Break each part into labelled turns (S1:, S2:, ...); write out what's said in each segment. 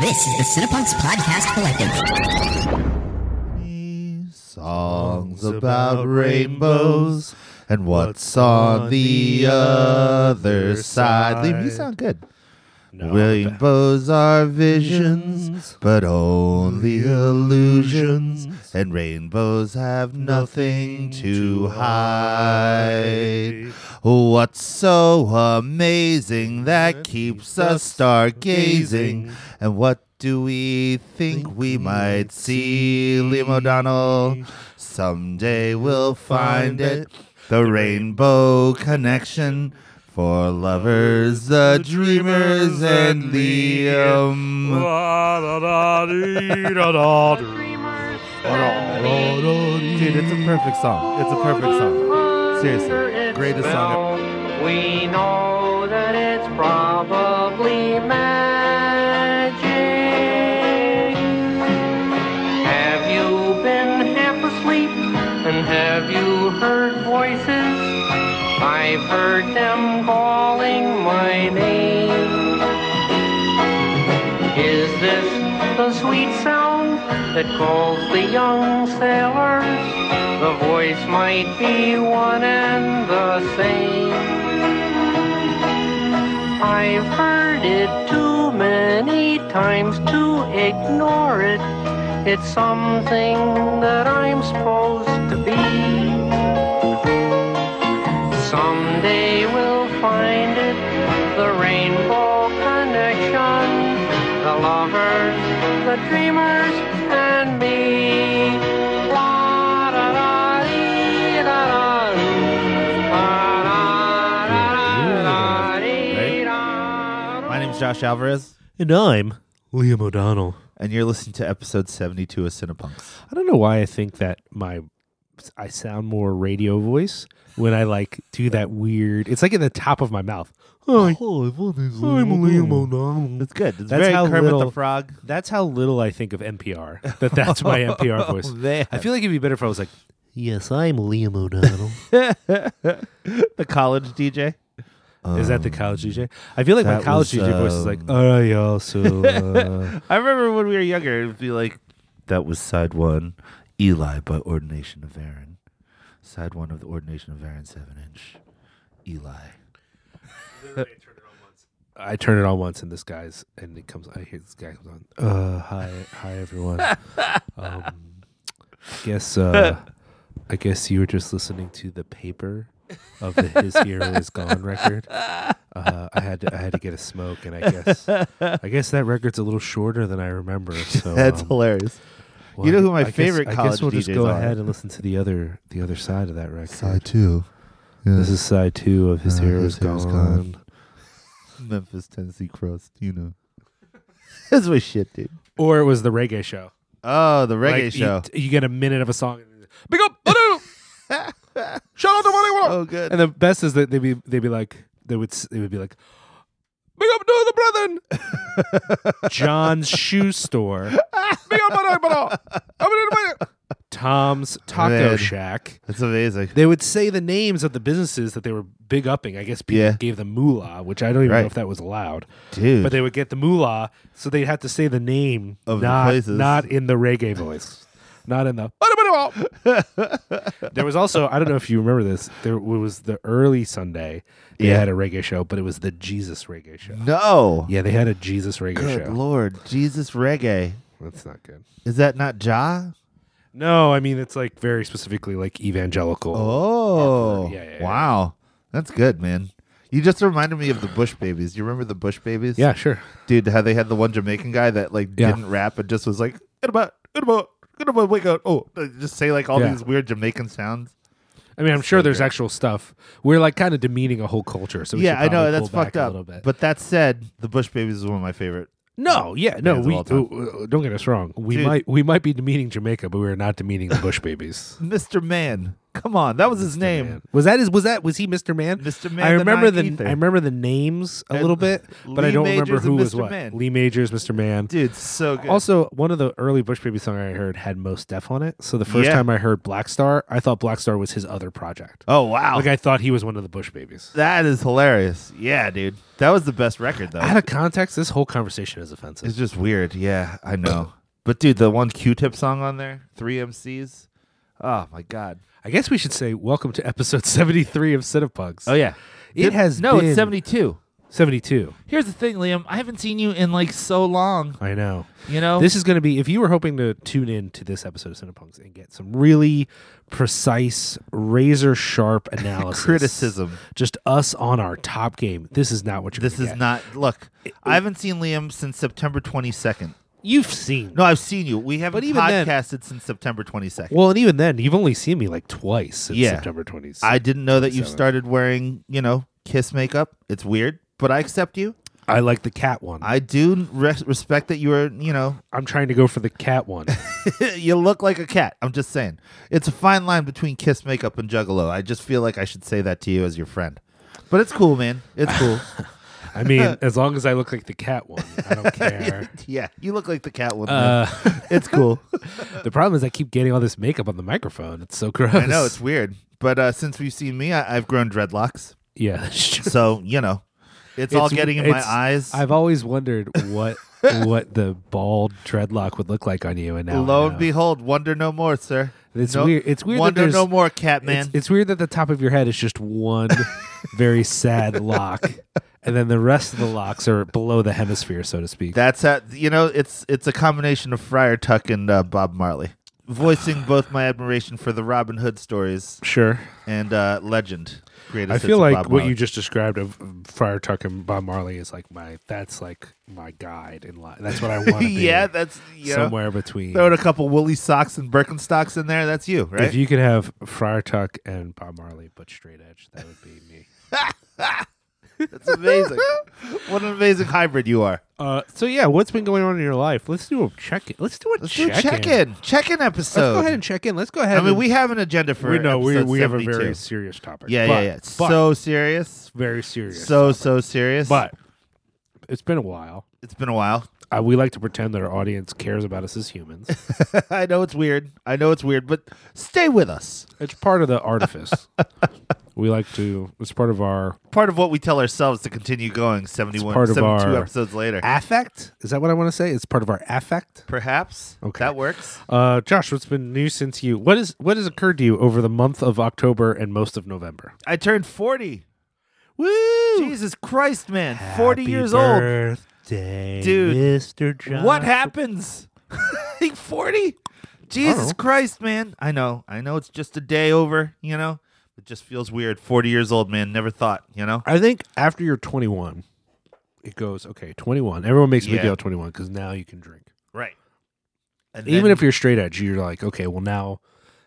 S1: This is the Cinepunks Podcast Collective.
S2: Songs about rainbows and what's on the other side. Leave, you sound good. Rainbows are visions, but only illusions, and rainbows have nothing to hide. What's so amazing that keeps us stargazing, and what do we think we might see, Liam O'Donnell? Someday we'll find it, the rainbow connection. For lovers, the dreamers, and Liam. Dude, it's a perfect song. It's a perfect song. Seriously, greatest song.
S3: Well, we know that it's probably magic. Have you been half asleep? And have you heard voices? I've heard them calling my name. Is this the sweet sound that calls the young sailors? The voice might be one and the same. I've heard it too many times to ignore it. It's something that I'm supposed to be. Someday we'll find it, the rainbow connection, the lovers, the dreamers, and me.
S2: My name's Josh Alvarez,
S4: And I'm Liam O'Donnell.
S2: and you're listening to episode 72 of Cinepunks.
S4: I don't know why I think that my I sound more radio voice when I like do that weird. It's like at the top of my mouth. Hi, I'm Liam O'Donnell.
S2: It's good. It's
S4: That's
S2: very
S4: how
S2: Kermit the
S4: little-
S2: Frog.
S4: That's how little I think of NPR. That that's my NPR voice.
S2: Oh, man.
S4: I feel like it'd be better if I was like, "Yes, I'm Liam O'Donnell."
S2: The college DJ.
S4: is that the college DJ? I feel like my
S2: Um, that
S4: college
S2: was,
S4: DJ voice is like,
S2: um,
S4: "All right, also." Uh,
S2: I remember when we were younger, it'd be like, that was side one, Eli by Ordination of Aaron. Side one of the Ordination of Aaron, seven inch, Eli.
S4: I turn it on once, and this guy's and it comes. I hear this guy comes on. Uh, hi, hi everyone. um, I guess uh, I guess you were just listening to the paper of the His Hero Is Gone record. Uh, I had to, I had to get a smoke, and I guess I guess that record's a little shorter than I remember. So um,
S2: hilarious.
S4: well,
S2: you know
S4: I-
S2: who my
S4: I guess-
S2: favorite
S4: I
S2: college
S4: guess we'll just
S2: DJs
S4: go
S2: are.
S4: ahead and listen to the other the other side of that record.
S2: two.
S4: This is side two of His
S2: Uh,
S4: Hero
S2: His
S4: Is
S2: Hero Is
S4: Gone.
S2: Memphis, Tennessee crust, you know. That's my shit, dude.
S4: Or it was the reggae show.
S2: Oh, the reggae
S4: Like, you-
S2: show.
S4: You, get a minute of a song. and then, Big up, oh, no. shout out to Money World.
S2: oh, good.
S4: And the best is that they'd be they'd be like they would s- they would be like, big up to the brethren, John's shoe store, big up Money World. I'm gonna do my- Tom's Taco
S2: Man.
S4: Shack.
S2: That's amazing.
S4: They would say the names of the businesses that they were big upping. I guess people
S2: Yeah.
S4: gave them moolah, which I don't even
S2: Right.
S4: know if that was allowed.
S2: Dude.
S4: But they would get the moolah, so they had to say the name
S2: Mm. Of the
S4: not,
S2: places.
S4: not in the reggae voice, not in the. there was also I don't know if you remember this. There was the early Sunday they
S2: Yeah.
S4: had a reggae show, but it was the Jesus reggae show.
S2: no.
S4: Yeah, they had a Jesus reggae
S2: Good
S4: show.
S2: Lord. Jesus reggae.
S4: That's not good.
S2: Is that not Ja?
S4: No, I mean it's like very specifically like evangelical.
S2: Oh.
S4: Yeah, yeah, yeah.
S2: wow. That's good, man. You just reminded me of the Bush Babies. You remember the Bush Babies?
S4: Yeah, sure.
S2: Dude, how they had the one Jamaican guy that like
S4: Yeah.
S2: didn't rap and just was like, "Good about, good about, good about, wake up." Oh, just say like all
S4: Yeah.
S2: these weird Jamaican sounds.
S4: I mean, I'm sure there's actual stuff. We're like kind of demeaning a whole culture. So we
S2: yeah, I
S4: should
S2: know
S4: probably
S2: that's
S4: pull back
S2: fucked
S4: a
S2: up.
S4: little bit.
S2: But that said, the Bush Babies is one of my favorite.
S4: No, yeah, no.
S2: bands of
S4: We
S2: all time.
S4: uh, uh, don't get us wrong. We
S2: Dude.
S4: might we might be demeaning Jamaica, but we are not demeaning the Bush Babies.
S2: Mr. Man. Come on, that was his name.
S4: Man. Was that his? Was that was he Mr. Man?
S2: Mr. Man,
S4: I
S2: the
S4: remember
S2: Ninth
S4: the,
S2: Ether.
S4: I remember the names a
S2: And
S4: little bit, but I
S2: Lee
S4: don't remember
S2: Majors
S4: who
S2: and
S4: was
S2: Mr.
S4: what.
S2: Man.
S4: Lee Majors, Mr. Man.
S2: Dude, so good.
S4: Also, one of the early Bush Baby song I heard had Most Def on it. So the first
S2: Yeah.
S4: time I heard Black Star, I thought Black Star was his other project.
S2: oh wow,
S4: Like I thought he was one of the Bush Babies.
S2: that is hilarious. Yeah, dude, that was the best record though.
S4: Out of context, this whole conversation is offensive.
S2: It's just weird. Yeah, I know. but dude, the one Q-Tip song on there, three MCs. Oh my god.
S4: I guess we should say welcome to episode seventy three of Cinepugs.
S2: Oh, yeah,
S4: It has
S2: no.
S4: been-
S2: It's seventy-two.
S4: seventy two.
S2: Here's the thing, Liam. I haven't seen you in like so long.
S4: I know.
S2: You know.
S4: This is going to be if you were hoping to tune in to this episode of Cinepunks and get some really precise, razor sharp analysis,
S2: criticism.
S4: just us on our top game. This is not what you're.
S2: This
S4: gonna
S2: is
S4: get.
S2: not. Look, I haven't seen Liam since September 22nd.
S4: You've seen.
S2: No, I've seen you. We haven't
S4: even then-
S2: podcasted since September 22nd.
S4: Well, and even then, you've only seen me like twice since
S2: Yeah.
S4: September 26th.
S2: I didn't know that you
S4: 27th.
S2: started wearing, you know, kiss makeup. It's weird, but I accept you.
S4: I like the cat one. I,
S2: I do res- respect that you are, you know,
S4: am trying to go for the cat one.
S2: you look like a cat. I'm just saying. It's a fine line between kiss makeup and juggalo. I just feel like I should say that to you as your friend. But it's cool, man. It's cool.
S4: I mean, as long as I look like the cat one, I don't care.
S2: yeah, you look like the cat one.
S4: Uh,
S2: man. It's cool.
S4: the problem is I keep getting all this makeup on the microphone. It's so gross.
S2: I know it's weird, but uh, since we've seen me, I- I've grown dreadlocks.
S4: yeah. that's true.
S2: So you know, it's, all getting in my
S4: it's-
S2: eyes.
S4: I've always wondered what what the bald dreadlock would look like on you, and now I
S2: Lo and
S4: know.
S2: behold, wonder no more, sir.
S4: It's
S2: No-
S4: weird- it's weird that
S2: Wonder
S4: there's-
S2: no more, cat man.
S4: it's, it's weird that the top of your head is just one very sad lock, and then the rest of the locks are below the hemisphere, so to speak.
S2: That's how you know it's it's a combination of Friar Tuck and uh, Bob Marley, voicing both my admiration for the Robin Hood stories
S4: sure.
S2: and uh, legend. Greatest
S4: I
S2: hits
S4: feel
S2: of
S4: like
S2: Bob
S4: what
S2: Marley.
S4: you just described of um, Friar Tuck and Bob Marley is like my that's like my guide in life. That's what I want to be.
S2: yeah, that's you know,
S4: somewhere between.
S2: throwing a couple woolly socks and Birkenstocks in there. That's you, right?
S4: If you could have Friar Tuck and Bob Marley but straight edge, that would be me.
S2: that's amazing. what an amazing hybrid you are.
S4: Uh, so yeah, what's been going on in your life? Let's do a check in. Let's do a
S2: Let's
S4: check,
S2: do a check
S4: in.
S2: in. Check in
S4: Let's
S2: episode.
S4: go ahead and check in. Let's go ahead.
S2: I mean,
S4: and-
S2: we have an agenda for
S4: we know we,
S2: episode
S4: we have a
S2: 72.
S4: very serious topic.
S2: yeah, yeah,
S4: but-
S2: yeah.
S4: but-
S2: so serious.
S4: very serious.
S2: So so serious.
S4: but it's been a while.
S2: it's been a while.
S4: Uh, we like to pretend that our audience cares about us as humans.
S2: I know it's weird. I know it's weird, but stay with us.
S4: it's part of the artifice. we like to. It's part of our
S2: Part of what we tell ourselves to continue going 71
S4: part of
S2: 72
S4: our-
S2: episodes later.
S4: affect. Is that what I want to say? It's part of our affect.
S2: Perhaps
S4: Okay.
S2: that works.
S4: Uh, Josh, what's been new since you? What is what has occurred to you over the month of October and most of November?
S2: I turned 40.
S4: Woo!
S2: Jesus Christ, man. 40 years old.
S4: old.
S2: Dude,
S4: Mr. John.
S2: What happens? Like 40?
S4: I
S2: Jesus
S4: don't
S2: Christ, man. I know. I know it's just a day over, you know? It just feels weird. 40 years old, man. Never thought, you know?
S4: I think after you're 21, it goes, okay, 21. Everyone makes a big
S2: Yeah.
S4: deal of 21 because now you can drink.
S2: Right. And
S4: Even
S2: then
S4: if you're straight edge, you're like, okay, well, now,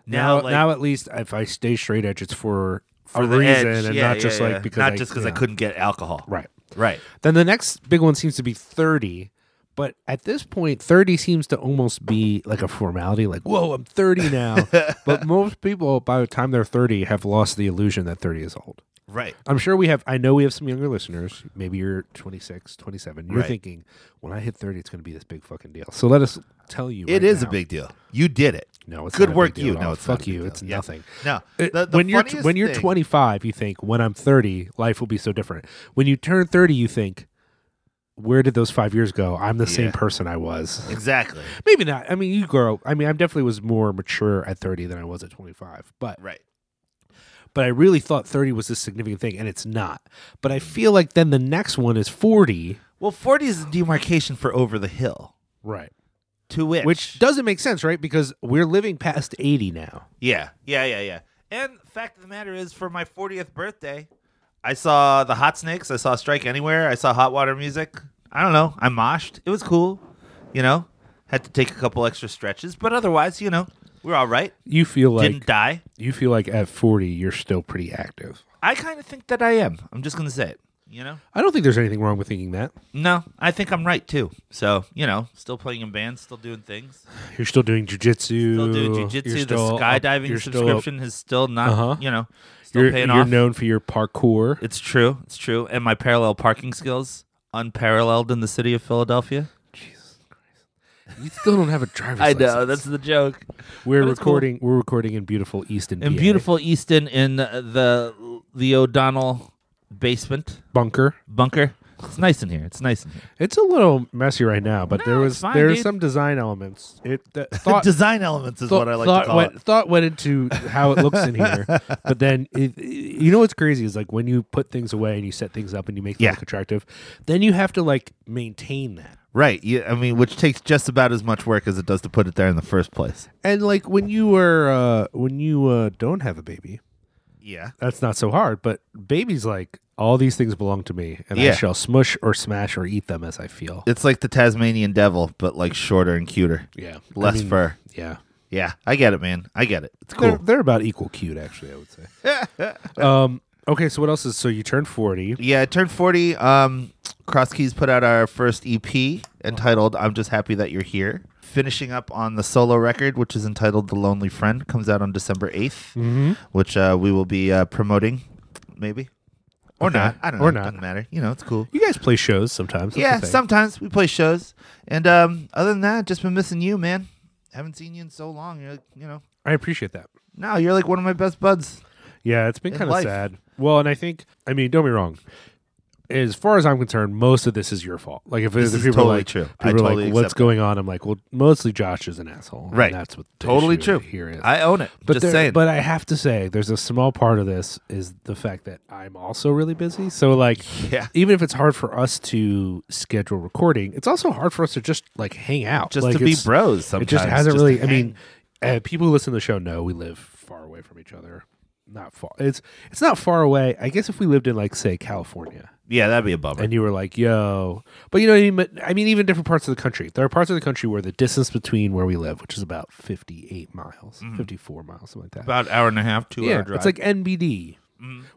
S4: now,
S2: Now,
S4: now,
S2: like-
S4: at least if I stay straight edge, it's for,
S2: for
S4: a
S2: the
S4: reason
S2: edge,
S4: and
S2: yeah,
S4: not just
S2: yeah, yeah.
S4: like because
S2: not
S4: I,
S2: just because
S4: you
S2: I
S4: know.
S2: couldn't get alcohol.
S4: Right.
S2: Right.
S4: Then the next big one seems to be 30. But at this point, 30 seems to almost be like a formality, like, whoa, I'm 30 now. but most people, by the time they're 30, have lost the illusion that 30 is old.
S2: Right.
S4: I'm sure we have, I know we have some younger listeners. Maybe you're 26, 27. You're
S2: Right.
S4: thinking, when I hit 30, it's going to be this big fucking deal. So let us tell you.
S2: It
S4: right
S2: is
S4: now.
S2: a big deal. You did it.
S4: No, it's
S2: good
S4: not a big
S2: work,
S4: deal
S2: you.
S4: at
S2: No,
S4: all.
S2: it's not a
S4: fuck
S2: big
S4: you.
S2: deal.
S4: It's
S2: Yeah.
S4: nothing.
S2: No,
S4: It-
S2: the- the
S4: Uh, when you're
S2: funniest
S4: when you're
S2: thing-
S4: 25, you think when I'm 30, life will be so different. When you turn 30, you think, where did those five years go? I'm the
S2: Yeah.
S4: same person I was.
S2: Exactly.
S4: Maybe not. I mean, you grow. I mean, I definitely was more mature at 30 than I was at 25. But
S2: Right.
S4: but I really thought 30 was a significant thing, and it's not. But I feel like then the next one is 40.
S2: Well, 40 is the demarcation for over the hill.
S4: Right.
S2: To which,
S4: Which doesn't make sense, right? Because we're living past 80 now.
S2: yeah, yeah, yeah, yeah. And the fact of the matter is, for my 40th birthday, I saw the Hot Snakes. I saw Strike Anywhere. I saw Hot Water Music. I don't know. I moshed. It was cool. You know, had to take a couple extra stretches, but otherwise, you know, we're all right.
S4: You feel like
S2: Didn't die.
S4: you feel like at 40 you're still pretty active.
S2: I kind of think that I am. I'm just gonna say it. You know?
S4: I don't think there's anything wrong with thinking that.
S2: No, I think I'm right too. So you know, still playing in bands, still doing things,
S4: You're still doing jujitsu.
S2: still doing jujitsu. The skydiving subscription is still not.
S4: Uh-huh.
S2: You know, still
S4: You're,
S2: paying
S4: you're
S2: off.
S4: known for your parkour.
S2: it's true. It's true. And my parallel parking skills, unparalleled in the city of Philadelphia.
S4: Jesus Christ! You still don't have a driver's
S2: I know
S4: license.
S2: that's the joke.
S4: we're
S2: but it's cool.
S4: recording. We're recording in beautiful Easton,
S2: In
S4: PA.
S2: beautiful Easton, in the the O'Donnell basement
S4: bunker.
S2: bunker. It's nice in here. It's nice in here.
S4: It's a little messy right now, but
S2: No,
S4: there
S2: it's
S4: was
S2: fine,
S4: there was
S2: dude.
S4: some design elements. It that thought
S2: Design elements is
S4: thought-
S2: what I like
S4: thought
S2: to call
S4: went,
S2: it.
S4: thought went into how it looks in here, but then it, you know what's crazy is like when you put things away and you set things up and you make them
S2: Yeah.
S4: look attractive, then you have to like maintain that.
S2: Right. Yeah. I mean, which takes just about as much work as it does to put it there in the first place.
S4: And like when you were uh, when you uh, don't have a baby,
S2: Yeah.
S4: that's not so hard. But babies like all these things belong to me, and
S2: Yeah.
S4: I shall smush or smash or eat them as I feel.
S2: It's like the Tasmanian devil, but like shorter and cuter.
S4: Yeah, I
S2: Less
S4: mean,
S2: fur.
S4: Yeah,
S2: Yeah. I get it, man. I get it. It's
S4: they're,
S2: cool.
S4: they're about equal cute, actually. I would say. um, okay, so what else is so you turned forty?
S2: Yeah. I turned 40. Um, Cross Keys put out our first EP entitled I'm Just Happy That You're Here. Finishing up on the solo record, which is entitled The Lonely Friend, comes out on December 8th,
S4: Mm-hmm.
S2: which uh, we will be uh, promoting, maybe. Or
S4: Okay.
S2: not. I don't know.
S4: Or
S2: It
S4: not.
S2: Doesn't matter. You know, it's cool.
S4: You guys play shows sometimes. that's
S2: yeah,
S4: the thing.
S2: sometimes we play shows, and um, other than that, just been missing you, man. Haven't seen you in so long. You're, like, you know,
S4: I appreciate that.
S2: now you're like one of my best buds.
S4: Yeah, it's been
S2: In
S4: kind of
S2: life.
S4: sad. Well, and I think I mean, don't be wrong. As far as I'm concerned, most of this is your fault. Like if,
S2: This
S4: if
S2: is
S4: people are
S2: totally
S4: like,
S2: true.
S4: people
S2: I
S4: are
S2: totally
S4: like,
S2: accept
S4: what's
S2: it."
S4: going on? I'm like, well, mostly Josh is an asshole. and
S2: Right.
S4: that's what the
S2: Totally
S4: issue
S2: true.
S4: Here is.
S2: I own it.
S4: but
S2: just
S4: there-
S2: saying.
S4: but I have to say, there's a small part of this is the fact that I'm also really busy. So like,
S2: Yeah.
S4: even if it's hard for us to schedule recording, it's also hard for us to just like hang out,
S2: just
S4: Like,
S2: to be
S4: it's-
S2: bros,
S4: it
S2: sometimes
S4: just hasn't
S2: just
S4: really.
S2: to
S4: I mean,
S2: hang.
S4: uh, people who listen to the show know we live far away from each other. Not far. It's it's not far away. I guess if we lived in like say California
S2: yeah, that'd be a bummer.
S4: and you were like, "Yo," but you know what I mean. But, I mean, even different parts of the country. There are parts of the country where the distance between where we live, which is about fifty-eight miles,
S2: Mm-hmm.
S4: fifty-four miles, something like that.
S2: About hour and a half, two
S4: yeah,
S2: hour drive. Mm-hmm.
S4: it's like NBD.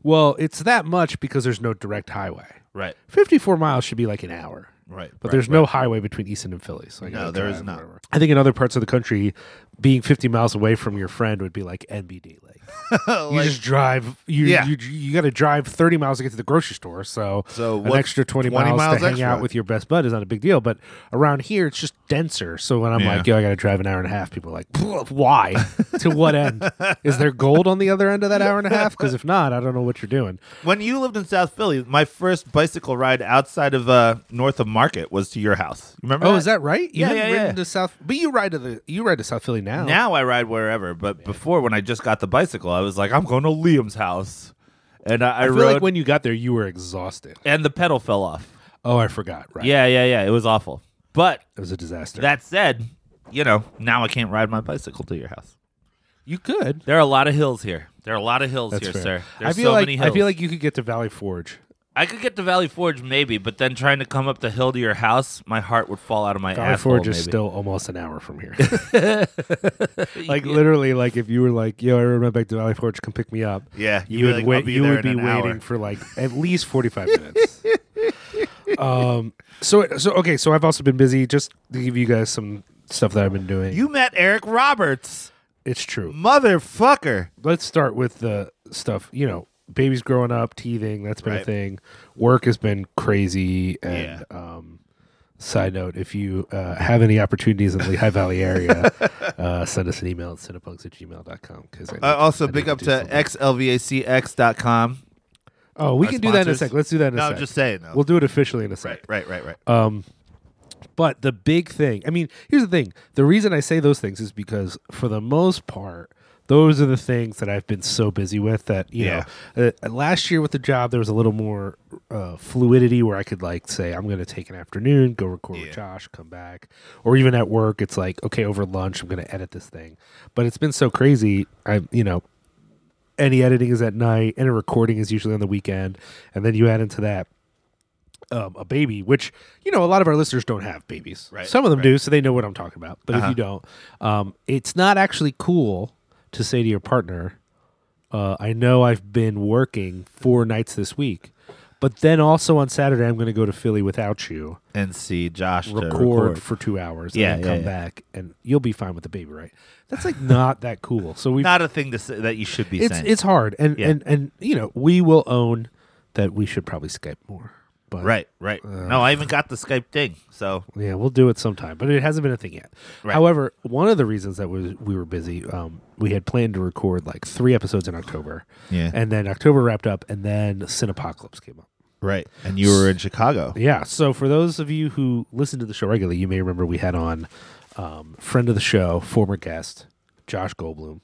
S4: Well, it's that much because there's no direct highway.
S2: right,
S4: Fifty-four miles should be like an hour.
S2: right.
S4: But
S2: right,
S4: there's
S2: right.
S4: no highway between Easton and Philly. So I
S2: No,
S4: gotta
S2: there
S4: drive
S2: is
S4: or
S2: not.
S4: whatever. I think in other parts of the country, being 50 miles away from your friend would be like NBD. Like you
S2: Like,
S4: just drive. You
S2: Yeah.
S4: you, you got to drive 30 miles to get to the grocery store. So,
S2: So
S4: an
S2: what's
S4: extra 20,
S2: 20
S4: miles,
S2: miles
S4: to hang
S2: extra?
S4: out with your best bud is not a big deal. But around here, it's just denser. So when I'm
S2: Yeah.
S4: like, yo, I got to drive an hour and a half, people are like, "Pff, why? to what end? Is there gold on the other end of that hour and a half? Because if not, I don't know what you're doing.
S2: when you lived in South Philly, my first bicycle ride outside of uh, north of Market was to your house. Remember?
S4: Oh, is that right? You
S2: Yeah,
S4: hadn't
S2: yeah,
S4: ridden
S2: yeah.
S4: to South, but you ride to the you ride to South Philly now.
S2: Now I ride wherever, but before when I just got the bicycle, I was like, I'm going to Liam's house, and I, I,
S4: I, feel
S2: rode,
S4: like when you got there, you were exhausted.
S2: and the pedal fell off.
S4: Oh, I forgot. Right.
S2: Yeah, yeah, yeah. It was awful. But
S4: It was a disaster.
S2: that said, you know, now I can't ride my bicycle to your house.
S4: you could.
S2: There are a lot of hills here. There are a lot of hills
S4: That's
S2: here,
S4: fair.
S2: sir. There's
S4: I feel
S2: so
S4: like
S2: many hills.
S4: I feel like you could get to Valley Forge.
S2: I could get to Valley Forge maybe, but then trying to come up the hill to your house, my heart would fall out of my
S4: Valley
S2: asshole.
S4: Forge is
S2: maybe.
S4: still almost an hour from here. like literally, like if you were like, "Yo, I rode back to Valley Forge, come pick me up."
S2: Yeah,
S4: you
S2: you'd
S4: would
S2: be like,
S4: wait.
S2: "I'll be
S4: you
S2: there
S4: would be
S2: in an hour."
S4: waiting for like at least forty five minutes. um. So so okay. So I've also been busy. Just to give you guys some stuff that I've been doing.
S2: You met Eric Roberts,
S4: it's true.
S2: motherfucker.
S4: let's start with the stuff you know babies growing up teething that's been a
S2: Right.
S4: thing work has been crazy and um side note if you uh, have any opportunities in the lehigh valley area uh, send us an email at cinepunks at gmail.com because
S2: Uh, also, big up to xlvacx.com.
S4: oh we
S2: our
S4: can do that in a
S2: sponsors.
S4: sec let's do that in a
S2: No,
S4: sec
S2: I'm just saying. No.
S4: we'll do it officially in a sec
S2: right, right, right, right.
S5: Uh,
S4: Um, but the big thing, I mean, here's the thing. The reason I say those things is because for the most part, those are the things that I've been so busy with that, you know, uh, last year with the job, there was a little more uh, fluidity where I could like say, I'm going to take an afternoon, go record
S2: Yeah.
S4: with Josh, come back. Or even at work, it's like, okay, over lunch, I'm going to edit this thing. But it's been so crazy. I, you know, any editing is at night, any recording is usually on the weekend. And then you add into that um, a baby, which you know a lot of our listeners don't have babies.
S2: Right,
S4: Some of them
S2: right. Uh-huh.
S4: do, so they know what I'm talking about. But if you don't, um, it's not actually cool to say to your partner, uh, "I know I've been working four nights this week, But then also on Saturday, I'm going to go to Philly without you,
S5: and see Josh to
S4: record,
S5: record.
S4: for two hours,
S5: Yeah,
S4: and
S5: yeah,
S4: then come
S5: yeah.
S4: back, and you'll be fine with the baby, right? That's like not that cool. So we
S5: Not a thing to say that you should be
S4: it's
S5: saying.
S4: it's hard, and
S5: Yeah.
S4: and and you know we will own that we should probably Skype more, but
S5: right, right.
S4: Uh,
S5: no, I even got the Skype thing. So
S4: Yeah, we'll do it sometime, but it hasn't been a thing yet.
S5: Right.
S4: However, one of the reasons that was we were busy, um, we had planned to record like three episodes in October.
S5: Yeah.
S4: and then October wrapped up, and then Cinepocalypse came up.
S5: right, and you were in Chicago.
S4: Yeah, so for those of you who listen to the show regularly, you may remember we had on um, friend of the show, former guest Josh Goldblum.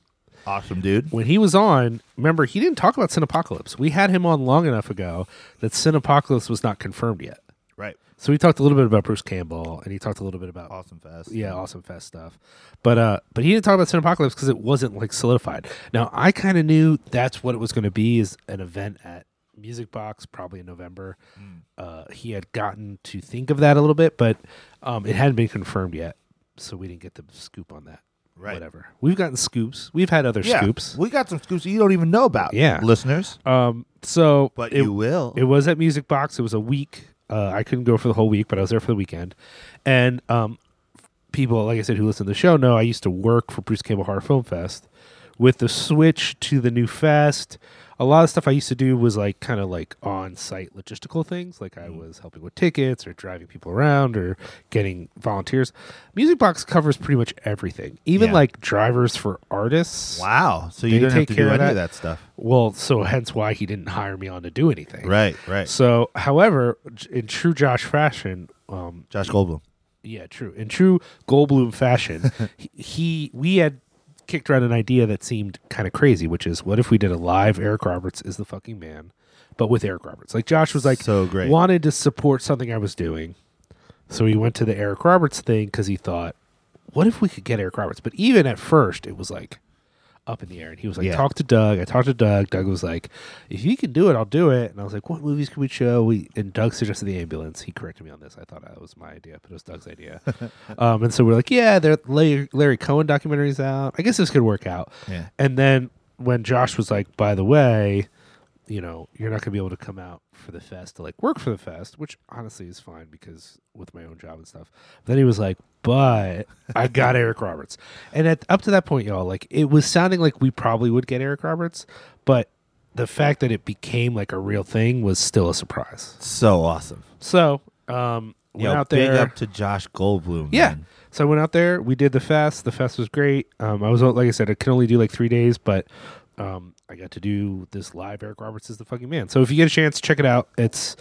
S5: Awesome, dude.
S4: When he was on, remember he didn't talk about Cinepocalypse. We had him on long enough ago that Cinepocalypse was not confirmed yet.
S5: Right.
S4: So we talked a little bit about Bruce Campbell, and he talked a little bit about
S5: Awesome fast.
S4: yeah, awesome fest stuff. But uh, but he didn't talk about Cinepocalypse because it wasn't like solidified. Now I kind of knew that's what it was going to be is an event at Music Box probably in November.
S5: Hmm.
S4: Uh, he had gotten to think of that a little bit, but um, it hadn't been confirmed yet, so we didn't get the scoop on that.
S5: Right.
S4: Whatever. We've gotten scoops. We've had other
S5: Yeah,
S4: scoops.
S5: We got some scoops that you don't even know about.
S4: Yeah.
S5: listeners.
S4: Um. So,
S5: But
S4: it-
S5: you will.
S4: It was at Music Box. It was a week. Uh, I couldn't go for the whole week, but I was there for the weekend. And um, people, like I said, who listen to the show know I used to work for Bruce Campbell Horror Film Fest. With the switch to the new fest, a lot of stuff I used to do was like kind of like on site logistical things. Like
S5: Mm.
S4: I was helping with tickets or driving people around or getting volunteers. Music Box covers pretty much everything, even
S5: Yeah.
S4: like drivers for artists.
S5: Wow. So
S4: They
S5: you didn't have
S4: take
S5: to
S4: care
S5: do
S4: of
S5: any of
S4: that.
S5: that stuff.
S4: Well, so hence why he didn't hire me on to do anything.
S5: Right. Right.
S4: So, however, j- in true Josh fashion, um,
S5: Josh Goldblum.
S4: yeah, true. In true Goldblum fashion, he, he we had kicked around an idea that seemed kind of crazy, which is what if we did a live Eric Roberts is the fucking man, but with Eric Roberts. Like Josh was like
S5: So great.
S4: wanted to support something I was doing, so he went to the Eric Roberts thing because he thought, what if we could get Eric Roberts? But even at first, it was like up in the air, and he was like,
S5: Yeah.
S4: talk to Doug. I talked to Doug. Doug was like, if you can do it, I'll do it. And I was like, what movies can we show? We and Doug suggested the ambulance. He corrected me on this. I thought that was my idea, but it was Doug's idea. um, and so we are like, yeah, there Larry, Larry Cohen documentaries out. I guess this could work out.
S5: Yeah.
S4: And then when Josh was like, by the way, you know, you're not going to be able to come out for the fest to like work for the fest, which honestly is fine because with my own job and stuff. then he was like, but I got Eric Roberts. And at, up to that point, y'all, like it was sounding like we probably would get Eric Roberts, but the fact that it became like a real thing was still a surprise.
S5: So awesome.
S4: So, um, went
S5: Yo,
S4: out there.
S5: Big up to Josh Goldblum.
S4: Yeah.
S5: man.
S4: Um, So I went out there. We did the fest. The fest was great. Um, I was like I said, I could only do like three days, but um, I got to do this live. Eric Roberts is the fucking man. So if you get a chance, check it out. It's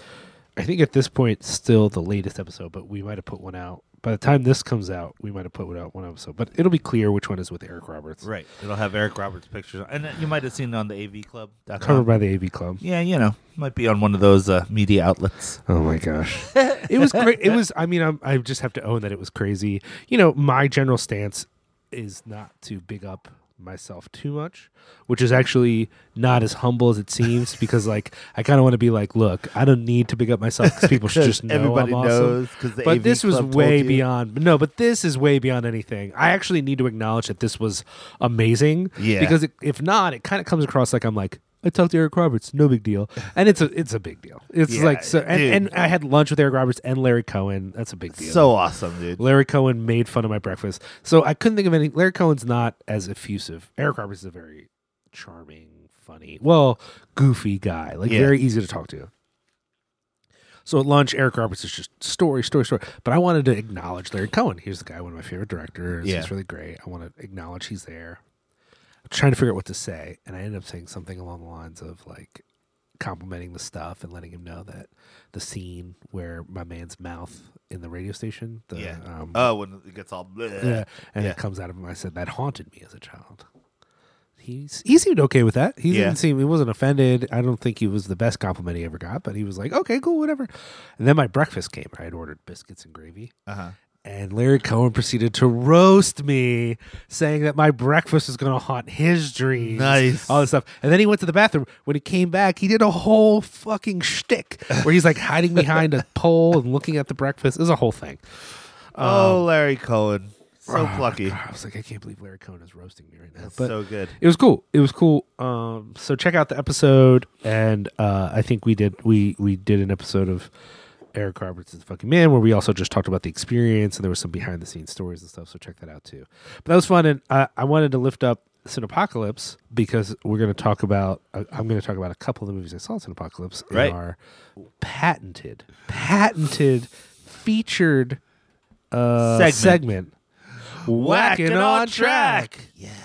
S4: I think at this point still the latest episode, but we might have put one out. By the time this comes out, we might have put out one episode, but it'll be clear which one is with Eric Roberts.
S5: Right. It'll have Eric Roberts pictures, on- and uh, you might have seen it on the AV Club.
S4: Covered by the AV Club.
S5: Yeah, you know, might be on one of those uh, media outlets.
S4: Oh my gosh. it was great. It was, I mean, I'm, I just have to own that it was crazy. You know, my general stance is not to big up myself too much, which is actually not as humble as it seems because, like, I kind of want to be like, look, I don't need to big up myself because people should just know
S5: everybody
S4: I'm awesome.
S5: knows 'cause the
S4: But
S5: AV
S4: this was
S5: Club told
S4: way
S5: you.
S4: beyond, no, but this is way beyond anything. I actually need to acknowledge that this was amazing.
S5: Yeah.
S4: Because it, if not, it kind of comes across like I'm like, I talked to Eric Roberts, no big deal, and it's a it's a big deal. It's
S5: Yeah,
S4: like so, and,
S5: dude.
S4: and I had lunch with Eric Roberts and Larry Cohen. That's a big deal.
S5: So awesome, dude.
S4: Larry Cohen made fun of my breakfast, so I couldn't think of any. Larry Cohen's not as effusive. Eric Roberts is a very charming, funny, well, goofy guy, like
S5: Yeah.
S4: very easy to talk to. So at lunch, Eric Roberts is just story, story, story. But I wanted to acknowledge Larry Cohen. Here's the guy, one of my favorite directors.
S5: Yeah.
S4: He's really great. I want to acknowledge he's there. I'm trying to figure out what to say, and I ended up saying something along the lines of like complimenting the stuff and letting him know that the scene where my man's mouth in the radio station, the
S5: Yeah.
S4: um,
S5: oh, when it gets all. bleh.
S4: yeah, and
S5: Yeah.
S4: it comes out of him. I said that haunted me as a child. He's, he seemed okay with that. He
S5: Yeah.
S4: didn't seem he wasn't offended. I don't think he was the best compliment he ever got, but he was like, okay, cool, whatever. And then my breakfast came. I had ordered biscuits and gravy.
S5: Uh-huh.
S4: And Larry Cohen proceeded to roast me, saying that my breakfast was going to haunt his dreams.
S5: Nice.
S4: All this stuff. And then he went to the bathroom. When he came back, he did a whole fucking shtick where he's like hiding behind a pole and looking at the breakfast. It was a whole thing.
S5: oh, Larry Cohen. So
S4: Oh,
S5: plucky.
S4: God, I was like, I can't believe Larry Cohen is roasting me right now.
S5: That's
S4: but
S5: so good.
S4: it was cool. It was cool. Um, so check out the episode, and uh, I think we did we we did an episode of Eric Robertson's Fucking Man where we also just talked about the experience, and there was some behind the scenes stories and stuff. So check that out too. But that was fun, and I, I wanted to lift up Cinepocalypse because we're going to talk about I- I'm going to talk about a couple of the movies I saw at Cinepocalypse in
S5: Right.
S4: our patented patented featured uh,
S5: Segment.
S4: segment. Whacking on track.
S5: Yes.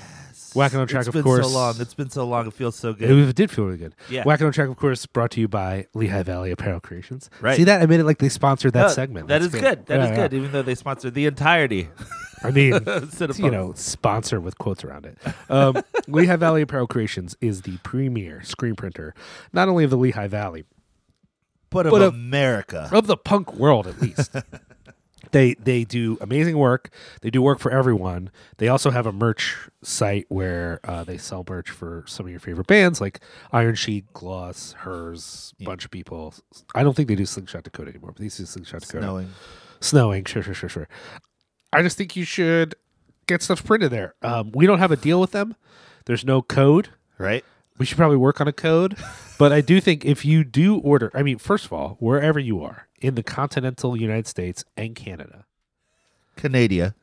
S4: Whacking on Track,
S5: It's
S4: of
S5: been
S4: course.
S5: so long. It's been so long. It feels so
S4: It,
S5: good.
S4: was- did feel really good.
S5: Yeah.
S4: Whacking on Track, of course, brought to you by Lehigh Valley Apparel Creations.
S5: Right.
S4: See that? I made it like they sponsored that
S5: No,
S4: segment.
S5: That
S4: That's
S5: is good. That is
S4: Yeah,
S5: good. Even though they sponsored the entirety.
S4: yeah. I mean,
S5: Instead of
S4: you know, sponsor with quotes around it. Um, Lehigh Valley Apparel Creations is the premier screen printer, not only of the Lehigh Valley,
S5: but of
S4: but a-
S5: America.
S4: of the punk world at least. they they do amazing work. They do work for everyone. They also have a merch site where uh, they sell merch for some of your favorite bands like Iron Sheik, Gloss, Hers, bunch of people. I don't think they do Slingshot Dakota anymore, but they used to do Slingshot Dakota.
S5: Knowing.
S4: Snowing, sure, sure, sure, sure. I just think you should get stuff printed there. Um, we don't have a deal with them. There's no code.
S5: Right.
S4: We should probably work on a code. But I do think if you do order, I mean, first of all, wherever you are in the continental United States and Canada,
S5: Canada.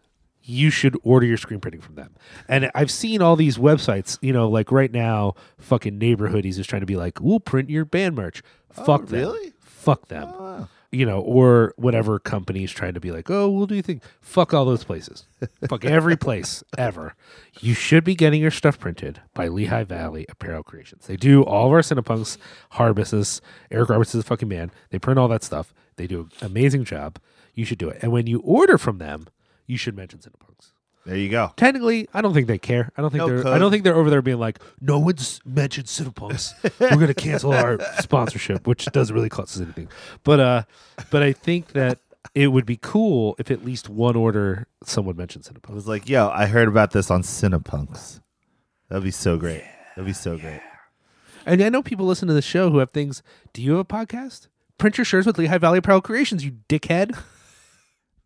S4: you should order your screen printing from them. And I've seen all these websites, you know, like right now, fucking neighborhoodies is trying to be like, we'll print your band merch. Fuck them.
S5: really?
S4: Fuck them. You know, or whatever companies trying to be like, oh, we'll do things. Fuck all those places. Fuck every place ever. You should be getting your stuff printed by Lehigh Valley Apparel Creations. They do all of our Cinepunks, Harbuses, Eric Roberts is a fucking man. They print all that stuff. They do an amazing job. You should do it. And when you order from them, you should mention Cinepunks.
S5: There you go.
S4: Technically, I don't think they care. I don't think
S5: No
S4: they're. I
S5: code.
S4: don't think they're over there being like, no one's mentioned Cinepunks. We're gonna cancel our sponsorship, which doesn't really cost us anything. But uh, but I think that it would be cool if at least one order someone mentioned
S5: I
S4: Cinepunks.
S5: was like, yo, I heard about this on Cinepunks. That'd be so great. That'd be so great.
S4: And I know people listen to the show who have things. Do you have a podcast? Print your shirts with Lehigh Valley Apparel Creations, you dickhead.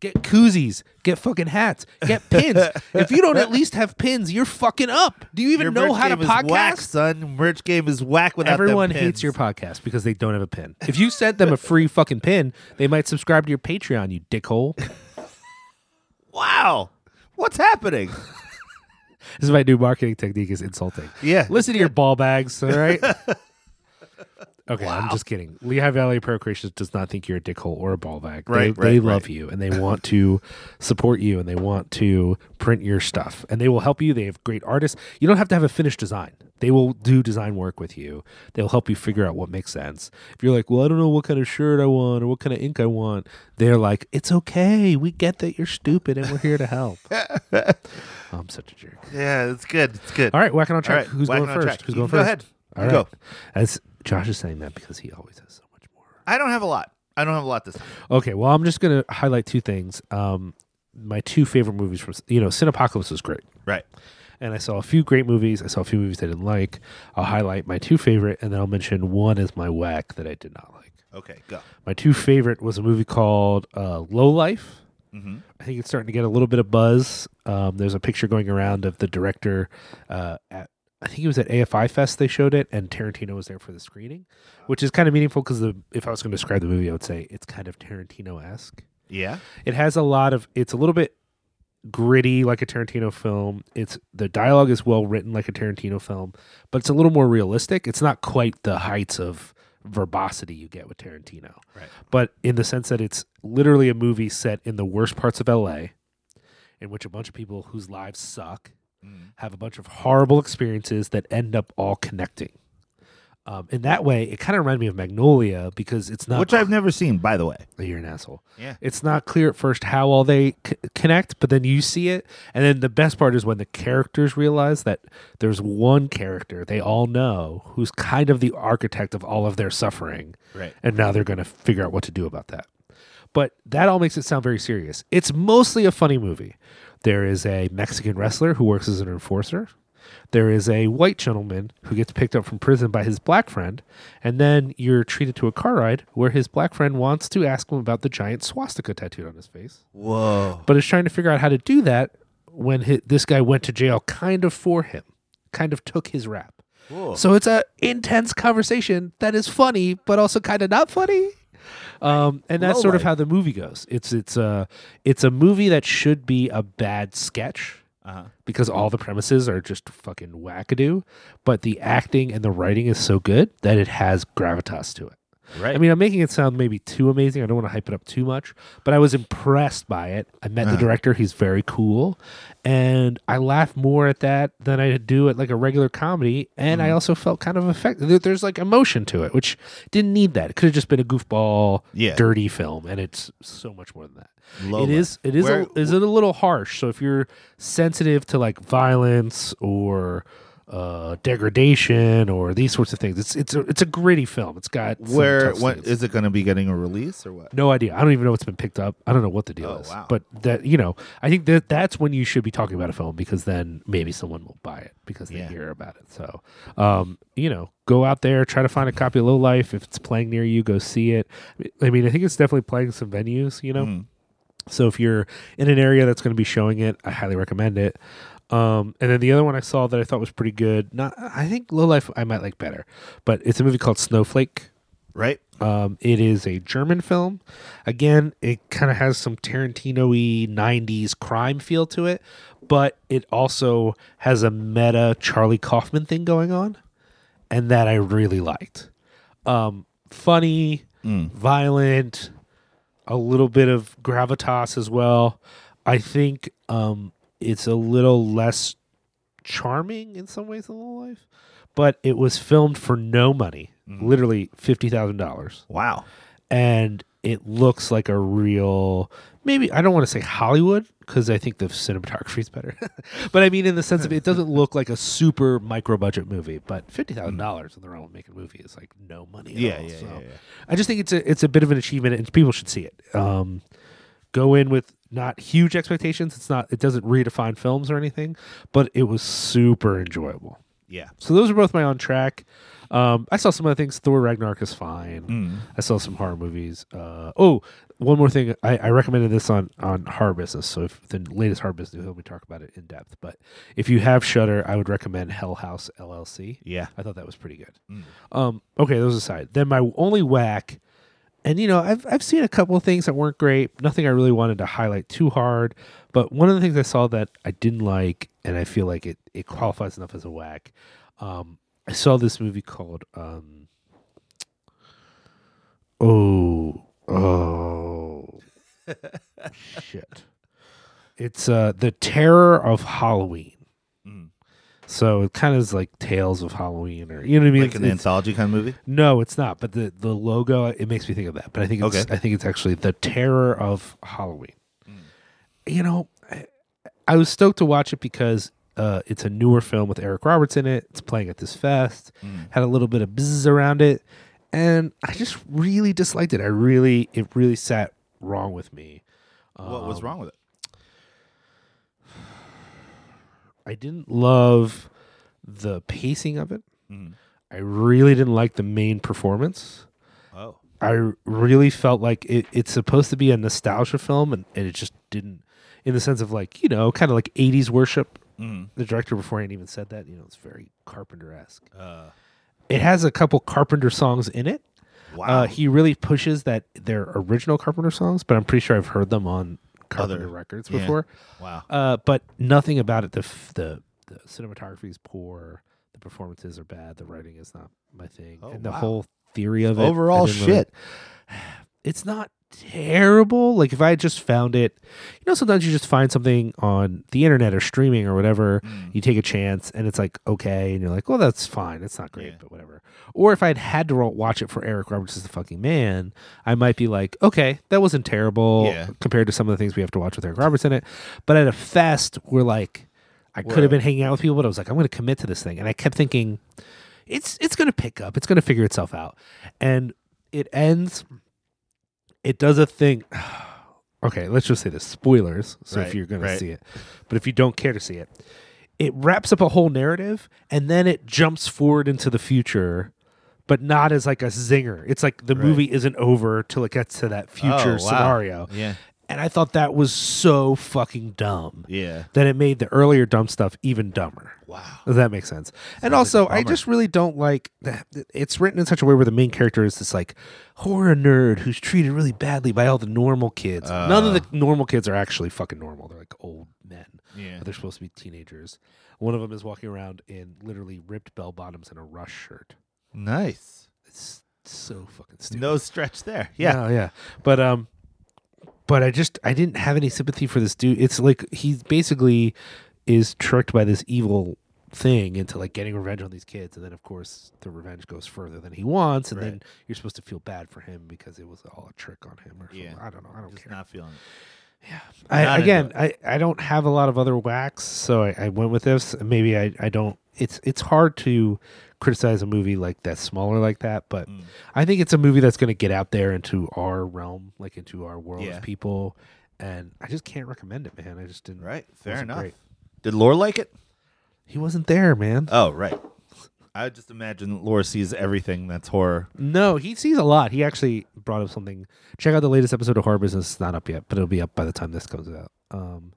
S4: Get koozies, get fucking hats, get pins. if you don't at least have pins, you're fucking up. Do you even
S5: Your
S4: know
S5: merch
S4: how to
S5: game is whack,
S4: podcast?
S5: son. Merch game is whack without them
S4: Everyone
S5: pins.
S4: hates your podcast because they don't have a pin. If you sent them a free fucking pin, they might subscribe to your Patreon, you dickhole. This
S5: Wow. What's happening?
S4: is my new marketing technique is insulting.
S5: Yeah,
S4: Listen to your ball bags, all right? Okay, I'm just kidding. Lehigh Valley Pro Creations does not think you're a dickhole or a ball bag. They,
S5: Right,
S4: they
S5: right,
S4: love
S5: right.
S4: you and they want to support you and they want to print your stuff and they will help you. They have great artists. You don't have to have a finished design. They will do design work with you. They'll help you figure out what makes sense. If you're like, well, I don't know what kind of shirt I want or what kind of ink I want, they're like, it's okay. We get that you're stupid and we're here to help. I'm such a jerk.
S5: yeah, it's good. It's good.
S4: All right, whacking on track.
S5: right,
S4: Who's
S5: whacking on
S4: going first?
S5: track.
S4: Who's
S5: You
S4: going
S5: can go
S4: first?
S5: ahead.
S4: All
S5: You
S4: right.
S5: go.
S4: As Josh is saying that because he always has so much more.
S5: I don't have a lot. I don't have a lot this time.
S4: Okay, well, I'm just gonna highlight two things. Um, my two favorite movies from you know, Cinepocalypse was great,
S5: Right.
S4: and I saw a few great movies. I saw a few movies I didn't like. I'll highlight my two favorite, and then I'll mention one as my whack that I did not like.
S5: Okay, go.
S4: My two favorite was a movie called uh, Low Life. I think it's starting to get a little bit of buzz. Um, there's a picture going around of the director uh, at. I think it was at AFI Fest they showed it, and Tarantino was there for the screening, which is kind of meaningful because if I was going to describe the movie, I would say it's kind of Tarantino esque.
S5: Yeah.
S4: It has a lot of. It's a little bit gritty, like a Tarantino film. It's the dialogue is well written, like a Tarantino film, but it's a little more realistic. It's not quite the heights of verbosity you get with Tarantino,
S5: Right.
S4: but in the sense that it's literally a movie set in the worst parts of L.A., in which a bunch of people whose lives suck
S5: Mm.
S4: have a bunch of horrible experiences that end up all connecting. Um, in that way, it kind of reminded me of Magnolia because it's not
S5: Which I've never seen, by the way.
S4: you're an asshole.
S5: Yeah.
S4: It's not clear at first how all they c- connect, but then you see it. And then the best part is when the characters realize that there's one character they all know who's kind of the architect of all of their suffering.
S5: Right.
S4: And now they're going to figure out what to do about that. But that all makes it sound very serious. It's mostly a funny movie. There is a Mexican wrestler who works as an enforcer. There is a white gentleman who gets picked up from prison by his black friend, and then you're treated to a car ride where his black friend wants to ask him about the giant swastika tattooed on his face,
S5: Whoa.
S4: but is trying to figure out how to do that when hi this guy went to jail kind of for him, kind of took his rap.
S5: Cool.
S4: So it's a intense conversation that is funny, but also kind of not funny. Um, and that's
S5: Low
S4: sort of
S5: light.
S4: how the movie goes. It's it's a it's a movie that should be a bad sketch
S5: Uh-huh.
S4: because all the premises are just fucking wackadoo, but the acting and the writing is so good that it has gravitas to it.
S5: Right.
S4: I mean, I'm making it sound maybe too amazing. I don't want to hype it up too much, but I was impressed by it. I met
S5: Uh-huh.
S4: the director. He's very cool. And I laugh more at that than I do at like a regular comedy. And
S5: Mm-hmm.
S4: I also felt kind of affected. There, there's like emotion to it, which didn't need that. It could have just been a goofball,
S5: Yeah.
S4: dirty film. And it's so much more than that.
S5: Lola.
S4: It is. It is.
S5: Where-
S4: a, is it a little harsh? So if you're sensitive to like violence or uh, degradation or these sorts of things, it's it's a, it's a gritty film. It's got some
S5: Where
S4: tough
S5: what
S4: scenes.
S5: is it going to be getting a release or what?
S4: No idea. I don't even know what's been picked up. I don't know what the deal
S5: Oh,
S4: is.
S5: wow.
S4: But that you know, I think that that's when you should be talking about a film because then maybe someone will buy it because they
S5: Yeah.
S4: hear about it. So, um, you know, go out there, try to find a copy of Low Life if it's playing near you. Go see it. I mean, I think it's definitely playing some venues. You know,
S5: Mm-hmm.
S4: so if you're in an area that's going to be showing it, I highly recommend it. Um, and then the other one I saw that I thought was pretty good. Not, I think Low Life I might like better, but it's a movie called Snowflake.
S5: Right.
S4: Um, it is a German film. Again, it kind of has some Tarantino y 90s crime feel to it, but it also has a meta Charlie Kaufman thing going on, and that I really liked. Um, funny, violent, a little bit of gravitas as well. I think um, it's a little less charming in some ways than Little Life, but it was filmed for no money, literally fifty thousand dollars,
S5: Wow.
S4: and it looks like a real maybe I don't want to say Hollywood because I think the cinematography is better, but I mean in the sense of it doesn't look like a super micro budget movie, but fifty thousand dollars in the realm of making a movie is like no money. At
S5: Mm. Yeah,
S4: all,
S5: yeah,
S4: so.
S5: yeah, yeah.
S4: I just think it's a it's a bit of an achievement, and people should see it. Um, go in with not huge expectations. It's not it doesn't redefine films or anything, but it was super enjoyable.
S5: Yeah.
S4: So those are both my on track. Um, I saw some other things. Thor Ragnarok is fine. I saw some horror movies. Uh, oh, one more thing. I, I recommended this on on horror business. So if the latest horror business, he'll be talk about it in depth. But if you have Shutter, I would recommend Hell House LLC.
S5: Yeah.
S4: I thought that was pretty good. Um, okay, those aside. Then my only whack, and you know, I've I've seen a couple of things that weren't great. Nothing I really wanted to highlight too hard. But one of the things I saw that I didn't like, and I feel like it it qualifies enough as a whack. Um, I saw this movie called um, Oh Oh shit. It's uh the terror of Halloween.
S5: Hmm.
S4: So it kind of is like Tales of Halloween, or you know what I mean?
S5: Like
S4: It's-
S5: an
S4: it's-
S5: anthology kind of movie.
S4: no, it's not. But the the logo it makes me think of that. But I think it's
S5: Okay.
S4: I think it's actually the terror of Halloween. You know, I, I was stoked to watch it because uh, it's a newer film with Eric Roberts in it. It's playing at this fest. Had a little bit of buzz around it, and I just really disliked it. I really it really sat wrong with me.
S5: what was wrong with it?
S4: I didn't love the pacing of it. I really didn't like the main performance.
S5: Oh.
S4: I really felt like it, it's supposed to be a nostalgia film, and, and it just didn't, in the sense of like, you know, kind of like 80s worship.
S5: Mm-hmm.
S4: The director beforehand even said that, you know, it's very Carpenter esque.
S5: Uh.
S4: it has a couple Carpenter songs in it.
S5: Wow.
S4: Uh, he really pushes that their original Carpenter songs, but I'm pretty sure I've heard them on Carpenter
S5: Other-
S4: records
S5: yeah.
S4: before.
S5: wow.
S4: Uh, but nothing about it. The, f- the the cinematography is poor. The performances are bad. The writing is not my thing.
S5: Oh,
S4: and the
S5: wow.
S4: whole theory of it I
S5: Overall
S4: didn't really-
S5: shit.
S4: it's not terrible. Like if I had just found it, you know, sometimes you just find something on the internet or streaming or whatever.
S5: Mm.
S4: You take a chance and it's like okay, and you're like, well, that's fine. It's not great,
S5: Yeah.
S4: but whatever. Or if I had had to ro- watch it for Eric Roberts is the fucking man, I might be like, okay, that wasn't terrible
S5: Yeah.
S4: compared to some of the things we have to watch with Eric Roberts in it. But at a fest, we're like, I could
S5: Whoa.
S4: have been hanging out with people, but I was like, I'm going to commit to this thing, and I kept thinking, it's it's going to pick up, it's going to figure itself out, and it ends it does a thing. okay, let's just say this spoilers. So if
S5: Right,
S4: you're going to
S5: right.
S4: see it, but if you don't care to see it, it wraps up a whole narrative and then it jumps forward into the future, but not as like a zinger. It's like the movie isn't over till it gets to that future
S5: Oh, wow.
S4: scenario.
S5: Yeah.
S4: And I thought that was so fucking dumb
S5: Yeah.
S4: that it made the earlier dumb stuff even dumber.
S5: Wow.
S4: Does that make sense? and
S5: like a
S4: also, I
S5: bummer.
S4: just really don't like that. It's written in such a way where the main character is this like horror nerd who's treated really badly by all the normal kids. None of the
S5: Oh.
S4: normal kids are actually fucking normal. They're like old men.
S5: Yeah.
S4: But they're supposed to be teenagers. One of them is walking around in literally ripped bell bottoms and a rush shirt.
S5: Nice.
S4: It's so fucking stupid.
S5: No stretch there. Yeah.
S4: No, yeah. But um but I just I didn't have any sympathy for this dude. It's like he basically is tricked by this evil thing into like getting revenge on these kids and then of course the revenge goes further than he wants and then
S5: Right.
S4: you're supposed to feel bad for him because it was all a trick on him or something.
S5: Yeah.
S4: I don't know. I don't
S5: Just
S4: care.
S5: not feeling it. not
S4: I,
S5: into
S4: again, I, I don't have a lot of other whacks, so I, I went with this. Maybe I, I don't it's it's hard to criticize a movie like that smaller like that, but
S5: Mm.
S4: I think it's a movie that's going to get out there into our realm, like into our world
S5: Yeah.
S4: of people. And I just can't recommend it, man. I just didn't.
S5: Right. Fair
S4: wasn't
S5: enough.
S4: great.
S5: Did Lore like it?
S4: He wasn't there, man.
S5: Oh, right. I just imagine Lore sees everything that's horror.
S4: no, he sees a lot. He actually brought up something. Check out the latest episode of Horror Business. It's not up yet, but it'll be up by the time this comes out. Um,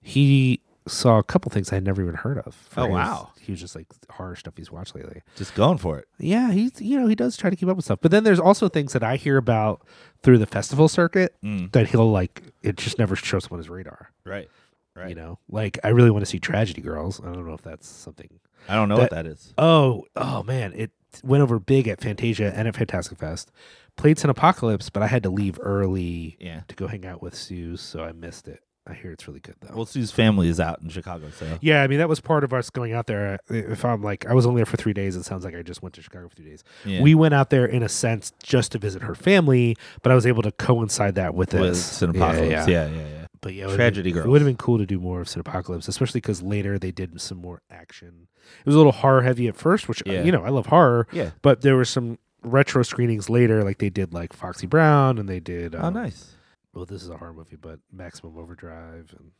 S4: he saw a couple things I had never even heard of. for
S5: Oh,
S4: his-
S5: wow.
S4: He was just like horror stuff he's watched lately.
S5: Just going for it.
S4: Yeah, he's you know he does try to keep up with stuff, but then there's also things that I hear about through the festival circuit that he'll like. It just never shows up on his radar.
S5: Mm. Right. Right.
S4: You know, like I really want to see Tragedy Girls. I don't know if that's something.
S5: I don't know what that is.
S4: Oh, oh man, it went over big at Fantasia and at Fantastic Fest. Played Sin Apocalypse, but I had to leave early
S5: Yeah.
S4: to go hang out with Sue, so I missed it. I hear it's really good though.
S5: Well, Sue's family is out in Chicago, so
S4: yeah, I mean that was part of us going out there. If I'm like, I was only there for three days. It sounds like I just went to Chicago for three days.
S5: Yeah.
S4: We went out there in a sense just to visit her family, but I was able to coincide that with
S5: with
S4: this.
S5: Sin Apocalypse. Yeah, yeah, yeah.
S4: But yeah, it would've
S5: Tragedy
S4: been-
S5: Girls.
S4: It would have been cool to do more of Cinepocalypse, especially because later they did some more action. It was a little horror heavy at first, which uh,
S5: Yeah.
S4: you know I love horror.
S5: Yeah.
S4: But there were some retro screenings later, like they did like Foxy Brown and they did.
S5: Oh,
S4: um,
S5: nice.
S4: Well, this is a horror movie, but Maximum Overdrive and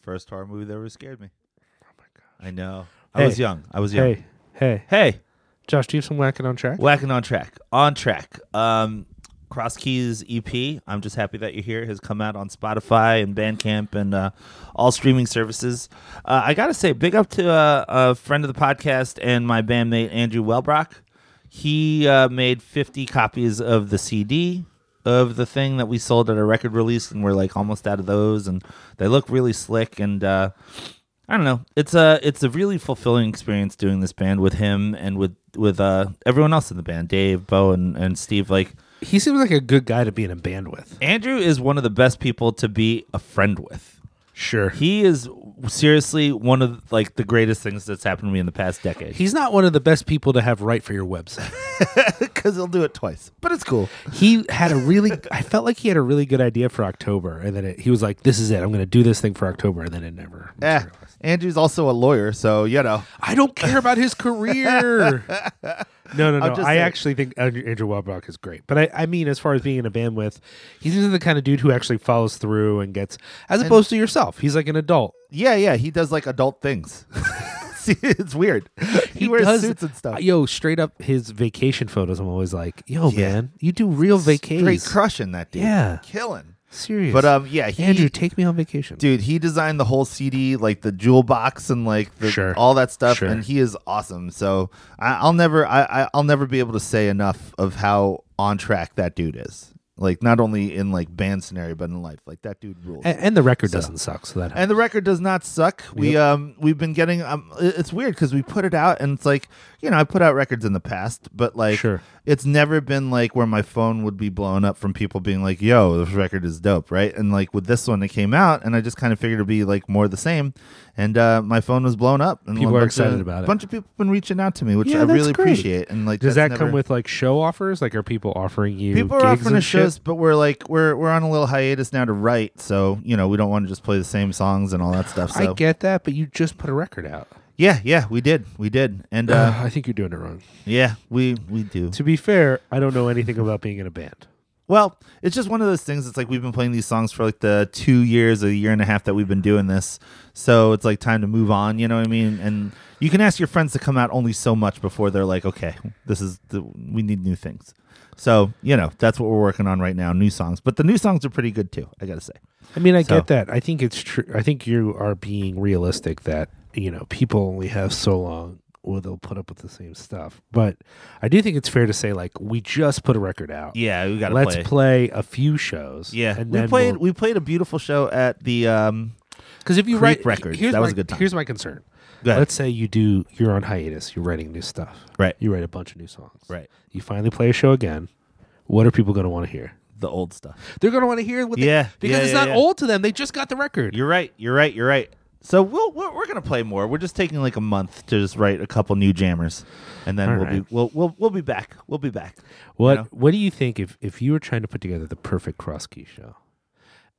S5: First horror movie that ever scared me.
S4: oh my god.
S5: I know. I
S4: Hey.
S5: was young. I was young.
S4: Hey, hey,
S5: Hey,
S4: Josh, do you have some whacking on track?
S5: whacking on track. On track. Um, Cross Keys EP. I'm just happy that you're here. Has come out on Spotify and Bandcamp and uh, all streaming services. Uh, I gotta say, big up to uh, a friend of the podcast and my bandmate Andrew Welbrock. He uh, made 50 copies of the CD of the thing that we sold at a record release, and we're like almost out of those. And they look really slick. And uh, I don't know. It's a it's a really fulfilling experience doing this band with him and with with uh, everyone else in the band, Dave, Bo, and, and Steve. Like
S4: He seems like a good guy to be in a band with.
S5: Andrew is one of the best people to be a friend with.
S4: Sure.
S5: He is seriously one of like the greatest things that's happened to me in the past decade
S4: He's not one of the best people to have write for your website.
S5: because he'll do it twice, but it's cool.
S4: he had a really i felt like he had a really good idea for october and then it, he was like this is it i'm going to do this thing for october and then it never
S5: Yeah,
S4: materialized.
S5: Eh, Andrew's also a lawyer, so you know.
S4: i don't care about his career no no no
S5: I'm
S4: i
S5: just saying.
S4: actually think andrew, andrew Wabrock is great but I, I mean as far as being in a band with he's the kind of dude who actually follows through and gets as opposed to yourself he's like an adult
S5: Yeah, yeah, he does like adult things. See, it's weird. He, wears
S4: does-
S5: suits and stuff.
S4: yo straight up his vacation photos i'm always like yo
S5: Yeah.
S4: man you do real
S5: Great
S4: vacations
S5: crushing that dude.
S4: Yeah.
S5: killing.
S4: serious
S5: But um, yeah, he,
S4: andrew take me on vacation
S5: dude he designed the whole cd like the jewel box and like the,
S4: Sure.
S5: all that stuff
S4: Sure.
S5: and he is awesome so I, i'll never I, I i'll never be able to say enough of how on track that dude is like not only in like band scenario but in life like that dude rules
S4: and, and the record doesn't suck so that helps.
S5: and the record does not suck. We um we've been getting um i- it's weird because we put it out and it's like you know I put out records in the past, but like
S4: Sure.
S5: it's never been like where my phone would be blown up from people being like, "Yo, this record is dope," right? And like with this one, it came out, and I just kind of figured it'd be like more the same, and uh, my phone was blown up. And
S4: People
S5: a
S4: are
S5: bunch
S4: excited
S5: of,
S4: about it.
S5: A bunch of people have been reaching out to me, which
S4: Yeah,
S5: I
S4: that's
S5: really
S4: great.
S5: appreciate. And like,
S4: Does that
S5: that's
S4: come
S5: never-
S4: with like show offers? Like, are people offering you?
S5: People are
S4: gigs
S5: offering
S4: and
S5: us shows,
S4: shit?
S5: but we're like we're we're on a little hiatus now to write, so you know we don't want to just play the same songs and all that stuff. So
S4: I get that, but you just put a record out.
S5: Yeah, yeah, we did, we did, and
S4: Uh,
S5: uh,
S4: I think you're doing it wrong.
S5: yeah, we we do.
S4: To be fair, I don't know anything about being in a band.
S5: Well, it's just one of those things. It's like we've been playing these songs for like the two years, a year and a half that we've been doing this, so it's like time to move on. You know what I mean? And you can ask your friends to come out only so much before they're like, okay, this is the, we need new things. So you know that's what we're working on right now. New songs, but the new songs are pretty good too. I gotta say.
S4: I mean, I
S5: So-
S4: get that. I think it's true. I think you are being realistic that you know people only have so long where they'll put up with the same stuff. But I do think it's fair to say like we just put a record out.
S5: Yeah, we gotta
S4: Let's
S5: play.
S4: play. a few shows.
S5: yeah,
S4: and
S5: we
S4: then
S5: played.
S4: we'll-
S5: we played a beautiful show at the. um
S4: Because if you
S5: Creep
S4: write
S5: Records.
S4: here's
S5: That was
S4: my-
S5: a good time.
S4: Here's my concern.
S5: Go ahead.
S4: Let's say you do. You're on hiatus. You're writing new stuff.
S5: Right.
S4: You write a bunch of new songs.
S5: Right.
S4: You finally play a show again. What are people going to want to hear?
S5: The old stuff.
S4: They're going to want to hear what. They,
S5: Yeah,
S4: Because
S5: yeah,
S4: it's
S5: yeah,
S4: not
S5: yeah.
S4: old to them. They just got the record.
S5: You're right. You're right. You're right. So we'll we're, we're gonna play more. We're just taking like a month to just write a couple new jammers, and then
S4: All
S5: we'll be
S4: right.
S5: we'll, we'll we'll be back. We'll be back.
S4: What
S5: know?
S4: What do you think if if you were trying to put together the perfect Krusky show?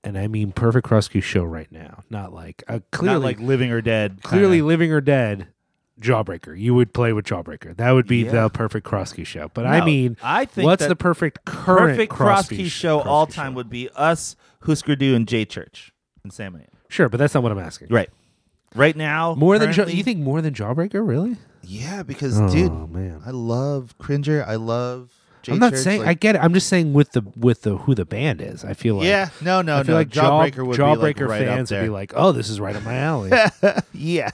S4: And I mean perfect Krusky show right now, not like uh, clearly
S5: Not like living or dead. kinda.
S4: clearly living or dead. Jawbreaker, you would play with Jawbreaker. That would be
S5: Yeah.
S4: the perfect Krosky show. But I
S5: No,
S4: mean,
S5: I think
S4: what's
S5: that
S4: the perfect current
S5: perfect Krosky show
S4: Krosky
S5: all time
S4: show?
S5: would be us, Husker Du, and Jay Church and Sam. Ant.
S4: sure, but that's not what I'm asking.
S5: Right. Right now,
S4: More than Jaw
S5: currently-
S4: you think more than Jawbreaker, really?
S5: Yeah, because
S4: Oh,
S5: dude,
S4: man.
S5: I love Cringer. I love. Jay
S4: I'm not
S5: Church,
S4: saying
S5: like-
S4: I get it. I'm just saying with the with the who the band is. I feel like
S5: yeah, no, no,
S4: I feel
S5: no.
S4: like Jaw-
S5: Jawbreaker would
S4: Jawbreaker
S5: be like right
S4: fans
S5: up
S4: would be
S5: there.
S4: like, "Oh, this is right up my alley."
S5: yeah,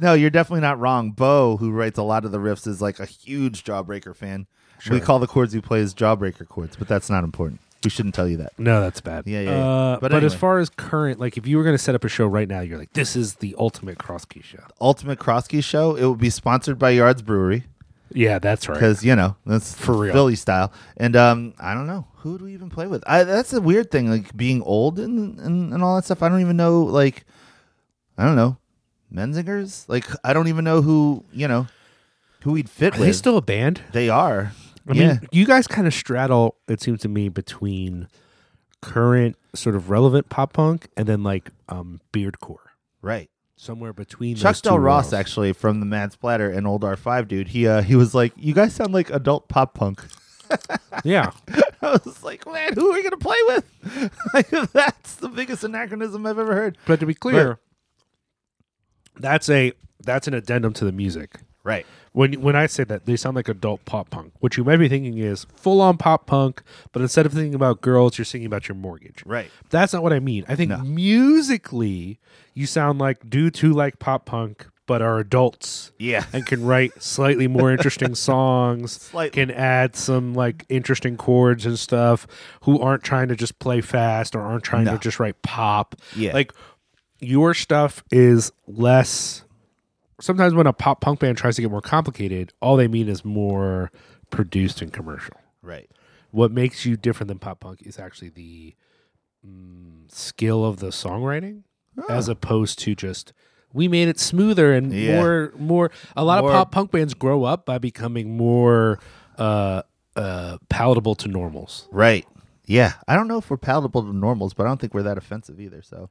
S5: no, you're definitely not wrong. Bo, who writes a lot of the riffs, is like a huge Jawbreaker fan. We call the chords he plays Jawbreaker chords, but that's not important. We shouldn't tell you that.
S4: No, that's bad.
S5: Yeah, yeah, yeah.
S4: Uh,
S5: But
S4: but as
S5: anyway.
S4: far as current, like if you were going to set up a show right now, you're like, this is the ultimate Krosky show.
S5: Ultimate Krosky show. It would be sponsored by Yards Brewery.
S4: Yeah, that's right.
S5: because you know that's
S4: For real.
S5: Philly style. And um, I don't know who do we even play with. I, that's the weird thing, like being old and, and and all that stuff. I don't even know, like, I don't know, Menzingers. Like, I don't even know who you know who we'd fit
S4: Are
S5: with.
S4: they still a band?
S5: They are.
S4: I
S5: yeah,
S4: mean, you guys kind of straddle. It seems to me between current sort of relevant pop punk and then like um beardcore,
S5: right.
S4: somewhere between.
S5: Chuck
S4: those two
S5: Del Ross,
S4: worlds.
S5: actually, from the Mad Splatter and Old R Five, dude. He uh, he was like, "You guys sound like adult pop punk."
S4: Yeah,
S5: I was like, "Man, who are we gonna play with?" like, that's the biggest anachronism I've ever heard.
S4: but to be clear, that's a that's an addendum to the music.
S5: Right.
S4: When when I say that, they sound like adult pop punk. What you might be thinking is full on pop punk, but instead of thinking about girls, you're singing about your mortgage.
S5: Right.
S4: That's not what I mean. I think musically, you sound like dudes who like pop punk but are adults.
S5: Yeah.
S4: And can write slightly more interesting songs,
S5: Slightly.
S4: can add some like interesting chords and stuff, who aren't trying to just play fast or aren't trying
S5: No.
S4: to just write pop.
S5: Yeah.
S4: Like your stuff is less sometimes when a pop punk band tries to get more complicated, all they mean is more produced and commercial.
S5: Right.
S4: What makes you different than pop punk is actually the mm, skill of the songwriting,
S5: Ah.
S4: as opposed to just we made it smoother and
S5: Yeah.
S4: more more. A lot
S5: More-
S4: of pop punk bands grow up by becoming more uh, uh, palatable to normals.
S5: Right. Yeah. I don't know if we're palatable to normals, but I don't think we're that offensive either. So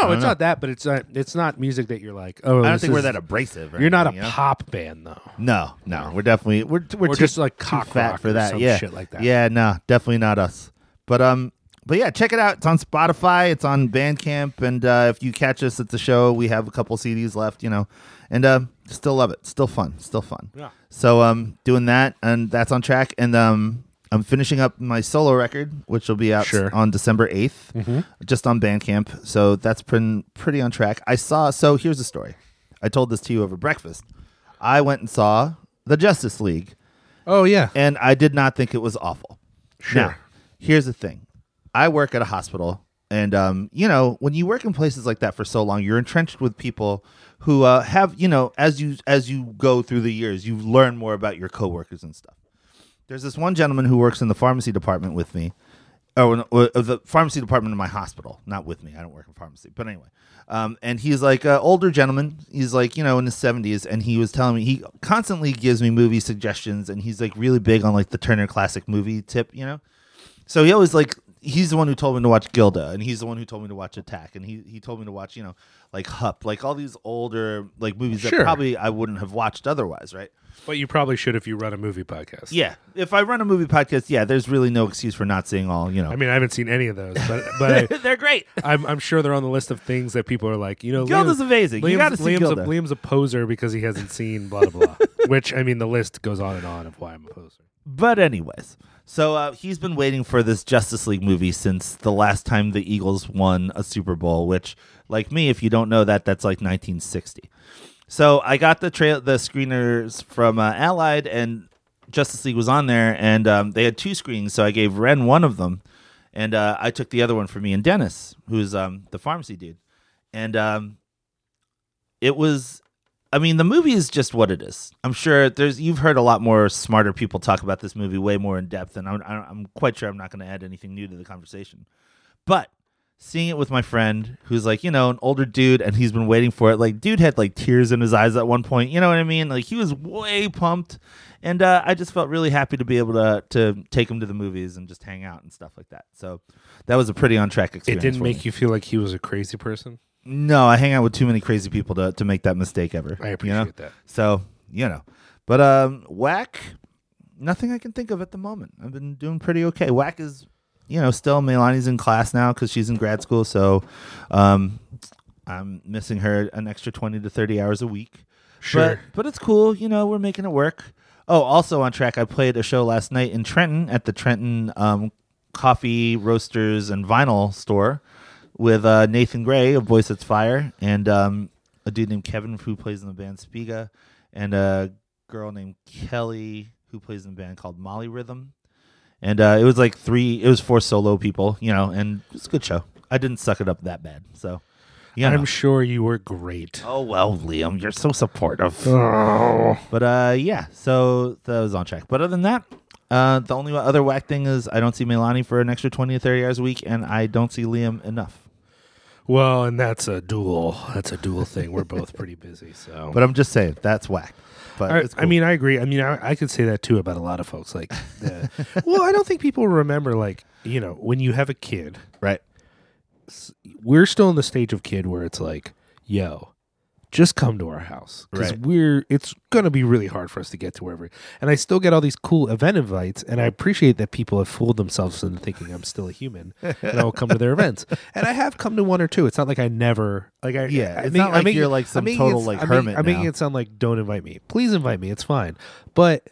S4: No, it's
S5: know.
S4: not that, but it's not it's not music that you're like oh.
S5: I don't
S4: this
S5: think we're
S4: is-
S5: that abrasive. or
S4: You're not a
S5: anything, you know?
S4: pop band though.
S5: No, no, we're definitely we're we're
S4: Or
S5: too-
S4: just, like,
S5: too
S4: cock
S5: fat
S4: rock
S5: for
S4: or
S5: that.
S4: some
S5: yeah,
S4: shit like that.
S5: Yeah, no, definitely not us. But um, but yeah, check it out. It's on Spotify. It's on Bandcamp, and uh, if you catch us at the show, we have a couple CDs left. You know, and um, still love it. Still fun. Still fun.
S4: Yeah.
S5: So um, doing that, and that's on track, and um. I'm finishing up my solo record, which will be out
S4: Sure.
S5: on December 8th,
S4: Mm-hmm.
S5: just on Bandcamp. So that's been pretty on track. I saw, so here's the story. I told this to you over breakfast. I went and saw the Justice League,
S4: Oh yeah,
S5: and I did not think it was awful.
S4: Sure.
S5: Now, here's the thing: I work at a hospital, and um, you know, when you work in places like that for so long, you're entrenched with people who uh, have, you know, as you as you go through the years, you learn more about your coworkers and stuff. There's this one gentleman who works in the pharmacy department with me, or, in- or the pharmacy department in my hospital, not with me. I don't work in pharmacy, but anyway. Um, and he's like an older gentleman. He's like you know in his seventies, and he was telling me he constantly gives me movie suggestions, and he's like really big on like the Turner Classic Movie tip, you know. So he always like he's the one who told me to watch Gilda, and he's the one who told me to watch Attack, and he he told me to watch you know like Hup, like all these older like movies that
S4: Sure.
S5: probably I wouldn't have watched otherwise, right?
S4: but you probably should if you run a movie podcast.
S5: Yeah, if I run a movie podcast, yeah, there's really no excuse for not seeing all you know.
S4: I mean, I haven't seen any of those, but but I,
S5: they're great.
S4: I'm I'm sure they're on the list of things that people are like, you know,
S5: Gilda's
S4: Liam-
S5: amazing. You
S4: Liam's-
S5: gotta see
S4: Liam's
S5: Gilda.
S4: A, Liam's a poser because he hasn't seen blah blah blah. Which I mean, the list goes on and on of why I'm a poser.
S5: But anyways,
S2: So uh, he's been waiting for this Justice League movie since the last time the Eagles won a Super Bowl, which, like me, if you don't know that, that's like 1960. So I got the trail, the screeners from uh, Allied, and Justice League was on there, and um, they had two screenings. So I gave Ren one of them, and uh, I took the other one for me and Dennis, who's um, the pharmacy dude, and um, it was I mean, the movie is just what it is. I'm sure there's you've heard a lot more smarter people talk about this movie way more in depth, and I'm I'm quite sure I'm not going to add anything new to the conversation. But seeing it with my friend, who's like you know an older dude, and he's been waiting for it. Like, dude had like tears in his eyes at one point. You know what I mean? Like, he was way pumped, and uh, I just felt really happy to be able to to take him to the movies and just hang out and stuff like that. So that was a pretty on track
S4: It
S2: experience.
S4: didn't
S2: for
S4: make
S2: me.
S4: you feel like he was a crazy person.
S2: No, I hang out with too many crazy people to to make that mistake ever.
S4: I
S2: you know?
S4: appreciate that.
S2: So, you know. But um whack, nothing I can think of at the moment. I've been doing pretty okay. Whack is, you know, still Melani's in class now because she's in grad school, so um I'm missing her an extra twenty to thirty hours a week.
S4: Sure.
S2: But but it's cool, you know, we're making it work. Oh, also on track, I played a show last night in Trenton at the Trenton um, Coffee Roasters and Vinyl store with uh, Nathan Gray of Voice That's Fire and um, a dude named Kevin who plays in the band Spiga and a girl named Kelly who plays in a band called Molly Rhythm. And uh, it was like three, it was four solo people, you know, and it was a good show. I didn't suck it up that bad. So, yeah.
S4: I'm sure you were great.
S2: Oh well, Liam, you're so supportive.
S4: Oh.
S2: But uh, yeah, so that was on track. But other than that, uh, the only other whack thing is I don't see Milani for an extra twenty to thirty hours a week, and I don't see Liam enough.
S4: Well, and that's a dual. That's a dual thing. We're both pretty busy, so.
S2: But I'm just saying that's whack. But
S4: I,
S2: it's
S4: I
S2: cool.
S4: mean, I agree. I mean, I, I could say that too about a lot of folks. Like, uh, well, I don't think people remember, like, you know, when you have a kid,
S2: right?
S4: we're still in the stage of kid where it's like, yo, just come to our house because
S2: Right.
S4: we're it's gonna be really hard for us to get to wherever. And I still get all these cool event invites, and I appreciate that people have fooled themselves into thinking I'm still a human and I will come to their events. And I have come to one or two. It's not like I never like I
S2: Yeah,
S4: I
S2: it's not like you're, like, some
S4: making
S2: total,
S4: it-
S2: like,
S4: I'm making-
S2: hermit
S4: I'm making
S2: now.
S4: it sound like don't invite me. Please invite me. It's fine, but.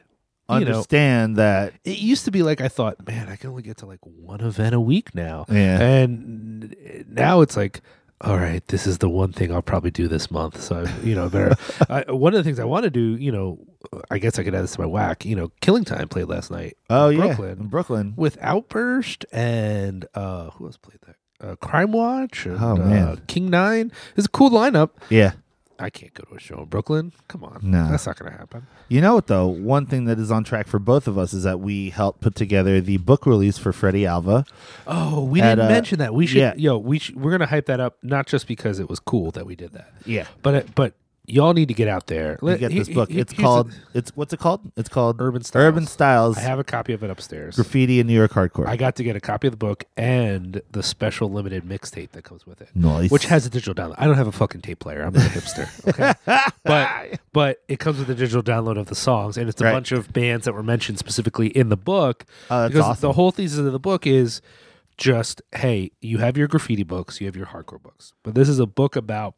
S4: You know,
S2: Understand that
S4: it used to be like I thought, man, I can only get to like one event a week now.
S2: Yeah.
S4: And now it's like, all right, this is the one thing I'll probably do this month. So, I, you know, better. I, one of the things I want to do, you know, I guess I could add this to my whack, you know, Killing Time played last night.
S2: oh
S4: in
S2: yeah,
S4: Brooklyn
S2: in Brooklyn.
S4: with Outburst and uh, who else played that? Uh, Crime Watch and
S2: Oh,
S4: uh,
S2: man.
S4: King Nine. It's a cool lineup.
S2: Yeah,
S4: I can't go to a show in Brooklyn. Come on.
S2: No.
S4: That's not going to happen.
S2: you know what though? One thing that is on track for both of us is that we helped put together the book release for Freddie Alva.
S4: Oh, we
S2: at,
S4: didn't
S2: uh,
S4: mention that. We should,
S2: yeah.
S4: yo, we sh- we're gonna hype that up not just because it was cool that we did that.
S2: Yeah.
S4: but it, but y'all need to get out there.
S2: You
S4: Let-
S2: get
S4: Uh, he-
S2: this book.
S4: he-
S2: It's
S4: here's the-
S2: called. It's what's it called? It's called
S4: Urban Styles.
S2: Urban Styles.
S4: I have a copy of it upstairs.
S2: graffiti in New York hardcore.
S4: I got to get a copy of the book and the special limited mixtape that comes with it,
S2: Nice.
S4: which has a digital download. I don't have a fucking tape player. I'm a hipster. Okay, but but it comes with a digital download of the songs, and it's a
S2: Right.
S4: bunch of bands that were mentioned specifically in the book.
S2: Oh, that's
S4: because
S2: awesome.
S4: the whole thesis of the book is just hey, you have your graffiti books, you have your hardcore books, but this is a book about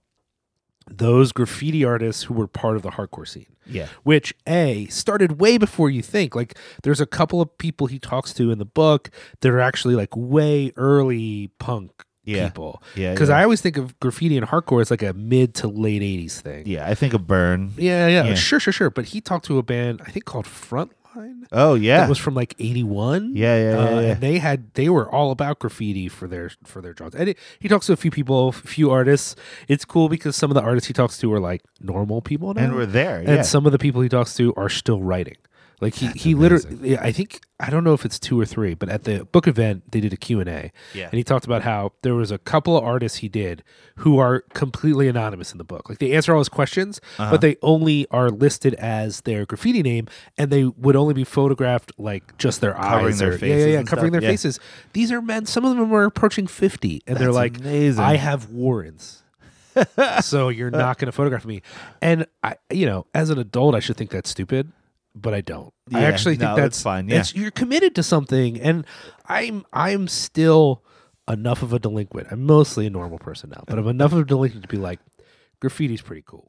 S4: those graffiti artists who were part of the hardcore scene
S2: yeah.
S4: which a started way before you think like there's a couple of people he talks to in the book that are actually like way early punk
S2: Yeah.
S4: people
S2: Yeah,
S4: because
S2: yeah.
S4: i always think of graffiti and hardcore as like a mid to late 80s thing
S2: Yeah, I think a burn.
S4: yeah yeah,
S2: Yeah.
S4: sure sure sure but he talked to a band i think called frontline
S2: Oh yeah.
S4: that was from like 81
S2: Yeah, yeah, yeah, yeah.
S4: and they had they were all about graffiti for their for their jobs and it, he talks to a few people a few artists it's cool because some of the artists he talks to are like normal people now
S2: and we're there.
S4: and
S2: yeah.
S4: some of the people he talks to are still writing. Like he, he literally, I think I don't know if it's two or three, but at the book event they did a Q and A,
S2: Yeah.
S4: and he talked about how there was a couple of artists he did who are completely anonymous in the book. Like they answer all his questions,
S2: Uh-huh.
S4: but they only are listed as their graffiti name, and they would only be photographed like just their
S2: Covering
S4: eyes,
S2: their
S4: or- yeah,
S2: faces
S4: yeah, yeah,
S2: and
S4: covering
S2: stuff,
S4: their
S2: yeah.
S4: faces. These are men. Some of them are approaching fifty, and they're
S2: That's
S4: like,
S2: amazing.
S4: "I have warrants." so you're not going to photograph me. And I, you know, as an adult, I should think that's stupid, but I don't. I
S2: Yeah,
S4: actually think
S2: no, it's
S4: that's
S2: fine,
S4: it's- you're committed to something, and I'm I'm still enough of a delinquent. I'm mostly a normal person now, but I'm enough of a delinquent to be like, graffiti's pretty cool.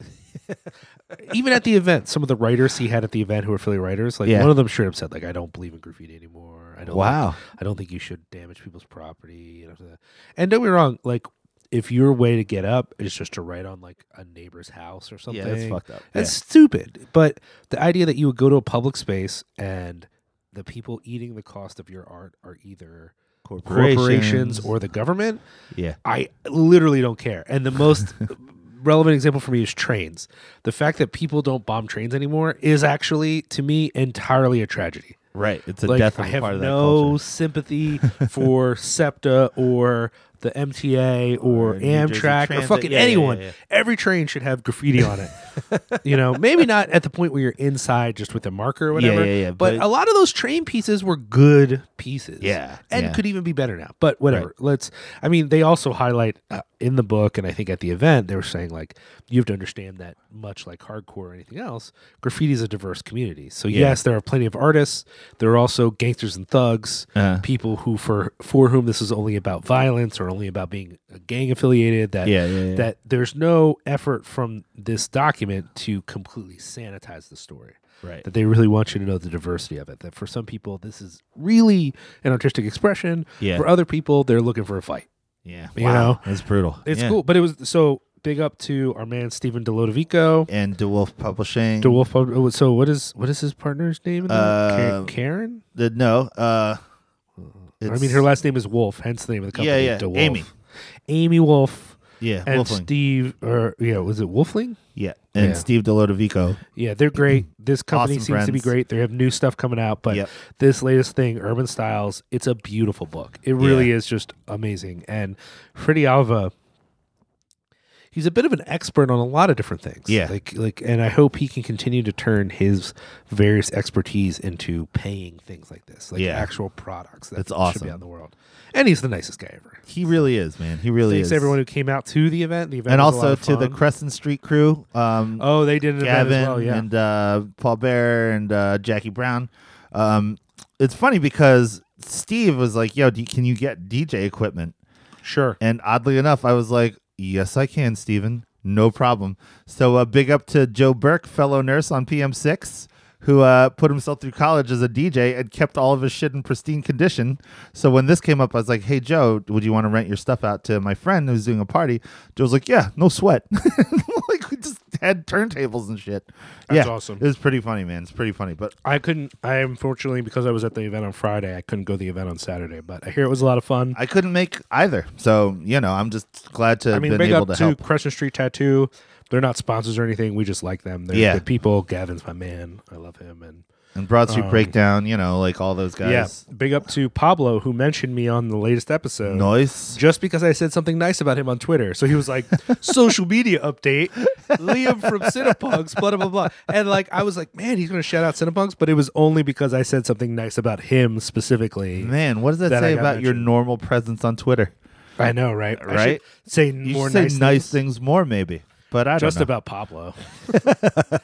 S4: Even at the event, some of the writers he had at the event who were Philly writers, like
S5: Yeah.
S4: one of them straight up said, like, I don't believe in graffiti anymore. I don't like-
S5: Wow.
S4: I don't think you should damage people's property and all that. And don't be wrong, like if your way to get up is just to write on like a neighbor's house or something,
S5: Yeah, that's fucked up.
S4: that's stupid. But the idea that you would go to a public space and the people eating the cost of your art are either corporations, or the government,
S5: yeah.
S4: I literally don't care. And the most relevant example for me is trains. The fact that people don't bomb trains anymore is actually, to me, entirely a tragedy.
S5: Right. It's a
S4: like,
S5: death
S4: I
S5: of
S4: have
S5: part of that
S4: no
S5: culture.
S4: sympathy for SEPTA or the MTA or,
S5: Or New Jersey
S4: Amtrak or
S5: Transit.
S4: fucking
S5: Yeah, yeah, yeah,
S4: anyone.
S5: yeah.
S4: Every train should have graffiti on it. you know, maybe not at the point where you're inside just with a marker or
S5: Yeah,
S4: whatever.
S5: yeah, yeah,
S4: But,
S5: but-
S4: a lot of those train pieces were good pieces.
S5: Yeah,
S4: And
S5: yeah.
S4: could even be better now. But whatever. Let's, I mean, they also highlight uh, in the book and I think at the event, they were saying like, you have to understand that much like hardcore or anything else, graffiti is a diverse community. So
S5: Yeah.
S4: yes, there are plenty of artists. There are also gangsters and thugs,
S2: Uh,
S5: Uh-huh.
S4: people who for for whom this is only about violence or only about being gang affiliated. That
S5: Yeah, yeah, yeah.
S4: that there's no effort from this document to completely sanitize the story.
S5: Right.
S4: That they really want you to know the diversity of it. That for some people this is really an artistic expression.
S5: Yeah.
S4: For other people, they're looking for a fight.
S5: yeah.
S4: you know,
S5: It's brutal.
S4: It's
S5: Yeah.
S4: cool. But it was so big up to our man Stephen Delodovico.
S5: And DeWolf Publishing.
S4: DeWolf. Pub- oh, So what is what is his partner's name? In that? Ka-
S5: Uh,
S4: Karen.
S5: The, no. Uh,
S4: I mean,
S5: it's-
S4: her last name is Wolf, hence the name of the company.
S5: Yeah, yeah.
S4: DeWolf.
S5: Amy.
S4: Amy Wolf
S5: Yeah.
S4: and
S5: Wolfling.
S4: Steve, or yeah, was it Wolfling?
S5: yeah. And
S4: Yeah.
S5: Steve DeLodovico.
S4: Yeah, they're great. This company
S5: Awesome
S4: seems to be
S5: friends.
S4: great. They have new stuff coming out, but
S5: Yep.
S4: this latest thing, Urban Styles, it's a beautiful book. It really is just amazing. And Freddy Alva, he's a bit of an expert on a lot of different things.
S5: Yeah.
S4: like like, and I hope he can continue to turn his various expertise into paying things like this, like
S5: Yeah.
S4: actual products. That
S5: That's
S4: Should
S5: awesome.
S4: be out in the world, and he's the nicest guy ever.
S5: He really is, man. He really
S4: Thanks
S5: is.
S4: to everyone who came out to the event. The event
S5: and
S4: was a lot
S5: also
S4: of
S5: to the
S4: fun.
S5: Crescent Street crew. Um,
S4: oh, they did an
S5: Gavin
S4: event as well. Yeah,
S5: and uh, Paul Bear and uh, Jackie Brown. Um, it's funny because Steve was like, "Yo, d- can you get DJ equipment?"
S4: sure.
S5: And oddly enough, I was like, "Yes, I can, Steven. No problem." So, uh, big up to Joe Burke, fellow nurse on PM6, who uh, put himself through college as a DJ and kept all of his shit in pristine condition. So when this came up, I was like, "Hey, Joe, would you want to rent your stuff out to my friend who's doing a party?" Joe's like, "Yeah, no sweat." like we just had turntables and shit.
S4: That's
S5: yeah,
S4: awesome.
S5: It was pretty funny, man. It's pretty funny, but
S4: I couldn't. I unfortunately, because I was at the event on Friday, I couldn't go to the event on Saturday. But I hear it was a lot of fun. I,
S5: I couldn't make either. So you know, I'm just glad to have
S4: mean,
S5: been
S4: big
S5: able
S4: up
S5: to
S4: to,
S5: help.
S4: Crescent Street Tattoo. They're not sponsors or anything. We just like them. They're
S5: Yeah.
S4: good people. Gavin's my man. I love him. And
S5: And Broad Street Breakdown, you know, like all those guys.
S4: um, yeah, big up to Pablo who mentioned me on the latest episode.
S5: Nice.
S4: Just because I said something nice about him on Twitter. So he was like, social media update, Liam from Cinepunks, blah, blah, blah, blah. And like, I was like, man, he's going to shout out Cinepunks. But it was only because I said something nice about him specifically.
S5: Man, what does that,
S4: That I
S5: say
S4: got
S5: about your
S4: mentioned.
S5: normal presence on Twitter?
S4: I know, right? I should
S5: Right?
S4: say
S5: You
S4: more
S5: should say
S4: nice,
S5: nice, things. more, maybe. But I don't
S4: Just
S5: know.
S4: about Pablo. All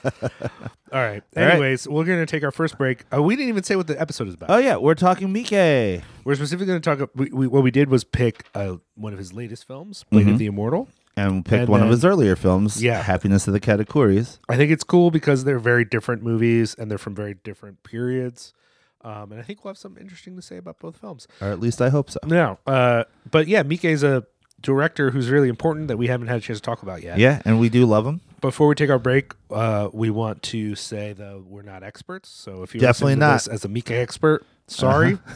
S4: right.
S5: right.
S4: Anyways, we're going to take our first break. Uh, we didn't even say what the episode is about.
S5: Oh yeah, we're talking Mike.
S4: We're specifically going to talk. We, we, what we did was pick uh, one of his latest films, Blade
S5: Mm-hmm.
S4: of the Immortal.
S5: And we picked
S4: And
S5: one
S4: then-
S5: of his earlier films,
S4: Yeah.
S5: Happiness of the Katakuris.
S4: I think it's cool because they're very different movies and they're from very different periods. Um, and I think we'll have something interesting to say about both films.
S5: Or at least I hope so.
S4: No, uh, but yeah, Mike is a director who's really important that we haven't had a chance to talk about yet.
S5: Yeah, and we do love him.
S4: Before we take our break, uh, we want to say though we're not experts. So if you're
S5: Definitely
S4: listening to
S5: not. Uh-huh.
S4: this as a Mika expert, sorry.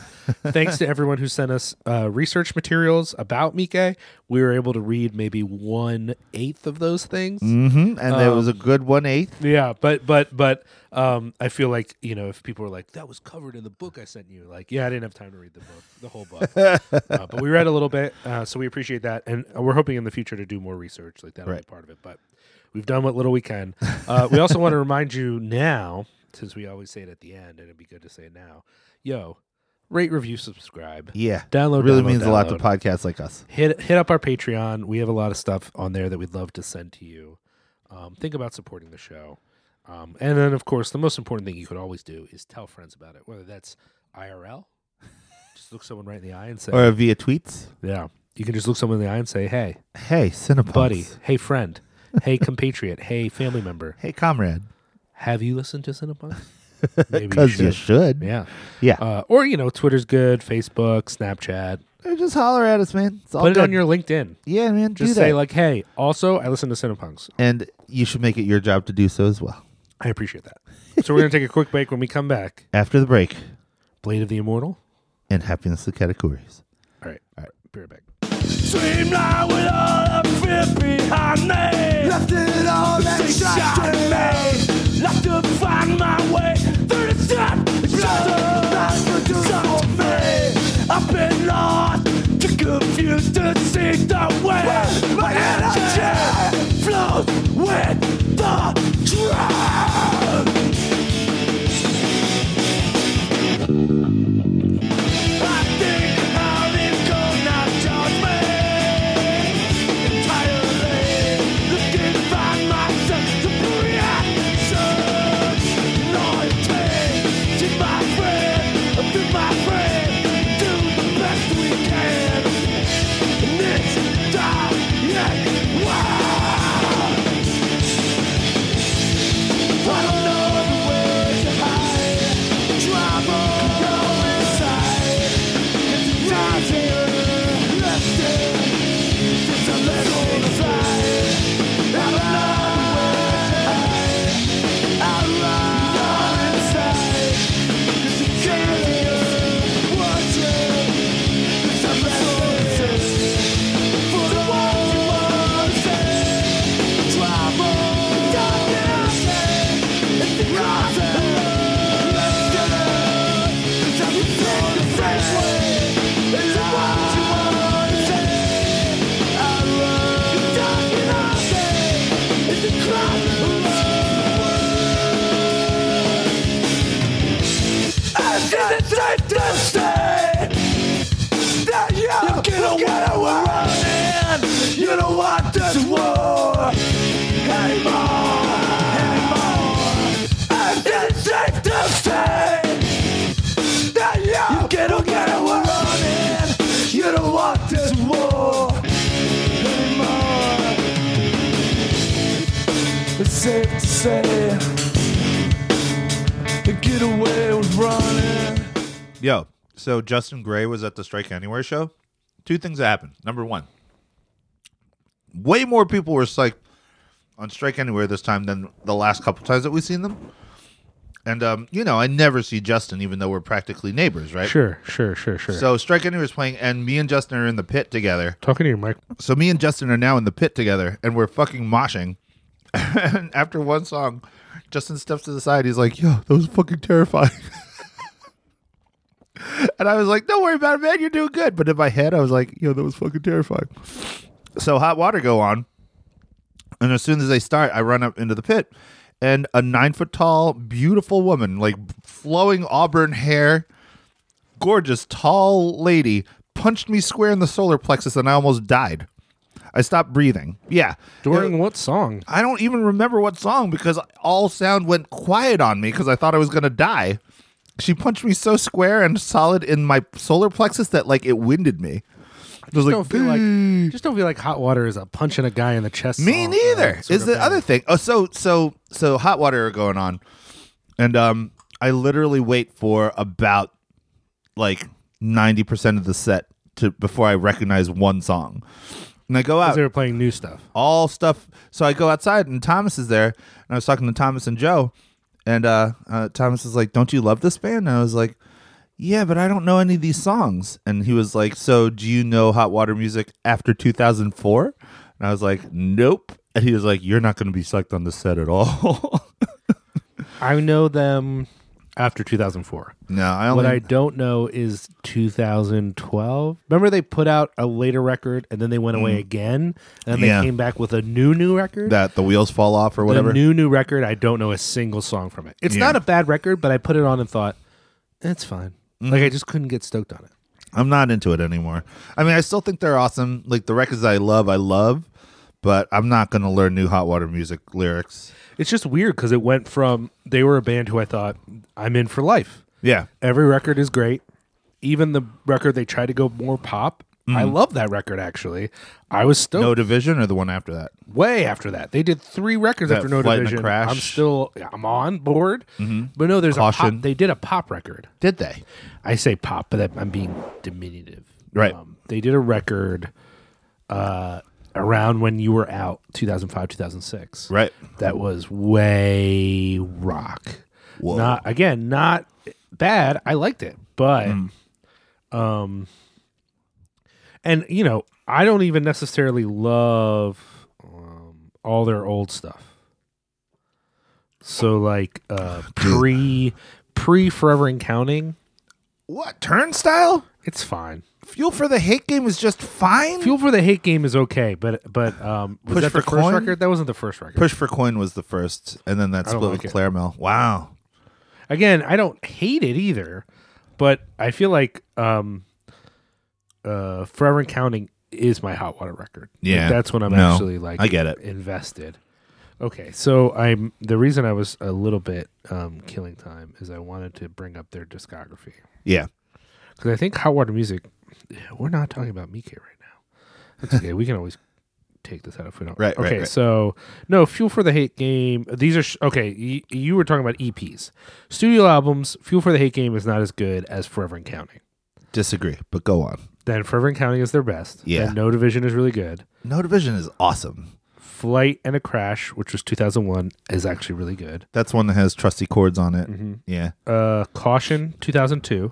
S4: Thanks to everyone who sent us uh, research materials about Mika. We were able to read maybe one eighth of those things.
S5: hmm And it
S4: Um,
S5: was a good one eighth.
S4: Yeah, but but but um, I feel like you know if people are like that was covered in the book I sent you, like yeah, I didn't have time to read the book, the whole book, uh, but we read a little bit, uh, so we appreciate that, and we're hoping in the future to do more research like that will be
S5: Right.
S4: part of it. But we've done what little we can. Uh, we also want to remind you now, since we always say it at the end, and it'd be good to say it now, yo, rate, review, subscribe,
S5: Yeah.
S4: download.
S5: really
S4: download,
S5: means a lot to
S4: download
S5: podcasts like us.
S4: hit hit up our Patreon. We have a lot of stuff on there that we'd love to send to you. Um, think about supporting the show, um, and then of course the most important thing you could always do is tell friends about it. Whether that's IRL, just look someone right in the eye and say,
S5: Or via tweets.
S4: "Yeah." You can just look someone in the eye and say, "Hey,
S5: Hey, Cinepunks.
S4: buddy. Hey, friend. hey, compatriot. Hey, family member.
S5: Hey, comrade.
S4: have you listened to Cinnabon? Maybe
S5: Because you should.
S4: Yeah.
S5: Yeah.
S4: Uh, or, you know, Twitter's good, Facebook, Snapchat.
S5: Hey, Just holler at us, man. It's all
S4: Put it on
S5: good.
S4: your LinkedIn.
S5: yeah, man.
S4: Just
S5: do
S4: say,
S5: that.
S4: like, hey, also, I listen to Cinepunks.
S5: and you should make it your job to do so as well.
S4: I appreciate that. so we're going to take a quick break. When we come back,
S5: After the break,
S4: Blade of the Immortal.
S5: and happiness to categories.
S4: All right. All right. Be right back.
S5: Yo, so Justin Gray was at the Strike Anywhere show. Two things happened. Number one, way more people were psyched on Strike Anywhere this time than the last couple times that we've seen them. And um, you know, I never see Justin, even though we're practically neighbors, right?
S4: Sure, sure, sure, sure.
S5: So Strike Anywhere is playing, and me and Justin are in the pit together.
S4: Talking to your mic.
S5: So me and Justin are now in the pit together, and we're fucking moshing. and after one song, Justin steps to the side. He's like, "Yo, that was fucking terrifying." and I was like, "Don't worry about it, man. You're doing good." But in my head, I was like, "Yo, that was fucking terrifying." So hot water go on, and as soon as they start, I run up into the pit, and a nine foot tall, beautiful woman, like flowing auburn hair, gorgeous, tall lady, punched me square in the solar plexus, and I almost died. I stopped breathing. Yeah.
S4: During what song?
S5: I don't even remember what song because all sound went quiet on me because I thought I was gonna die. She punched me so square and solid in my solar plexus that like it winded me. It was
S4: don't feel like just don't feel like hot water is a punching a guy in the chest.
S5: me
S4: song,
S5: neither.
S4: uh, sort
S5: is
S4: of
S5: the
S4: thing.
S5: other thing? Oh, so so so hot water are going on, and um, I literally wait for about like ninety percent of the set to before I recognize one song, and I go out.
S4: 'Cause they were playing new stuff.
S5: all stuff. So I go outside and Thomas is there, and I was talking to Thomas and Joe, and uh, uh, Thomas is like, "Don't you love this band?" And I was like, "Yeah, but I don't know any of these songs." And he was like, "So do you know hot water music after 2004?" And I was like, "Nope." And he was like, "You're not going to be psyched on this set at all."
S4: I know them after 2004.
S5: no, I
S4: What
S5: only.
S4: I don't know is 2012. Remember they put out a later record and then they went away again and then they
S5: Mm. Yeah.
S4: came back with a new new record.
S5: that the wheels fall off or whatever.
S4: The new new record. I don't know a single song from it. It's
S5: Yeah.
S4: not a bad record, but I put it on and thought "Eh, it's fine.
S5: Mm.
S4: Like I just couldn't get stoked on it.
S5: I'm not into it anymore. I mean, I still think they're awesome. Like the records I love, I love, but I'm not going to learn new hot water music lyrics.
S4: It's just weird because it went from they were a band who I thought I'm in for life.
S5: Yeah.
S4: Every record is great. Even the record they tried to go more pop, I
S5: Mm-hmm.
S4: love that record actually. I was stoked.
S5: No division or the one after that.
S4: way after that. They did three records
S5: That
S4: after No
S5: Flight and the
S4: Division.
S5: Crash. Mm-hmm.
S4: I'm still I'm on board. But no, there's a
S5: Caution.
S4: pop. They did a pop record.
S5: Did they?
S4: I say pop, but that, I'm being diminutive. Um,
S5: Right.
S4: they did a record uh, around when you were out, 2005, 2006.
S5: Right.
S4: That was way rock.
S5: Whoa.
S4: Not again, not bad. I liked it, but
S5: Mm.
S4: um, and you know, I don't even necessarily love um, all their old stuff. So like uh, pre pre Forever and Counting,
S5: What turnstile?
S4: it's fine.
S5: Fuel for the hate game is just fine.
S4: Fuel for the Hate Game is okay, but but um, was
S5: Push
S4: that the
S5: for
S4: first
S5: Coin?
S4: record? That wasn't the first record.
S5: Push for coin was the first, and then that
S4: I don't
S5: split
S4: like
S5: with
S4: it.
S5: Claremel. Wow.
S4: Again, I don't hate it either, but I feel like um, uh, Forever and Counting is my hot water record. Like,
S5: Yeah.
S4: that's when I'm
S5: No,
S4: actually like
S5: I get it.
S4: invested. Okay, so I'm the reason I was a little bit um, killing time is I wanted to bring up their discography.
S5: Yeah.
S4: Because I think Hot Water Music, yeah, we're not talking about Mike right now. That's okay. we can always take this out if we don't.
S5: Right, right,
S4: Okay.
S5: right.
S4: So no fuel for the hate game. These are sh- okay. Y- you were talking about EPs, studio albums. Fuel for the hate game is not as good as Forever and Counting.
S5: Disagree, but go on.
S4: Then Forever and Counting is their best.
S5: Yeah.
S4: Then No Division is really good.
S5: No division is awesome.
S4: Flight and a Crash, which was 2001, is actually really good.
S5: That's one that has trusty chords on it. Yeah.
S4: Uh, Caution 2002,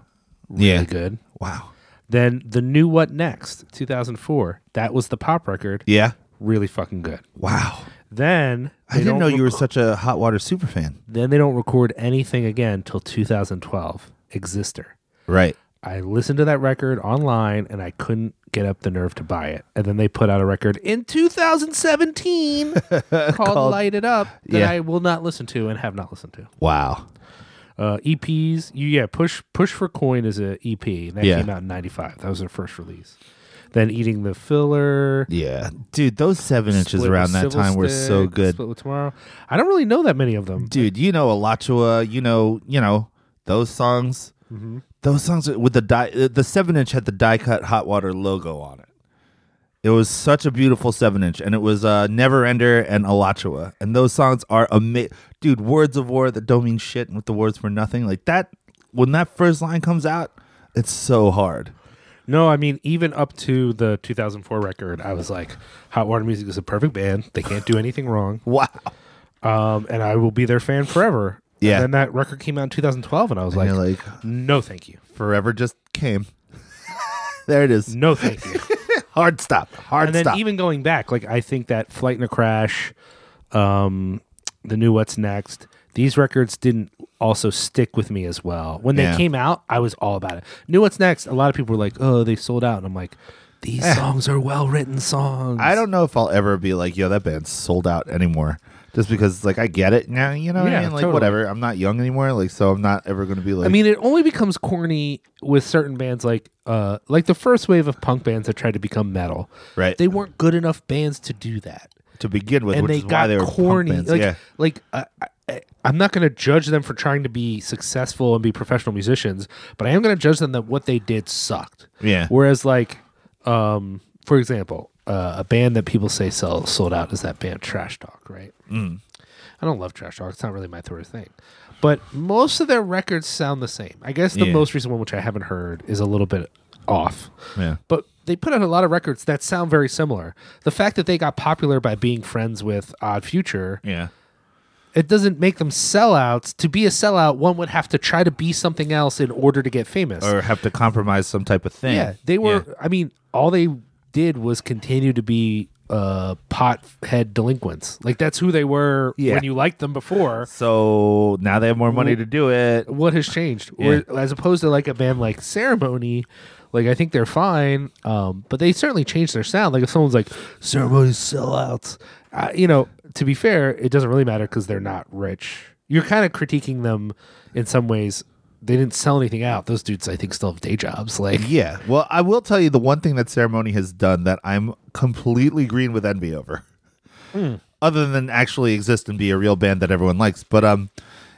S4: really
S5: yeah.
S4: good.
S5: Wow.
S4: Then the new What Next 2004, that was the pop record,
S5: Yeah.
S4: really fucking good.
S5: Wow.
S4: Then
S5: I
S4: they
S5: didn't
S4: don't
S5: know you were
S4: rec-
S5: such a hot water super fan.
S4: Then they don't record anything again till 2012. Exister.
S5: Right.
S4: I listened to that record online and I couldn't get up the nerve to buy it. And then they put out a record in 2017 called, Light It Up that
S5: Yeah.
S4: I will not listen to and have not listened to.
S5: Wow.
S4: Uh, EPs, you, yeah, Push Push for Coin is a EP. and That
S5: Yeah.
S4: came out in 95. That was their first release. Then Eating the Filler.
S5: Yeah. Dude, those seven inches
S4: Split
S5: around
S4: with
S5: that
S4: Civil
S5: time were so
S4: Stick,
S5: good.
S4: Split with Tomorrow. I don't really know that many of them.
S5: Dude, you know Alachua, you know, you know, those songs. Those songs with the die, uh, the seven inch had the die cut hot water logo on it. It was such a beautiful seven inch, and it was uh, Never Ender and Alachua, and those songs are amazing. Dude, words of war that don't mean shit, and with the words for nothing, like that. When that first line comes out, it's so hard.
S4: No, I mean even up to the 2004 record, I was like, Hot Water Music is a perfect band. They can't do anything wrong,
S5: Wow.
S4: um, and I will be their fan forever. And
S5: Yeah.
S4: then that record came out in 2012, and I was like,
S5: you're like-
S4: no, thank you,
S5: Forever just came. there it is.
S4: no, thank you.
S5: Hard stop. Hard
S4: and then
S5: stop.
S4: even going back, like I think that Flight and a Crash, um, the new What's Next, these records didn't also stick with me as well. When they
S5: Yeah.
S4: came out, I was all about it. New What's Next, a lot of people were like, oh, they sold out, and I'm like, these songs are well written songs.
S5: Eh. I don't know if I'll ever be like, yo, that band's sold out anymore. Just because it's like I get it now, you know what
S4: Yeah,
S5: I mean? Like
S4: totally.
S5: whatever. I'm not young anymore, like so I'm not ever gonna be like
S4: I mean, it only becomes corny with certain bands like uh like the first wave of punk bands that tried to become metal.
S5: Right.
S4: They weren't good enough bands to do that.
S5: to begin with,
S4: and
S5: which
S4: they
S5: is why
S4: got
S5: they were punk
S4: corny.
S5: bands.
S4: Like
S5: yeah.
S4: like uh, I, I, I'm not going to judge them for trying to be successful and be professional musicians, but I am going to judge them that what they did sucked.
S5: Yeah.
S4: Whereas like um for example, uh, a band that people say sell, sold out is that band Trash Talk, right?
S5: Mm.
S4: I don't love trash talk. It's not really my sort of thing. But most of their records sound the same. I guess the
S5: Yeah.
S4: most recent one, which I haven't heard, is a little bit off.
S5: Yeah.
S4: But they put out a lot of records that sound very similar. The fact that they got popular by being friends with Odd Future,
S5: Yeah.
S4: it doesn't make them sellouts. To be a sellout, one would have to try to be something else in order to get famous.
S5: Or have to compromise some type of thing.
S4: Yeah, they were. I mean, all they did was continue to be uh, pothead delinquents. Like that's who they were
S5: Yeah.
S4: when you liked them before.
S5: So now they have more money to do it.
S4: what has changed
S5: Yeah.
S4: Where- as opposed to like a band like ceremony like i think they're fine um, but they certainly changed their sound like if someone's like ceremony sellouts uh, you know to be fair it doesn't really matter because they're not rich you're kind of critiquing them in some ways they didn't sell anything out those dudes i think still have day jobs like
S5: Yeah. Well, I will tell you the one thing that ceremony has done that I'm completely green with envy over.
S4: Hmm.
S5: Other than actually exist and be a real band that everyone likes, but um,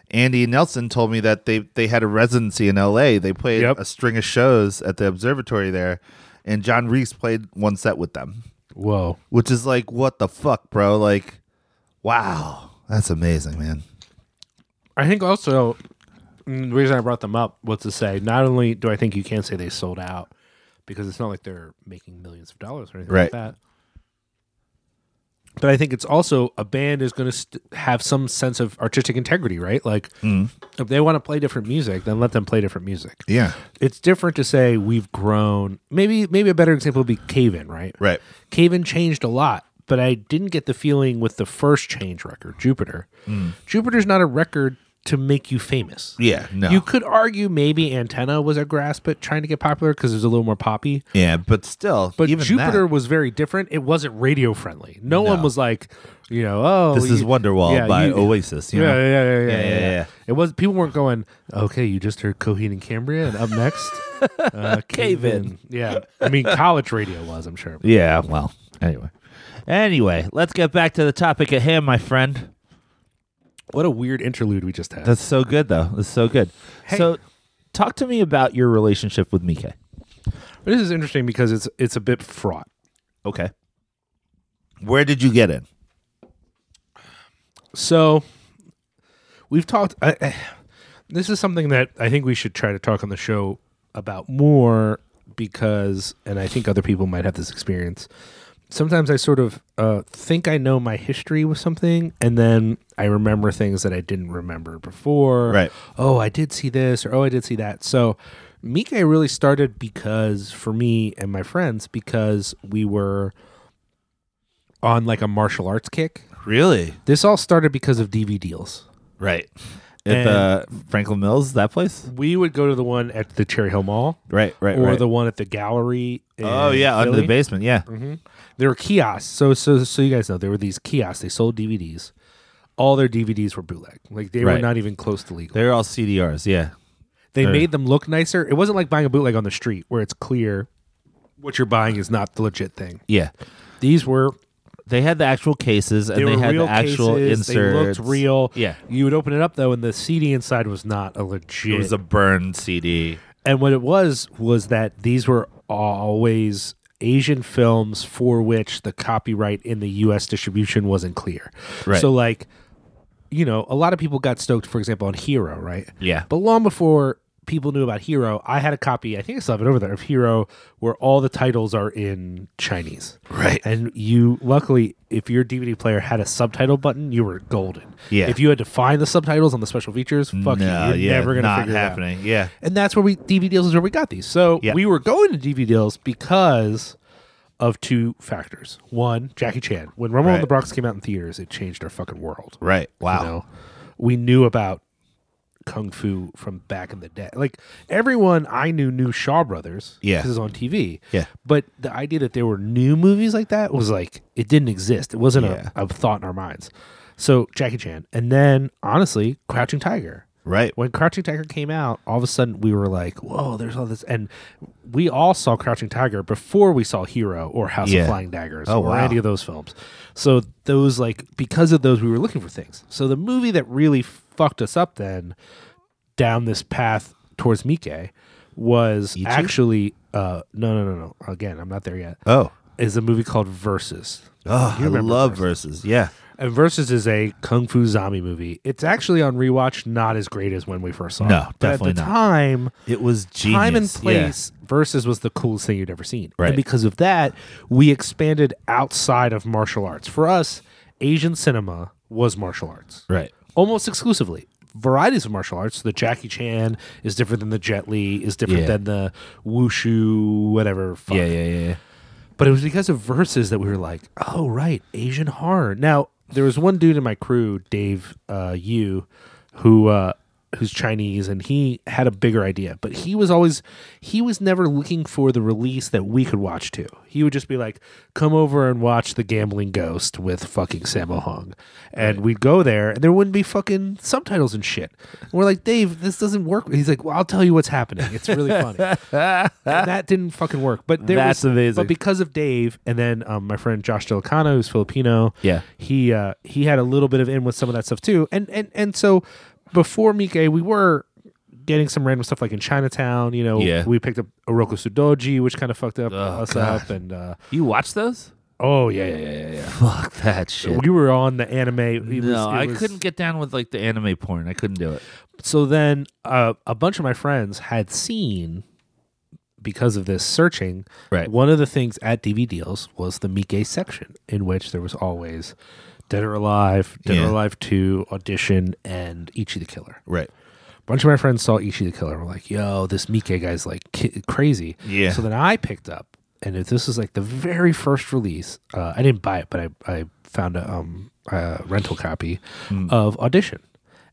S5: Andy Nelson told me that they they had a residency in L.A. They played
S4: Yep.
S5: a string of shows at the observatory there, and John Reese played one set with them,
S4: Whoa.
S5: which is like what the fuck, bro? Like, wow, that's amazing, man.
S4: I think also mm, the reason I brought them up was to say not only do I think you can say they sold out because it's not like they're making millions of dollars or anything
S5: Right.
S4: like that. But I think it's also a band is going to st- have some sense of artistic integrity, right? Like if they want to play different music, then let them play different music.
S5: Yeah,
S4: It's different to say we've grown. Maybe maybe a better example would be Cave In, right?
S5: right.
S4: Caven changed a lot, but I didn't get the feeling with the first change record, Jupiter. Jupiter's not a record to make you famous.
S5: Yeah, no.
S4: You could argue maybe Antenna was a grasp at trying to get popular because it was a little more poppy.
S5: yeah, but still,
S4: But
S5: even
S4: Jupiter
S5: that-
S4: was very different. It wasn't radio friendly. No, one was like, you know, oh,
S5: This is
S4: you-
S5: Wonderwall
S4: yeah,
S5: by
S4: you-
S5: Oasis. You
S4: yeah,
S5: know?
S4: yeah, yeah, yeah,
S5: Yeah,
S4: yeah,
S5: yeah,
S4: yeah,
S5: yeah.
S4: It was people weren't going, okay, you just heard Coheed and Cambria, and up next, uh,
S5: Cave-In.
S4: Cave-In. Yeah, I mean, college radio was, I'm sure.
S5: Yeah, well, anyway. Anyway, let's get back to the topic at hand, my friend.
S4: What a weird interlude we just had.
S5: That's so good, though. That's so good. So, talk to me about your relationship with Mike.
S4: But This is interesting because it's it's a bit fraught.
S5: Okay. Where did you get in?
S4: So we've talked. I, I- this is something that I think we should try to talk on the show about more because, and I think other people might have this experience. Sometimes I sort of uh, think I know my history with something, and then I remember things that I didn't remember before.
S5: Right.
S4: Oh, I did see this, or oh, I did see that. So, Mike really started because for me and my friends because we were on like a martial arts kick.
S5: Really?
S4: This all started because of DV deals.
S5: Right. At the Franklin Mills, that place?
S4: We would go to the one at the Cherry Hill Mall
S5: Right, right,
S4: or
S5: right.
S4: the one at the gallery. in
S5: oh, yeah, under
S4: Philly.
S5: the basement. Yeah.
S4: Mm-hmm. There were kiosks. So, so, so you guys know there were these kiosks. They sold DVDs. All their DVDs were bootleg. Like they
S5: Right.
S4: were not even close to legal.
S5: They're all CDRs. Yeah.
S4: they made them look nicer. It wasn't like buying a bootleg on the street where it's clear what you're buying is not the legit thing.
S5: Yeah.
S4: These were
S5: They had the actual cases and
S4: they,
S5: they,
S4: were
S5: had
S4: real
S5: the actual
S4: cases.
S5: inserts.
S4: They looked real.
S5: Yeah.
S4: You would open it up though, and the CD inside was not a legit.
S5: It was a burned CD.
S4: And what it was was that these were always Asian films for which the copyright in the U.S. distribution wasn't clear.
S5: Right.
S4: So, like, you know, a lot of people got stoked, for example, on Hero, right?
S5: Yeah.
S4: But long before people knew about Hero, I had a copy, I think I still have it over there, of Hero, where all the titles are in Chinese.
S5: Right.
S4: And you, luckily, if your DVD player had a subtitle button, you were golden.
S5: Yeah.
S4: If you had to find the subtitles on the special features, fuck
S5: No,
S4: you. You're
S5: yeah,
S4: never going to
S5: not
S4: figure it out
S5: happening. Yeah.
S4: and that's where we DV deals is where we got these. So
S5: Yeah.
S4: we were going to DV deals because of two factors. One, Jackie Chan. When Rumble
S5: Right.
S4: in the Bronx came out in theaters, it changed our fucking world.
S5: Right. Wow.
S4: You know, we knew about kung fu from back in the day. Like everyone I knew knew Shaw Brothers.
S5: Yeah.
S4: 'cause it was on TV.
S5: Yeah.
S4: but the idea that there were new movies like that was like it didn't exist. It wasn't
S5: Yeah.
S4: a, a thought in our minds. So Jackie Chan, and then honestly, Crouching Tiger
S5: Right.
S4: when Crouching Tiger came out, all of a sudden we were like, "Whoa, there's all this!" And we all saw Crouching Tiger before we saw Hero or House
S5: Yeah.
S4: of Flying Daggers
S5: Oh,
S4: or
S5: wow.
S4: any of those films. So those like because of those we were looking for things. So the movie that really fucked us up then down this path towards Mike was
S5: Ichi?
S4: actually uh, no no no no again I'm not there yet.
S5: Oh.
S4: Is a movie called Versus.
S5: Oh,
S4: You
S5: I
S4: remember
S5: love verses. Yeah.
S4: And Versus is a kung fu zombie movie. It's actually on rewatch, not as great as when we first saw it.
S5: No,
S4: But
S5: definitely
S4: at the
S5: not.
S4: time,
S5: It was genius.
S4: time and
S5: Yeah.
S4: place versus was the coolest thing you'd ever seen.
S5: Right.
S4: And because of that, we expanded outside of martial arts. For us, Asian cinema was martial arts.
S5: Right.
S4: Almost exclusively. Varieties of martial arts. The Jackie Chan is different than the Jet Li, is different
S5: Yeah.
S4: than the wushu, whatever. Fuck.
S5: Yeah, yeah, yeah, yeah.
S4: But it was because of verses that we were like, oh right, Asian horror. Now there was one dude in my crew, Dave uh, Yu, who uh, who's Chinese, and he had a bigger idea. But he was always he was never looking for the release that we could watch to. He would just be like, come over and watch The Gambling Ghost with fucking Sammo Hung, and we'd go there, and there wouldn't be fucking subtitles and shit. And we're like, Dave, this doesn't work. He's like, well, I'll tell you what's happening. It's really funny. And that didn't fucking work. But there
S5: That's
S4: was,
S5: amazing.
S4: But because of Dave, and then um, my friend Josh Delicano, who's Filipino,
S5: Yeah.
S4: he uh, he had a little bit of in with some of that stuff too. And and and so before Mike, we were getting some random stuff like in Chinatown. You know,
S2: Yeah.
S4: we picked up Oroku Sudoji, which kind of fucked up
S2: Oh,
S4: us
S2: God.
S4: up, and uh,
S2: You watch those?
S4: oh yeah, yeah, yeah, yeah, yeah.
S2: Fuck that shit.
S4: We were on the anime. it was-
S2: no,
S4: it
S2: I
S4: was-
S2: couldn't get down with like the anime porn. I couldn't do it.
S4: So then, uh, a bunch of my friends had seen because of this searching.
S2: Right.
S4: One of the things at DV deals was the Mike section, in which there was always Dead or Alive, Dead
S2: Yeah.
S4: or Alive Two, Audition, and Ichi the Killer.
S2: Right.
S4: bunch of my friends saw Ishi the Killer. and We're like, yo, this Mike guy's like ki- crazy.
S2: Yeah.
S4: So then I picked up, and if this was like the very first release. Uh, I didn't buy it, but I, I found a um a rental copy
S5: Hmm.
S4: of Audition,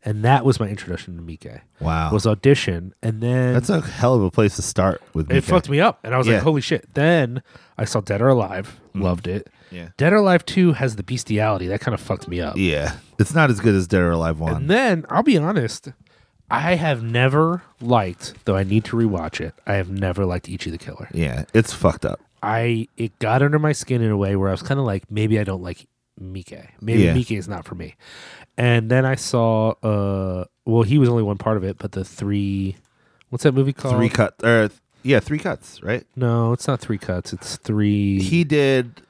S4: and that was my introduction to Mike.
S5: Wow.
S4: Was Audition, and then
S5: That's a hell of a place to start with.
S4: it fucked me up, and I was
S5: Yeah. Hmm.
S4: like, holy shit. Then I saw Dead or Alive, loved it.
S5: Yeah.
S4: Dead or Alive Two has the bestiality that kind of fucked me up.
S5: Yeah, it's not as good as Dead or Alive One.
S4: And then I'll be honest, I have never liked, though I need to rewatch it. I have never liked Ichi the Killer.
S5: yeah, it's fucked up.
S4: I it got under my skin in a way where I was kind of like, maybe I don't like Mike. Maybe
S5: Yeah.
S4: Mike is not for me. And then I saw, uh, well, he was only one part of it, but the three, what's that movie called?
S5: Three cuts, or yeah, three cuts. Right?
S4: No, it's not three cuts. It's three.
S5: He did.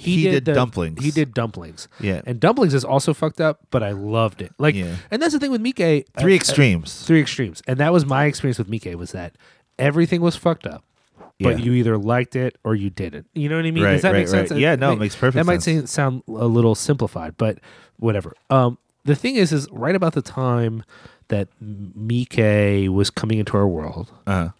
S5: He, did,
S4: the-
S5: dumplings.
S4: He did dumplings.
S5: Yeah.
S4: and dumplings is also fucked up, but I loved it. Like,
S5: Yeah.
S4: and that's the thing with uh, Mike.
S5: three
S4: extremes.
S5: extremes.
S4: three extremes and that was my experience with mike was that everything was fucked up but
S5: Yeah.
S4: you either liked it or you didn't you know what i mean does
S5: Right,
S4: that
S5: right,
S4: make sense
S5: right. Yeah, no, it
S4: may-
S5: makes perfect
S4: that might
S5: sense.
S4: say- sound a little simplified but whatever um the thing is is right about the time that mike was coming into our world
S5: Uh-huh.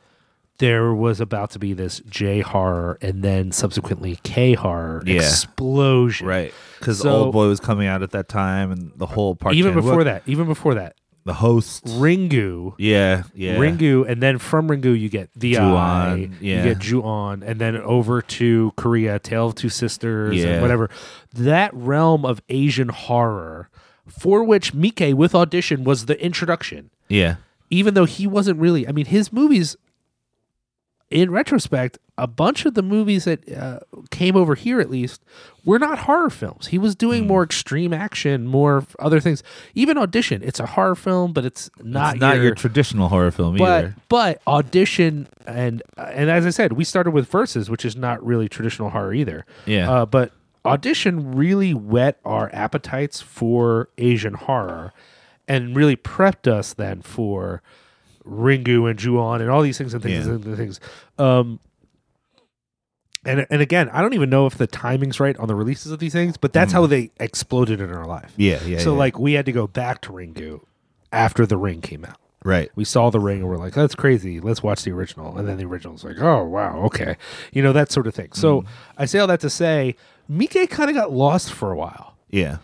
S4: there was about to be this J horror and then subsequently K horror
S5: Yeah.
S4: explosion.
S5: Right, because
S4: So-
S5: Old Boy was coming out at that time, and the whole part.
S4: Even before that, even before that,
S5: the host.
S4: Ringu
S5: Yeah, yeah.
S4: Ringu, and then from Ringu you get the Eye,
S5: Ju-on,
S4: you
S5: yeah.
S4: get Ju-on, and then over to Korea, Tale of Two Sisters, and
S5: Yeah.
S4: whatever. That realm of Asian horror, for which Mike with audition was the introduction,
S5: Yeah,
S4: even though he wasn't really. I mean, his movies, in retrospect, a bunch of the movies that uh, came over here at least were not horror films. He was doing
S5: Hmm.
S4: more extreme action, more f- other things. Even audition, it's a horror film, but it's not
S5: not, not your,
S4: your
S5: traditional horror film
S4: but
S5: either.
S4: but audition and and as I said, we started with verses, which is not really traditional horror either.
S5: Yeah.
S4: Uh, but audition really whet our appetites for Asian horror, and really prepped us then for Ringu and Ju-on and all these things and things
S5: Yeah.
S4: and the things. Um, and and again, I don't even know if the timing's right on the releases of these things, but that's how they exploded in our life.
S5: Mm-hmm. Yeah, yeah,
S4: So
S5: yeah.
S4: like we had to go back to Ringu after the Ring came out.
S5: Right.
S4: We saw the ring and we're like, that's crazy. Let's watch the original. And then the original's like, oh, wow, okay. You know, that sort of thing.
S5: Mm.
S4: So I say all that to say, Mike kind of got lost for a while.
S5: Yeah.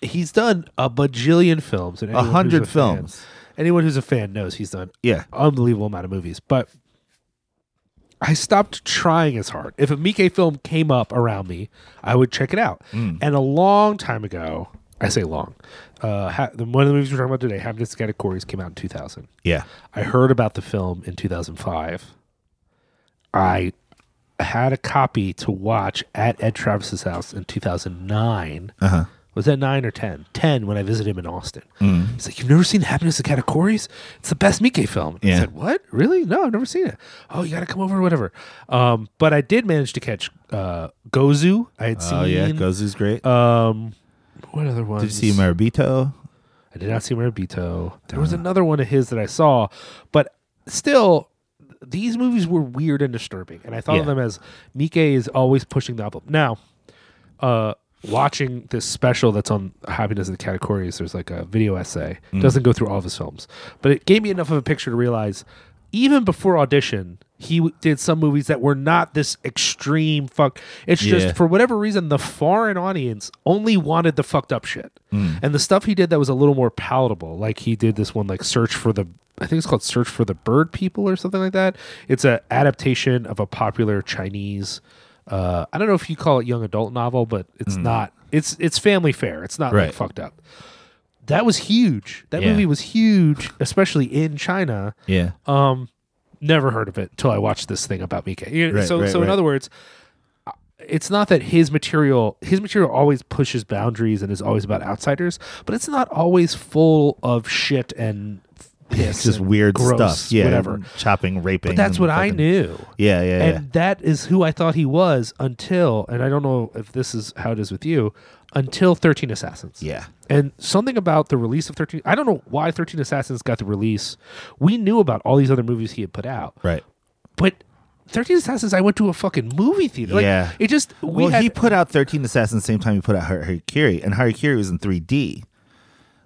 S4: He's done a bajillion films. and anyone who's
S5: hundred
S4: a fan-
S5: films.
S4: anyone who's a fan knows he's done
S5: Yeah.
S4: unbelievable amount of movies. But I stopped trying as hard. If a Mike film came up around me, I would check it out.
S5: Mm.
S4: And a long time ago, I say long, uh, ha- the- one of the movies we're talking about today, Happiness to Get Corey's, came out in 2000.
S5: Yeah.
S4: I heard about the film in 2005. I had a copy to watch at Ed Travis's house in 2009. Uh-huh. Was that nine or 10? 10 when I visited him in Austin.
S5: Mm.
S4: He's like, You've never seen Happiness at Catacoris? It's the best Mike film. I
S5: Yeah.
S4: said, What? Really? No, I've never seen it. Oh, you got to come over or whatever. Um, but I did manage to catch uh, Gozu. I had seen.
S5: Oh yeah, Gozu's great.
S4: Um, what other ones?
S5: Did you see Marabito?
S4: I did not see Marabito. There was another one of his that I saw, but still, these movies were weird and disturbing, and I thought of
S5: Yeah.
S4: them as Mike is always pushing the envelope. Now, uh, watching this special that's on Happiness of the Categories, there's like a video essay.
S5: Mm.
S4: Doesn't go through all of his films, but it gave me enough of a picture to realize, even before audition, he w- did some movies that were not this extreme fuck. It's
S5: Yeah.
S4: just for whatever reason, the foreign audience only wanted the fucked up shit,
S5: Hmm.
S4: and the stuff he did that was a little more palatable. Like he did this one, like Search for the. I think it's called Search for the Bird People or something like that. It's a adaptation of a popular Chinese uh, I don't know if you call it young adult novel, but it's not. It's it's family fare. It's not like
S5: Hmm. Right.
S4: fucked up. That was huge. That
S5: Yeah.
S4: movie was huge, especially in China.
S5: Yeah.
S4: Uh, Never heard of it until I watched this thing about Mika. You-
S5: Right,
S4: so
S5: right,
S4: so in
S5: right.
S4: other words, uh, it's not that his material his material always pushes boundaries and is always about outsiders, but it's not always full of shit and
S5: It's
S4: piss.
S5: just
S4: and
S5: weird
S4: gross,
S5: stuff. Yeah,
S4: whatever.
S5: Chopping, raping.
S4: But that's
S5: and
S4: what I
S5: fucking-
S4: knew.
S5: Yeah, yeah, yeah.
S4: And that is who I thought he was until, and I don't know if this is how it is with you, until 13 Assassins.
S5: Yeah.
S4: And something about the release of 13, I don't know why 13 Assassins got the release. We knew about all these other movies he had put out.
S5: Right.
S4: But 13 Assassins, I went to a fucking movie theater. Like,
S5: Yeah.
S4: It just, we
S5: well,
S4: had,
S5: he put out 13 Assassins the same time he put out Har- Harikiri, and Harikiri was in 3D.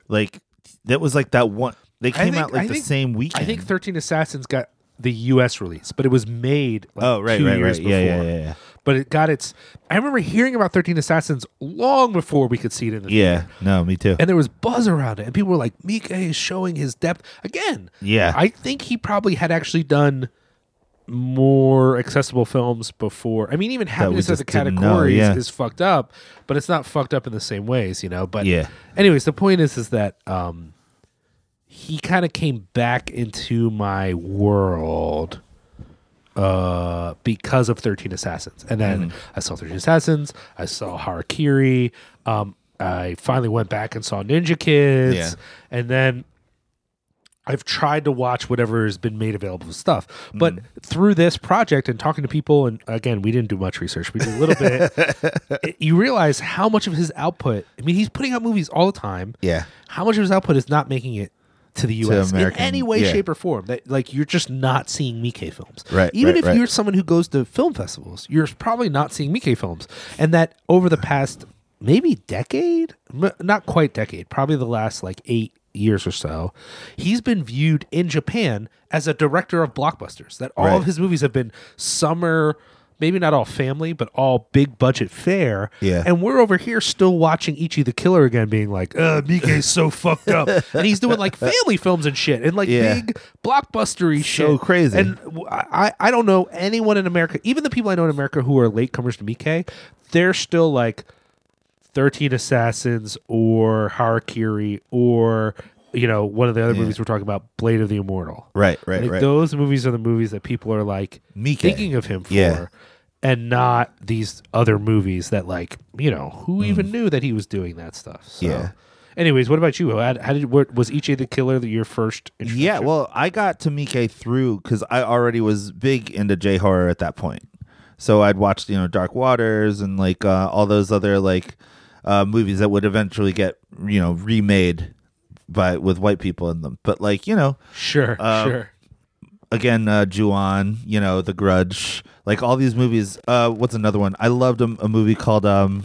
S5: Like, that was like that one. They
S4: I
S5: came
S4: think-
S5: out like
S4: I
S5: the
S4: think-
S5: same weekend.
S4: I think 13 Assassins got the US release, but it was made like
S5: Oh, right,
S4: two
S5: right,
S4: years
S5: right.
S4: before.
S5: Yeah, yeah, yeah, yeah.
S4: But it got its, I remember hearing about 13 Assassins long before we could see it in the
S5: Yeah, no, me too.
S4: and there was buzz around it, and people were like, "Mika is showing his depth again."
S5: Yeah.
S4: I think he probably had actually done more accessible films before. I mean, even
S5: we
S4: happiness as a
S5: just didn't know,
S4: category
S5: yeah.
S4: is fucked up, but it's not fucked up in the same ways, you know. But
S5: Yeah.
S4: anyways, the point is, is that um, he kind of came back into my world uh, because of 13 Assassins. And then
S5: Mm-hmm.
S4: I saw 13 Assassins. I saw Harakiri. Um, I finally went back and saw Ninja Kids.
S5: Yeah.
S4: And then I've tried to watch whatever has been made available stuff. But
S5: Mm.
S4: through this project and talking to people, and again, we didn't do much research, we did a little bit, it- you realize how much of his output, I mean, he's putting out movies all the time.
S5: Yeah.
S4: How much of his output is not making it to the US
S5: American-
S4: in any way,
S5: yeah.
S4: shape, or form? That like you're just not seeing Mike films.
S5: Right,
S4: Even
S5: right,
S4: if
S5: right.
S4: you're someone who goes to film festivals, you're probably not seeing Mike films. And that over the past maybe decade, m- not quite decade, probably the last like eight years or so, he's been viewed in Japan as a director of blockbusters. That all
S5: Right.
S4: of his movies have been summer. Maybe not all family, but all big budget fare.
S5: Yeah.
S4: And we're over here still watching Ichi the Killer again, being like, uh, Mike's so fucked up. and he's doing like family films and shit and like
S5: Yeah.
S4: big blockbustery shit.
S5: So crazy.
S4: And w- I, I don't know anyone in America, even the people I know in America who are latecomers to Mike, they're still like 13 Assassins or Harakiri or, you know, one of the other movies we're talking about, Blade of the Immortal.
S5: right, right,
S4: Like
S5: right.
S4: those movies are the movies that people are like
S5: Mike.
S4: thinking of him for,
S5: Yeah.
S4: and not these other movies that like you know who even knew that he was doing that stuff. So.
S5: Mm. Yeah.
S4: Anyways, what about you? How, how did what was Ichi the Killer that your first?
S5: Yeah,
S4: introduction?
S5: well, I got to Mike through because I already was big into J horror at that point. So I'd watched, you know, Dark Waters and like uh, all those other like uh, movies that would eventually get, you know, remade by with white people in them. But like, you know,
S4: sure,
S5: um,
S4: sure.
S5: again, uh, Juan, you know, The Grudge, like all these movies. Uh, what's another one? I loved a, a movie called um,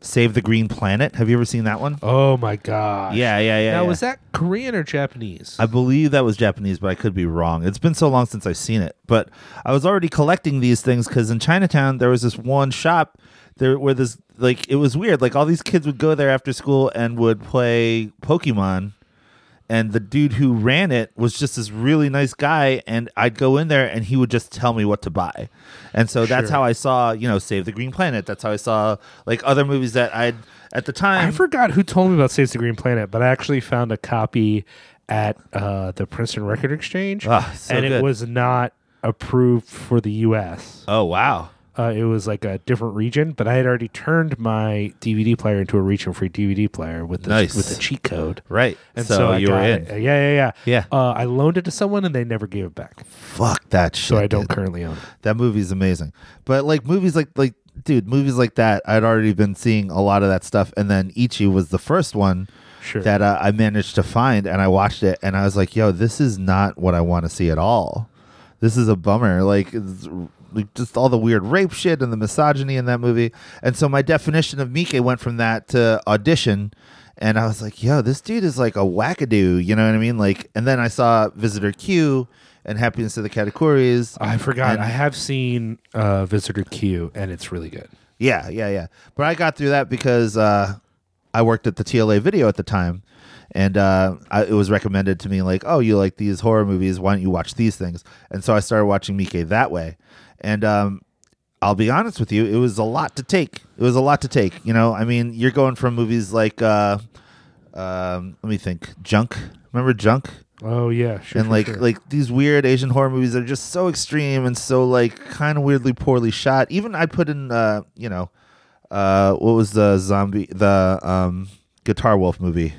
S5: Save the Green Planet. Have you ever seen that one?
S4: Oh my god.
S5: Yeah, yeah, yeah.
S4: now
S5: yeah.
S4: was that Korean or Japanese?
S5: I believe that was Japanese, but I could be wrong. It's been so long since I've seen it. But I was already collecting these things because in Chinatown there was this one shop there where this like it was weird. Like all these kids would go there after school and would play Pokemon. And the dude who ran it was just this really nice guy, and I'd go in there and he would just tell me what to buy, and so that's
S4: Sure.
S5: how I saw, you know, Save the Green Planet. That's how I saw like other movies that I'd at the time.
S4: I forgot who told me about Saves the Green Planet, but I actually found a copy at uh, the Princeton Record Exchange,
S5: Ah, so
S4: and it
S5: good.
S4: was not approved for the U.S.
S5: oh wow,
S4: Uh, it was like a different region, but I had already turned my DVD player into a region-free DVD player with the,
S5: Nice.
S4: with the cheat code.
S5: right?
S4: And so,
S5: so,
S4: I
S5: you were
S4: got
S5: in.
S4: it. Yeah, yeah, yeah.
S5: Yeah.
S4: Uh, I loaned it to someone, and they never gave it back.
S5: Fuck that shit.
S4: So I don't
S5: dude.
S4: currently own it.
S5: That movie's amazing. But like movies like like dude, movies like that, I'd already been seeing a lot of that stuff and then Ichi was the first one
S4: Sure.
S5: that uh, I managed to find and I watched it and I was like, "Yo, this is not what I want to see at all. This is a bummer." Like it's- like, just all the weird rape shit and the misogyny in that movie. And so my definition of Mike went from that to audition and I was like, "Yo, this dude is like a wackadoo," you know what I mean? Like and then I saw Visitor Q and Happiness of the Katakuris.
S4: I forgot.
S5: And-
S4: I have seen uh, Visitor Q, and it's really good.
S5: Yeah, yeah, yeah. But I got through that because uh, I worked at the TLA video at the time, and uh, I, it was recommended to me like, "Oh, you like these horror movies? Why don't you watch these things?" And so I started watching Mike that way, and um, I'll be honest with you, it was a lot to take. It was a lot to take. You know, I mean, you're going from movies like, uh, um, let me think, Junk. Remember Junk?
S4: Oh yeah, sure.
S5: and
S4: sure,
S5: like
S4: sure.
S5: like these weird Asian horror movies that are just so extreme and so like kind of weirdly poorly shot. Even I put in uh you know uh what was the zombie the um Guitar Wolf movie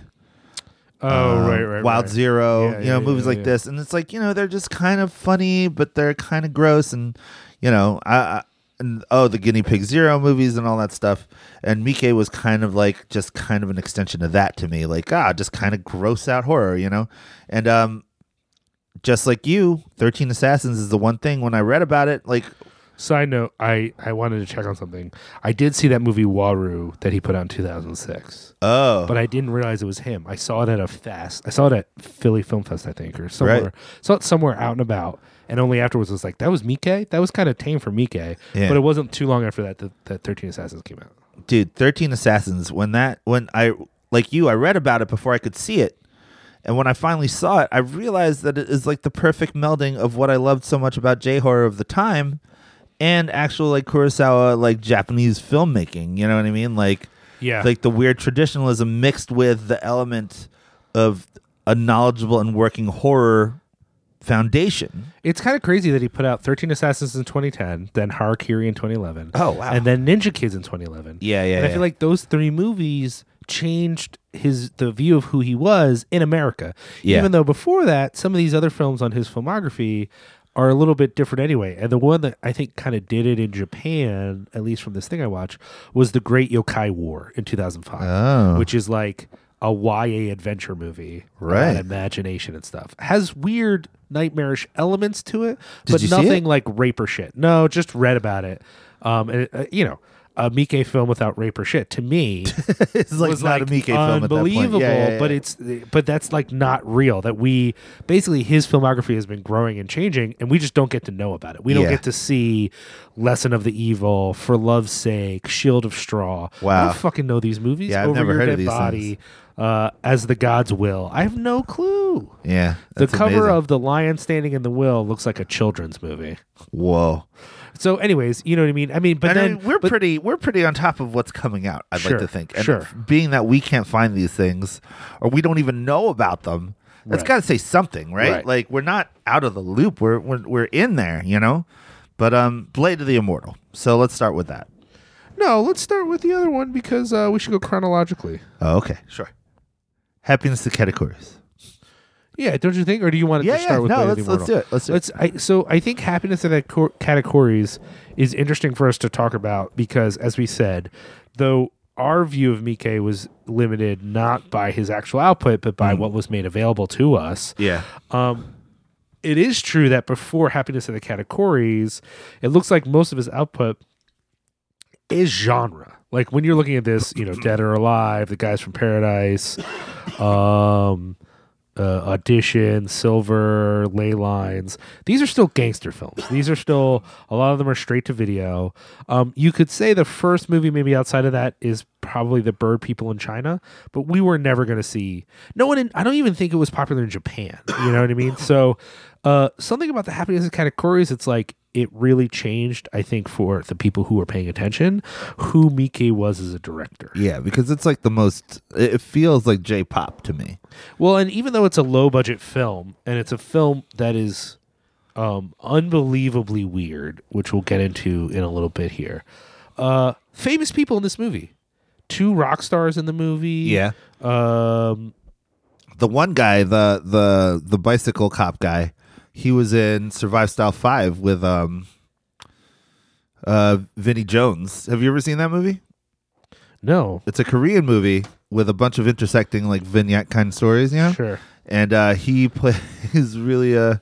S4: Oh,
S5: um,
S4: right, right,
S5: Wild
S4: right.
S5: Zero,
S4: Yeah,
S5: you know,
S4: yeah,
S5: movies
S4: yeah,
S5: like
S4: yeah.
S5: this, and it's like you know they're just kind of funny, but they're kind of gross, and you know, I, I and oh the Guinea Pig Zero movies and all that stuff, and Mike was kind of like just kind of an extension of that to me, like ah, just kind of gross out horror, you know, and um, just like you, Thirteen Assassins is the one thing when I read about it, like
S4: Side note: I I wanted to check on something. I did see that movie Waru that he put out in 2006,
S5: oh,
S4: but I didn't realize it was him. I saw it at a fest. I saw it at Philly Film Fest, I think, or somewhere.
S5: Right.
S4: Saw it somewhere out and about, and only afterwards was like, "That was Mike. That was kind of tame for Mike."
S5: Yeah.
S4: But it wasn't too long after that that, that 13 Assassins came out.
S5: dude 13 assassins when that when i like you i read about it before i could see it and when i finally saw it i realized that it is like the perfect melding of what i loved so much about j-horror of the time and actual like kurosawa like japanese filmmaking you know what i mean like
S4: Yeah.
S5: like the weird traditionalism mixed with the element of a knowledgeable and working horror foundation
S4: It's kind of crazy that he put out 13 Assassins in 2010, then Harakiri in 2011.
S5: Oh, wow.
S4: And then Ninja Kids in 2011.
S5: Yeah, yeah,
S4: And I
S5: yeah.
S4: feel like those three movies changed his the view of who he was in America.
S5: Yeah.
S4: Even though before that, some of these other films on his filmography are a little bit different anyway. And the one that I think kind of did it in Japan, at least from this thing I watched, was The Great Yokai War in 2005,
S5: Oh.
S4: which is like a YA adventure movie
S5: Right.
S4: about imagination and stuff. Has weird nightmarish elements to it, but
S5: you see
S4: nothing
S5: it?
S4: like rape or shit. No, just read about it. Um, and, uh, you know, a Mike film without rape or shit to me
S5: it's like
S4: was
S5: not
S4: like
S5: a Mike film at that point.
S4: unbelievable.
S5: Yeah, yeah, yeah.
S4: But it's but that's like not real. That we basically his filmography has been growing and changing, and we just don't get to know about it. We don't
S5: Yeah.
S4: get to see Lesson of the Evil, For Love's Sake, Shield of Straw. I
S5: Wow.
S4: don't fucking know these movies.
S5: Yeah, I've
S4: Over
S5: never
S4: Your
S5: heard of
S4: Dead
S5: these
S4: Body, uh, As the Gods Will. I have no clue.
S5: yeah
S4: The
S5: that's
S4: cover
S5: amazing.
S4: of The Lion Standing in the Will looks like a children's movie.
S5: whoa
S4: So, anyways, you know what I mean. I mean, but
S5: And I
S4: then
S5: mean, we're
S4: but
S5: pretty we're pretty on top of what's coming out. I'd
S4: Sure,
S5: like to think, and
S4: sure.
S5: being that we can't find these things or we don't even know about them, that's
S4: Right.
S5: got to say something, right?
S4: Right.
S5: Like we're not out of the loop. We're, we're we're in there, you know. But um, Blade of the Immortal. So let's start with that.
S4: no. Let's start with the other one because uh, we should go chronologically.
S5: Oh, okay, sure. Happiness to Katakuris.
S4: Yeah, don't you think? Or do you want to
S5: Yeah,
S4: just start
S5: yeah,
S4: with
S5: no,
S4: Blade of
S5: let's-
S4: the
S5: let's
S4: Immortal?
S5: do it, let's do it.
S4: I, so I think happiness in that cor- categories is interesting for us to talk about because, as we said, though our view of Mike was limited not by his actual output but
S5: Mm.
S4: by what was made available to us.
S5: Yeah.
S4: It is true that before happiness in the categories, it looks like most of his output is genre. Like when you're looking at this, you know, Dead or Alive, The Guys from Paradise, um, uh, Audition, Silver, Ley Lines. These are still gangster films. These are still, a lot of them are straight to video. Um, you could say the first movie, maybe outside of that, is probably The Bird People in China, but we were never going to see, no one in, I don't even think it was popular in Japan. You know what I mean? So, uh, something about the happiness of categories, it's like, it really changed, I think, for the people who were paying attention, who Mike was as a director.
S5: Yeah, because it's like the most. It it feels like J-pop to me.
S4: Well, and even though it's a low budget film, and it's a film that is um, unbelievably weird, which we'll get into in a little bit here. Uh, famous people in this movie, two rock stars in the movie.
S5: Yeah.
S4: Um,
S5: The one guy, the the the bicycle cop guy, he was in Survive Style Five with um uh Vinnie Jones. Have you ever seen that movie?
S4: no,
S5: It's a Korean movie with a bunch of intersecting like vignette kind of stories, you know?
S4: sure.
S5: And uh he plays really uh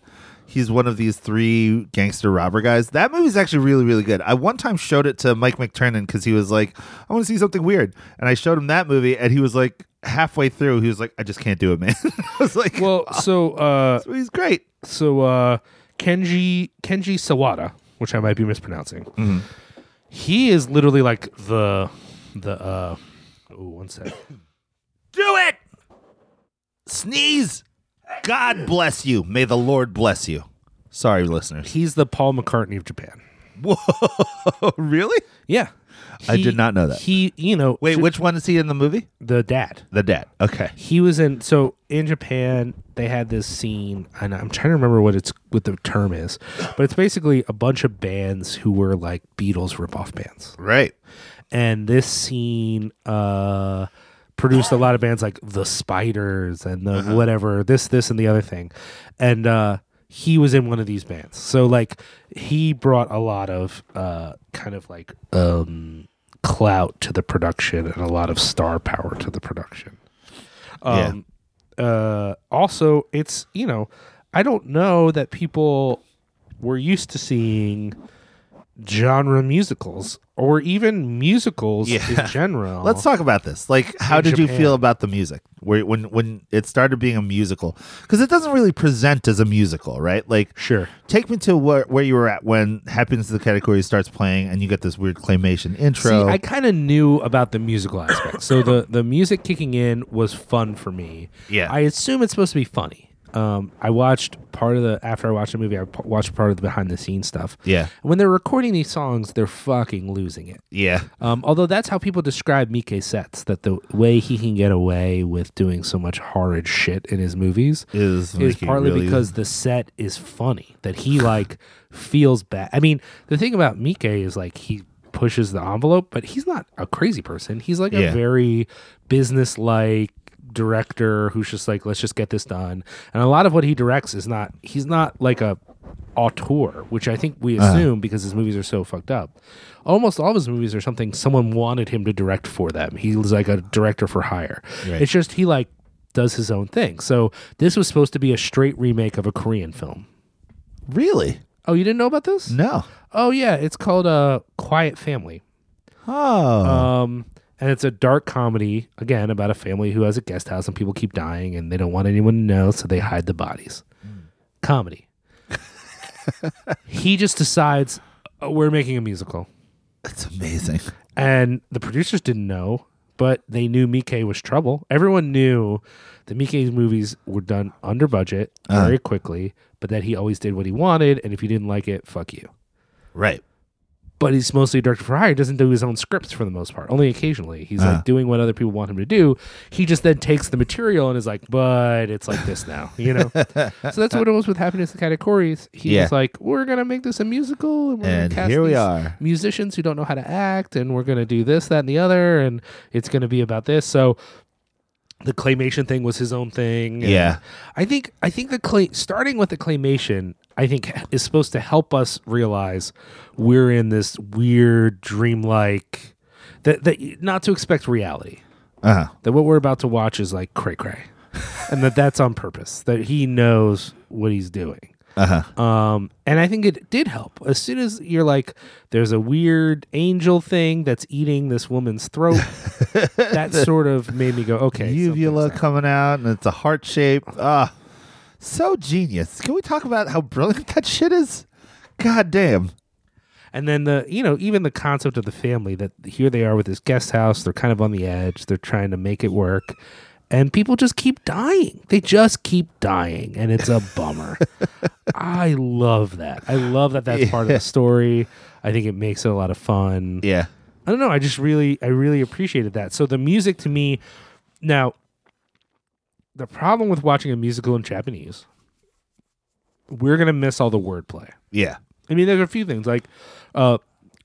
S5: he's one of these three gangster robber guys. That movie's actually really, really good. I one time showed it to Mike McTurnan because he was like, I want to see something weird. And I showed him that movie and he was like halfway through, he was like, I just can't do it, man. I was like,
S4: Well, so uh,
S5: so he's great.
S4: so uh, Kenji Kenji Sawada, which I might be mispronouncing, he is literally like the the uh, oh one sec.
S5: Do it. Sneeze. God bless you. May the Lord bless you. Sorry, listeners.
S4: He's the Paul McCartney of Japan. Oh,
S5: Whoa, really?
S4: Yeah.
S5: I did not know that.
S4: He, you know,
S5: Wait,
S4: ju-
S5: which one is he in the movie?
S4: the dad.
S5: The dad. Okay.
S4: He was in so in Japan they had this scene and I'm trying to remember what it's what the term is, but it's basically a bunch of bands who were like Beatles ripoff bands.
S5: Right.
S4: And this scene uh produced a lot of bands like the Spiders and the
S5: Uh-huh.
S4: whatever this this and the other thing, and uh, he was in one of these bands. So like he brought a lot of uh, kind of like um, clout to the production and a lot of star power to the production.
S5: Yeah.
S4: Um, uh, also, it's you know, I don't know that people were used to seeing genre musicals or even musicals
S5: Yeah.
S4: in general.
S5: Let's talk about this. Like, how
S4: In
S5: did you
S4: Japan.
S5: feel about the music Where, when when it started being a musical? Because it doesn't really present as a musical, right? Like,
S4: Sure.
S5: Take me to where, where you were at when Happiness to the Category starts playing and you get this weird claymation intro.
S4: See, I kind of knew about the musical aspect. so the the music kicking in was fun for me.
S5: Yeah.
S4: I assume it's supposed to be funny. Um, I watched part of the after I watched the movie. I p- watched part of the behind the scenes stuff.
S5: Yeah.
S4: When they're recording these songs, they're fucking losing it.
S5: yeah.
S4: Um, although that's how people describe Mike Sets, that the way he can get away with doing so much horrid shit in his movies
S5: Is
S4: is
S5: Mickey
S4: partly
S5: really-
S4: because the set is funny. That he like feels bad. I mean, the thing about Mike is like he pushes the envelope, but he's not a crazy person. He's like
S5: Yeah.
S4: a very business like director who's just like, let's just get this done. And a lot of what he directs is not he's not like a auteur, which I think we
S5: Uh-huh.
S4: assume because his movies are so fucked up. Almost all of his movies are something someone wanted him to direct for them. He was like a director for hire.
S5: Right.
S4: It's just he like does his own thing. So this was supposed to be a straight remake of a Korean film.
S5: Really?
S4: Oh, you didn't know about this?
S5: No.
S4: Oh yeah, it's called uh, Quiet Family.
S5: Oh.
S4: Um, and it's a dark comedy again about a family who has a guest house and people keep dying and they don't want anyone to know, so they hide the bodies. Comedy. he just decides "Oh, we're making a musical,
S5: That's amazing.
S4: and the producers didn't know, but they knew Mike was trouble. Everyone knew that Mike's movies were done under budget very quickly, but that he always did what he wanted, and if you didn't like it, fuck you
S5: Right.
S4: but he's mostly a director for hire. He doesn't do his own scripts for the most part. Only occasionally, he's
S5: Ah.
S4: like doing what other people want him to do. He just then takes the material and is like, "But it's like this now," you know. so that's what it was with Happiness and Categories. He
S5: Yeah.
S4: was like, "We're gonna make this a musical, and, we're
S5: And
S4: gonna cast
S5: here we
S4: these
S5: are.
S4: musicians who don't know how to act, and we're gonna do this, that, and the other, and it's gonna be about this." So the claymation thing was his own thing. and
S5: Yeah.
S4: I think I think the clay starting with the claymation, I think is supposed to help us realize we're in this weird dreamlike that that not to expect reality.
S5: Uh huh.
S4: That what we're about to watch is like cray cray, and that that's on purpose. That he knows what he's doing.
S5: Uh huh.
S4: Um, and I think it did help. As soon as you're like, there's a weird angel thing that's eating this woman's throat, that sort of made me go, okay.
S5: Uvula
S4: something's up.
S5: coming out and it's a heart shape. Ah. So genius. Can we talk about how brilliant that shit is? God damn.
S4: And then the you know even the concept of the family that here they are with this guest house, they're kind of on the edge, they're trying to make it work, and people just keep dying. They just keep dying, and it's a bummer. I love that. I love that that's part of the story. I think it makes it a lot of fun.
S5: Yeah.
S4: I don't know. I just really, I really appreciated that. So the music to me, now, the problem with watching a musical in Japanese, we're gonna miss all the wordplay.
S5: Yeah.
S4: I mean, there's a few things like, uh,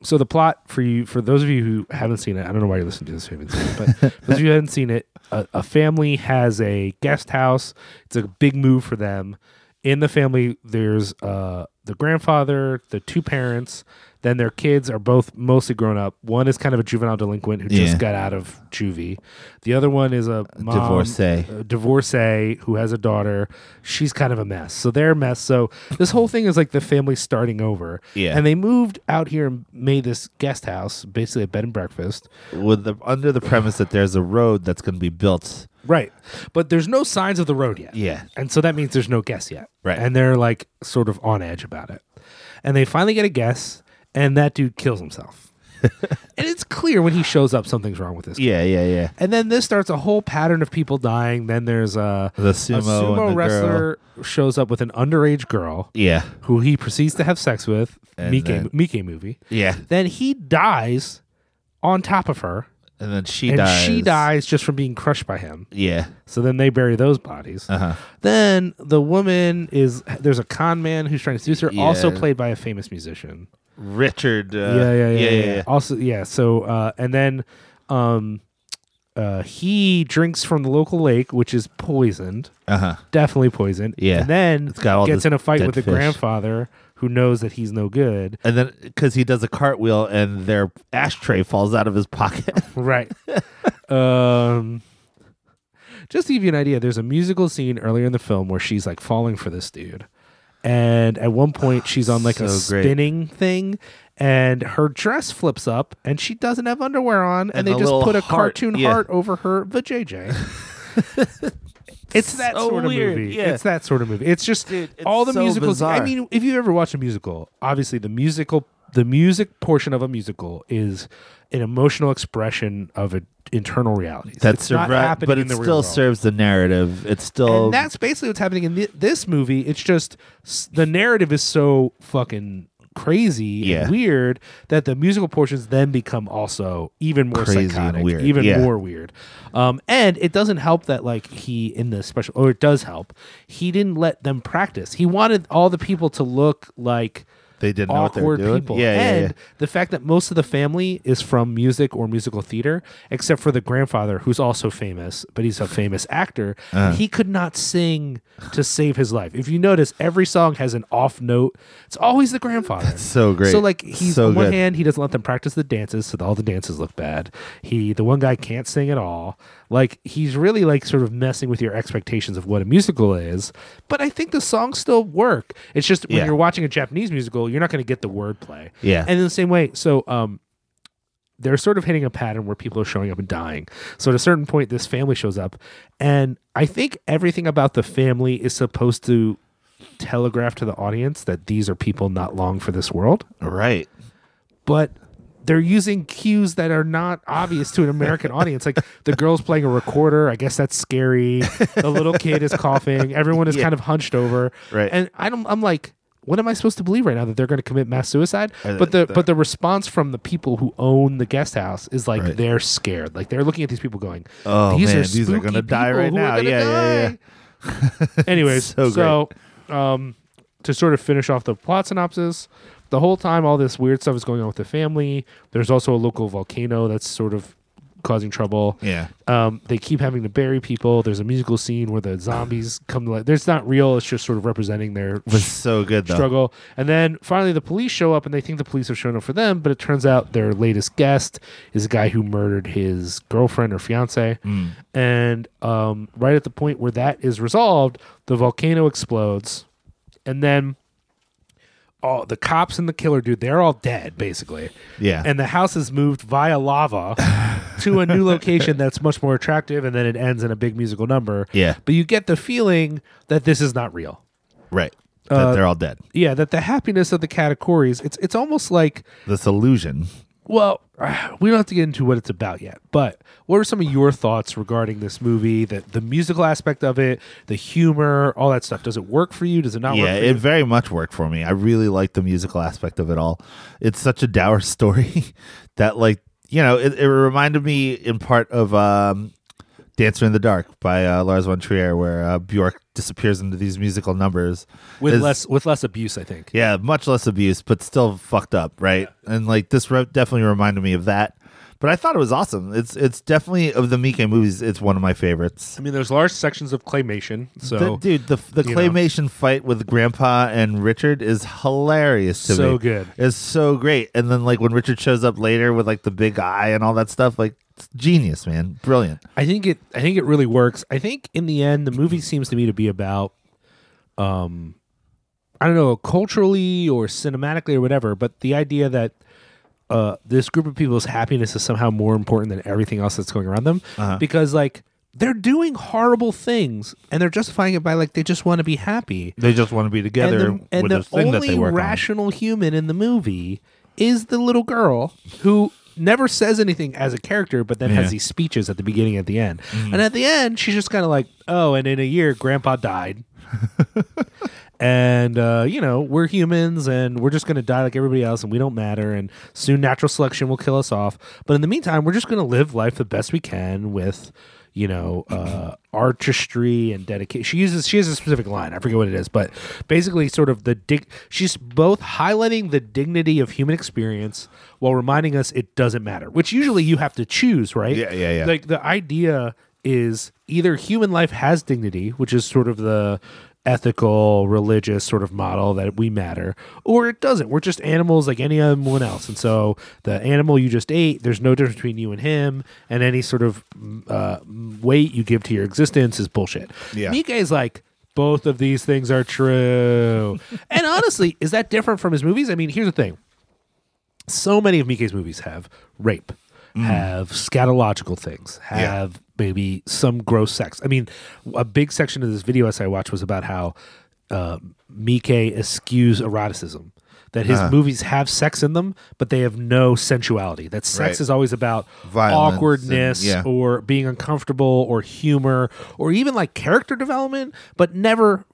S4: so the plot for you, for those of you who haven't seen it, I don't know why you're listening to this, if you haven't seen it, but for those of you who haven't seen it, a, a family has a guest house. It's a big move for them. In the family, there's uh, the grandfather, the two parents, then their kids are both mostly grown up. One is kind of a juvenile delinquent who
S5: Yeah.
S4: just got out of juvie. The other one is a mom,
S5: Divorcee.
S4: a divorcee who has a daughter. She's kind of a mess. So they're a mess. So this whole thing is like the family starting over.
S5: Yeah.
S4: And they moved out here and made this guest house, basically a bed and breakfast.
S5: With the under the premise that there's a road that's going to be built.
S4: Right. But there's no signs of the road yet.
S5: Yeah.
S4: And so that means there's no guess yet.
S5: Right.
S4: And they're like sort of on edge about it. And they finally get a guess, and that dude kills himself. and it's clear when he shows up something's wrong with this.
S5: Yeah. Yeah. Yeah.
S4: And then this starts a whole pattern of people dying. Then there's a,
S5: The sumo
S4: a sumo
S5: and the girl.
S4: wrestler shows up with an underage girl
S5: Yeah.
S4: who he proceeds to have sex with.
S5: And
S4: Mike,
S5: then-
S4: Mike movie.
S5: Yeah.
S4: Then he dies on top of her,
S5: And then she
S4: and
S5: dies.
S4: she dies just from being crushed by him.
S5: Yeah.
S4: So then they bury those bodies.
S5: Uh huh.
S4: Then the woman is there's a con man who's trying to seduce her, also
S5: Yeah.
S4: played by a famous musician.
S5: Richard. Uh,
S4: yeah, yeah, yeah, yeah. Also, yeah. So, uh, and then um, uh, he drinks from the local lake, which is poisoned,
S5: Uh huh.
S4: definitely poisoned.
S5: Yeah.
S4: and then
S5: It's got all
S4: gets
S5: this
S4: in a fight
S5: dead
S4: with the
S5: fish.
S4: grandfather, who knows that he's no good.
S5: And then because he does a cartwheel and their ashtray falls out of his pocket.
S4: Right. um, just to give you an idea, there's a musical scene earlier in the film where she's like falling for this dude. And at one point, she's on like a
S5: So great.
S4: spinning thing, and her dress flips up, and she doesn't have underwear on, and,
S5: And
S4: they
S5: the
S4: just
S5: little
S4: put a
S5: heart,
S4: cartoon
S5: yeah.
S4: heart over her vajayjay. it's that
S5: So
S4: sort of
S5: weird,
S4: movie.
S5: yeah.
S4: It's that sort of movie. It's just
S5: Dude, it's
S4: all the
S5: so
S4: musicals. I
S5: bizarre.
S4: mean, if you ever watch a musical, obviously the musical, the music portion of a musical is an emotional expression of an internal reality. it's not happening
S5: but
S4: in
S5: it
S4: the
S5: still
S4: real world.
S5: serves the narrative. It's still
S4: And that's basically what's happening in thi- this movie. It's just s- the narrative is so fucking crazy
S5: Yeah.
S4: and weird that the musical portions then become also even more
S5: Crazy and
S4: psychotic,
S5: weird,
S4: even
S5: yeah.
S4: more weird. Um, and it doesn't help that like he in the special, or it does help. He didn't let them practice. He wanted all the people to look like
S5: they didn't know what they were
S4: awkward
S5: doing.
S4: people.
S5: Yeah, yeah,
S4: and
S5: yeah.
S4: the fact that most of the family is from music or musical theater, except for the grandfather, who's also famous, but he's a famous actor.
S5: Uh.
S4: He could not sing to save his life. If you notice, every song has an off note. It's always the grandfather.
S5: so great.
S4: So like he's
S5: So
S4: on one
S5: good.
S4: hand he doesn't let them practice the dances, so all the dances look bad. He the one guy can't sing at all. Like he's really like sort of messing with your expectations of what a musical is. But I think the songs still work. It's just when
S5: Yeah.
S4: you're watching a Japanese musical, you're not going to get the wordplay.
S5: Yeah.
S4: And in the same way, so um, they're sort of hitting a pattern where people are showing up and dying. So at a certain point, this family shows up, and I think everything about the family is supposed to telegraph to the audience that these are people not long for this world,
S5: Right.
S4: but they're using cues that are not obvious to an American audience. Like the girl's playing a recorder. I guess that's scary. The little kid is coughing. Everyone is kind of hunched over.
S5: Right.
S4: And I don't, I'm like, what am I supposed to believe right now that they're going to commit mass suicide?
S5: Uh,
S4: but the
S5: the-
S4: but the response from the people who own the guest house is like
S5: Right.
S4: they're scared. Like they're looking at these people going,
S5: Oh,
S4: these
S5: man,
S4: are
S5: these are
S4: spooky
S5: gonna die
S4: people
S5: right
S4: who are
S5: now.
S4: gonna
S5: Yeah, yeah, yeah.
S4: die." Anyways,
S5: So
S4: so, um, to sort of finish off the plot synopsis, the whole time all this weird stuff is going on with the family. There's also a local volcano that's sort of causing trouble.
S5: Yeah.
S4: Um, they keep having to bury people. There's a musical scene where the zombies come to life. There's not real. It's just sort of representing their
S5: Was so good though.
S4: struggle. And then finally, the police show up, and they think the police have shown up for them. But it turns out their latest guest is a guy who murdered his girlfriend or fiance.
S5: Mm.
S4: And um, right at the point where that is resolved, the volcano explodes, and then all the cops and the killer dude—they're all dead, basically.
S5: Yeah.
S4: And the house is moved via lava to a new location that's much more attractive, and then it ends in a big musical number.
S5: Yeah.
S4: But you get the feeling that this is not real
S5: Right.
S4: Uh,
S5: That they're all dead.
S4: yeah, that the happiness of the categories, it's it's almost like
S5: This illusion.
S4: well, we don't have to get into what it's about yet, but what are some of your thoughts regarding this movie, the the musical aspect of it, the humor, all that stuff? Does it work for you? Does it not
S5: yeah,
S4: work for
S5: it
S4: you?
S5: very much worked for me. I really liked the musical aspect of it all. It's such a dour story that, like, you know, it, it reminded me in part of um, "Dancer in the Dark" by uh, Lars von Trier, where uh, Bjork disappears into these musical numbers
S4: With
S5: It's-
S4: less with less abuse, I think.
S5: yeah, much less abuse, but still fucked up, right? And like this re- definitely reminded me of that. But I thought it was awesome. It's it's definitely of the Mike movies. It's one of my favorites.
S4: I mean, there's large sections of claymation, so
S5: The- dude, the the
S4: you know.
S5: claymation fight with Grandpa and Richard is hilarious to me.
S4: So good.
S5: it's so great. And then like when Richard shows up later with like the big eye and all that stuff, like it's genius, man, brilliant.
S4: I think it I think it really works. I think in the end the movie seems to me to be about um I don't know, culturally or cinematically or whatever, but the idea that uh this group of people's happiness is somehow more important than everything else that's going around them because like they're doing horrible things and they're justifying it by like they just want to be happy.
S5: They just want to be together
S4: and the, and
S5: with
S4: the
S5: this thing that
S4: only
S5: they work
S4: rational human in the movie is the little girl who never says anything as a character, but then
S5: Yeah. Mm.
S4: has these speeches at the beginning and at the end. And at the end, she's just kind of like, "Oh, and in a year, Grandpa died." and uh, you know we're humans and we're just going to die like everybody else and we don't matter and soon natural selection will kill us off but in the meantime we're just going to live life the best we can with you know, uh, artistry and dedication. She uses she has a specific line. I forget what it is, but basically, sort of the dig. She's both highlighting the dignity of human experience while reminding us it doesn't matter, which usually you have to choose, right?
S5: Yeah, yeah, yeah.
S4: Like the idea is either human life has dignity, which is sort of the ethical, religious sort of model that we matter, or it doesn't. We're just animals like anyone else. And so the animal you just ate, there's no difference between you and him, and any sort of uh, weight you give to your existence is bullshit.
S5: Yeah.
S4: Mika is like, both of these things are true. and honestly, is that different from his movies? I mean, here's the thing so many of Mike's movies have rape.
S5: Mm.
S4: Have scatological things, have maybe some gross sex. I mean, a big section of this video essay I watched was about how uh, Mike eschews eroticism. That
S5: Uh-huh.
S4: his movies have sex in them, but they have no sensuality. That sex
S5: Right.
S4: is always about
S5: Violence and-
S4: awkwardness
S5: yeah.
S4: or being uncomfortable or humor or even like character development, but never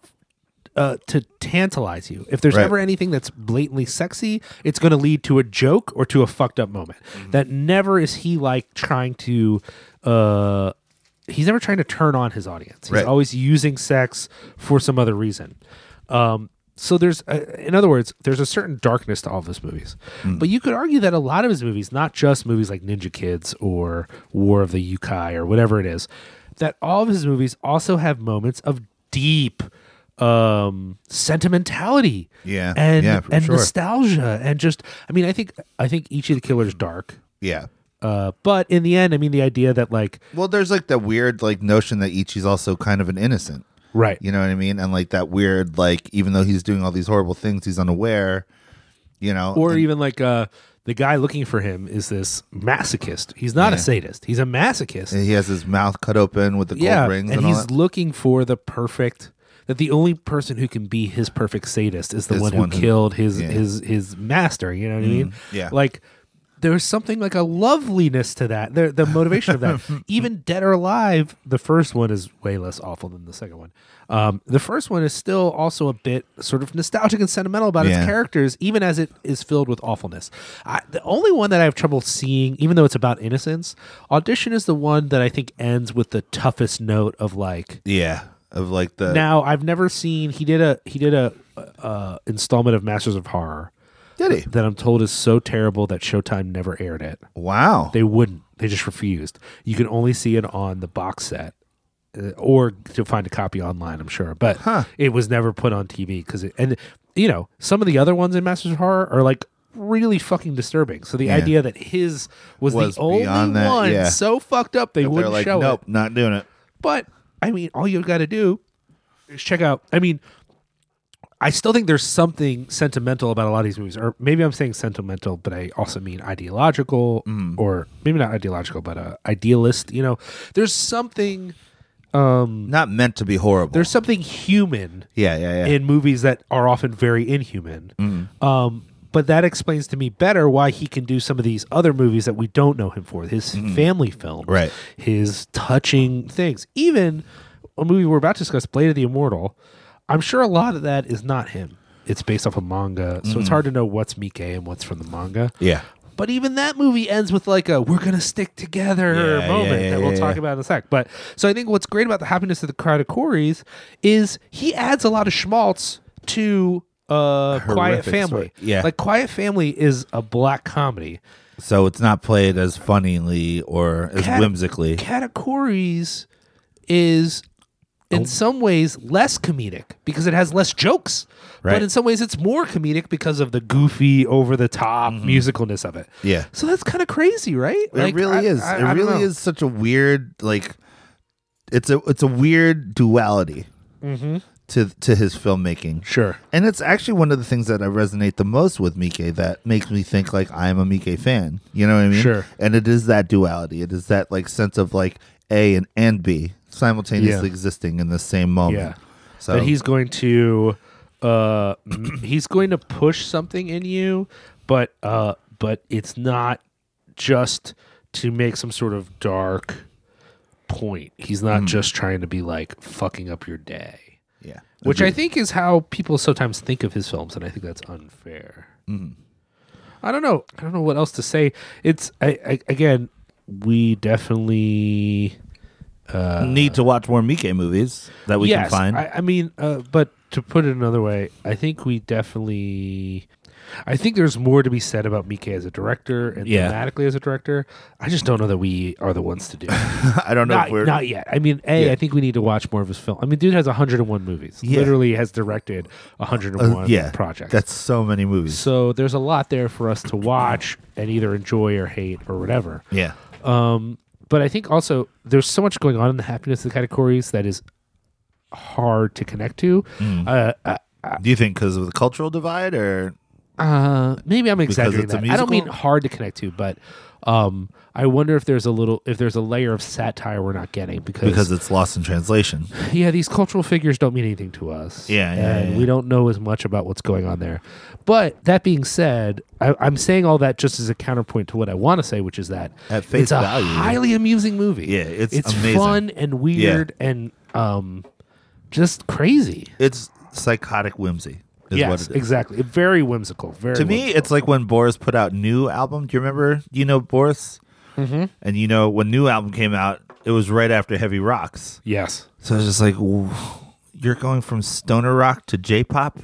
S4: uh, to tantalize you. If there's
S5: Right.
S4: ever anything that's blatantly sexy, it's going to lead to a joke or to a fucked up moment. That never is he like trying to. Uh, he's never trying to turn on his audience. He's
S5: Right.
S4: always using sex for some other reason. Um, so there's, uh, in other words, there's a certain darkness to all of his movies.
S5: Hmm.
S4: But you could argue that a lot of his movies, not just movies like Ninja Kids or War of the Yukai or whatever it is, that all of his movies also have moments of deep um sentimentality
S5: Yeah,
S4: and
S5: yeah, for
S4: and
S5: sure.
S4: nostalgia and just i mean i think i think each of the killers dark
S5: Yeah.
S4: uh but in the end i mean the idea that like
S5: Well, there's like that weird like notion that Ichi's also kind of an innocent.
S4: right
S5: You know what I mean? And like that weird like even though he's doing all these horrible things, he's unaware. You know,
S4: or
S5: and-
S4: even like uh the guy looking for him is this masochist he's not a sadist he's a masochist
S5: and he has his mouth cut open with the gold
S4: yeah
S5: rings
S4: and,
S5: and, all
S4: he's
S5: that.
S4: looking for the perfect that the only person who can be his perfect sadist is the
S5: Is
S4: one,
S5: one
S4: who
S5: who-
S4: killed his
S5: yeah. Mm-hmm.
S4: his his master you know what i mean
S5: yeah.
S4: like there's something like a loveliness to that the, the motivation of that even dead or alive the first one is way less awful than the second one um, the first one is still also a bit sort of nostalgic and sentimental about its
S5: Yeah.
S4: characters even as it is filled with awfulness I, the only one that i have trouble seeing even though it's about innocence audition is the one that i think ends with the toughest note of like
S5: yeah, of like the
S4: now I've never seen he did a he did a uh, installment of Masters of Horror
S5: did he?
S4: that I'm told is so terrible that Showtime never aired it.
S5: Wow.
S4: They wouldn't. They just refused. You can only see it on the box set uh, or to find a copy online, I'm sure. But it was never put on TV because it and you know, some of the other ones in Masters of Horror are like really fucking disturbing. So the idea that his was,
S5: Was
S4: the only
S5: beyond that,
S4: one
S5: yeah.
S4: so fucked up they
S5: They're
S4: wouldn't
S5: like,
S4: show it.
S5: nope, not doing it.
S4: But I mean, all you got to do is check out. I mean, I still think there's something sentimental about a lot of these movies, or maybe I'm saying sentimental, but I also mean ideological, or maybe not ideological, but uh, idealist. You know, there's something
S5: Not meant to be horrible.
S4: there's something human
S5: yeah, yeah, Mm-hmm. yeah.
S4: in movies that are often very inhuman. Um, but that explains to me better why he can do some of these other movies that we don't know him for his family films,
S5: Mm-hmm. Right.
S4: His touching things, even a movie we're about to discuss, Blade of the Immortal. I'm sure a lot of that is not him. It's based off a manga, so
S5: Mm-hmm.
S4: it's hard to know what's Mike and what's from the manga.
S5: yeah.
S4: But even that movie ends with like a "we're gonna stick together"
S5: Yeah,
S4: moment
S5: yeah, yeah,
S4: that we'll
S5: yeah,
S4: talk
S5: yeah.
S4: about in a sec. But so I think what's great about the happiness of the crowd of Corys is he adds a lot of schmaltz to uh,
S5: Horrific
S4: Quiet Family.
S5: story. Yeah.
S4: like Quiet Family is a black comedy.
S5: So it's not played as funnily or as
S4: Cat-
S5: whimsically.
S4: Catacories is
S5: Oh.
S4: in some ways less comedic because it has less jokes. But
S5: Right.
S4: in some ways it's more comedic because of the goofy, over the top musicalness of it.
S5: Mm-hmm. Yeah.
S4: So that's kind of crazy, right?
S5: It really is. it really is such a weird like it's a it's a weird duality
S4: Mm-hmm.
S5: to to his filmmaking.
S4: Sure.
S5: And it's actually one of the things that I resonate the most with Mike that makes me think like I'm a Mike fan. You know what I mean?
S4: Sure.
S5: And it is that duality. It is that like sense of like A and, and B simultaneously
S4: Yeah.
S5: existing in the same moment.
S4: Yeah.
S5: So
S4: that he's going to uh m- he's going to push something in you but uh but it's not just to make some sort of dark point he's not just trying to be like fucking up your day
S5: yeah.
S4: which i think is how people sometimes think of his films and i think that's unfair i don't know i don't know what else to say it's I, I again we definitely uh,
S5: Need to watch more Mike movies that we
S4: yes,
S5: can find.
S4: I, I mean, uh, but to put it another way, I think we definitely. I think there's more to be said about Mike as a director and
S5: Yeah.
S4: thematically as a director. I just don't know that we are the ones to do. it.
S5: I don't know
S4: not,
S5: if we're
S4: not yet. I mean, a. I
S5: Yeah.
S4: think we need to watch more of his film. I mean, dude has 101 movies.
S5: Yeah.
S4: Literally has directed 101
S5: Uh, yeah,
S4: projects.
S5: That's so many movies.
S4: so there's a lot there for us to watch and either enjoy or hate or whatever.
S5: yeah,
S4: Um, But I think also there's so much going on in the happiness categories that is hard to connect to.
S5: Mm.
S4: Uh, uh,
S5: do you think because of the cultural divide or
S4: Uh, maybe I'm exaggerating
S5: it's a
S4: that. I don't mean
S5: musical?
S4: hard to connect to, but um, I wonder if there's a little, if there's a layer of satire we're not getting because,
S5: because it's lost in translation?
S4: yeah, these cultural figures don't mean anything to us.
S5: Yeah, yeah,
S4: and
S5: yeah,
S4: we
S5: yeah.
S4: don't know as much about what's going on there. But that being said, I, I'm saying all that just as a counterpoint to what I want to say, which is that
S5: At face
S4: it's a
S5: value.
S4: highly amusing movie.
S5: Yeah, it's
S4: it's
S5: amazing.
S4: fun and weird and um, just crazy.
S5: It's psychotic whimsy. Is what
S4: yes,
S5: it is.
S4: exactly. Very whimsical. Very
S5: To me,
S4: whimsical.
S5: it's like when Boris put out new album. Do you remember? You know Boris, mm-hmm. and you know when new album came out, it was right after Heavy Rocks.
S4: yes.
S5: So I was just like, "Ooh, you're going from stoner rock to J-pop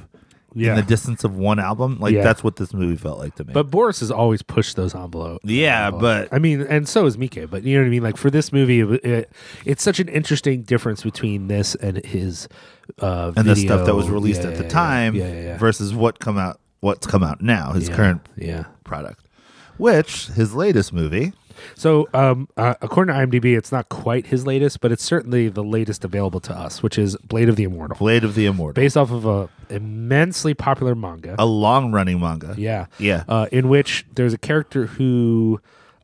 S4: Yeah.
S5: in the distance of one album. Like
S4: Yeah.
S5: that's what this movie felt like to me.
S4: But Boris has always pushed those envelope.
S5: Yeah,
S4: envelope.
S5: Uh, but-
S4: I mean, and so is Mike. But you know what I mean. Like for this movie, it, it, it's such an interesting difference between this and his uh,
S5: and the
S4: video.
S5: stuff that was released
S4: Yeah,
S5: at the
S4: yeah, yeah.
S5: time
S4: Yeah, yeah, yeah.
S5: versus what come out, what's come out now, his
S4: Yeah,
S5: current
S4: yeah.
S5: product, which his latest movie.
S4: So, um, uh, according to IMDb, it's not quite his latest, but it's certainly the latest available to us, which is Blade of the Immortal,
S5: Blade of the Immortal,
S4: based off of a immensely popular manga.
S5: a long running manga.
S4: Yeah.
S5: Yeah.
S4: Uh, in which there's a character who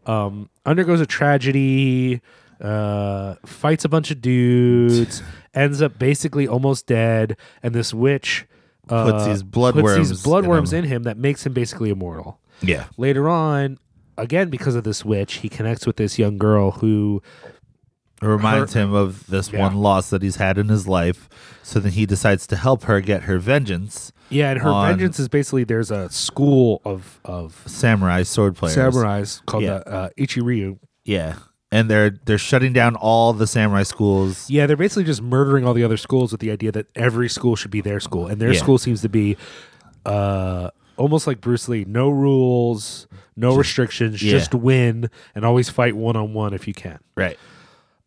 S4: um, undergoes a tragedy, uh, fights a bunch of dudes, ends up basically almost dead, and this witch uh,
S5: Puts these blood
S4: puts
S5: worms
S4: these blood
S5: in
S4: worms
S5: him.
S4: in him that makes him basically immortal.
S5: Yeah.
S4: Later on, again because of this witch, he connects with this young girl who
S5: It reminds him of this
S4: Yeah.
S5: one loss that he's had in his life. So then he decides to help her get her vengeance.
S4: yeah, and her
S5: on
S4: vengeance is basically there's a school of of
S5: Samurai sword players.
S4: samurais called
S5: Yeah.
S4: the uh, Ichiryu.
S5: Yeah. And they're they're shutting down all the samurai schools.
S4: Yeah, they're basically just murdering all the other schools with the idea that every school should be their school, and their
S5: Yeah.
S4: school seems to be uh, almost like Bruce Lee: no rules, no restrictions,
S5: yeah.
S4: just win and always fight one on one if you can.
S5: Right.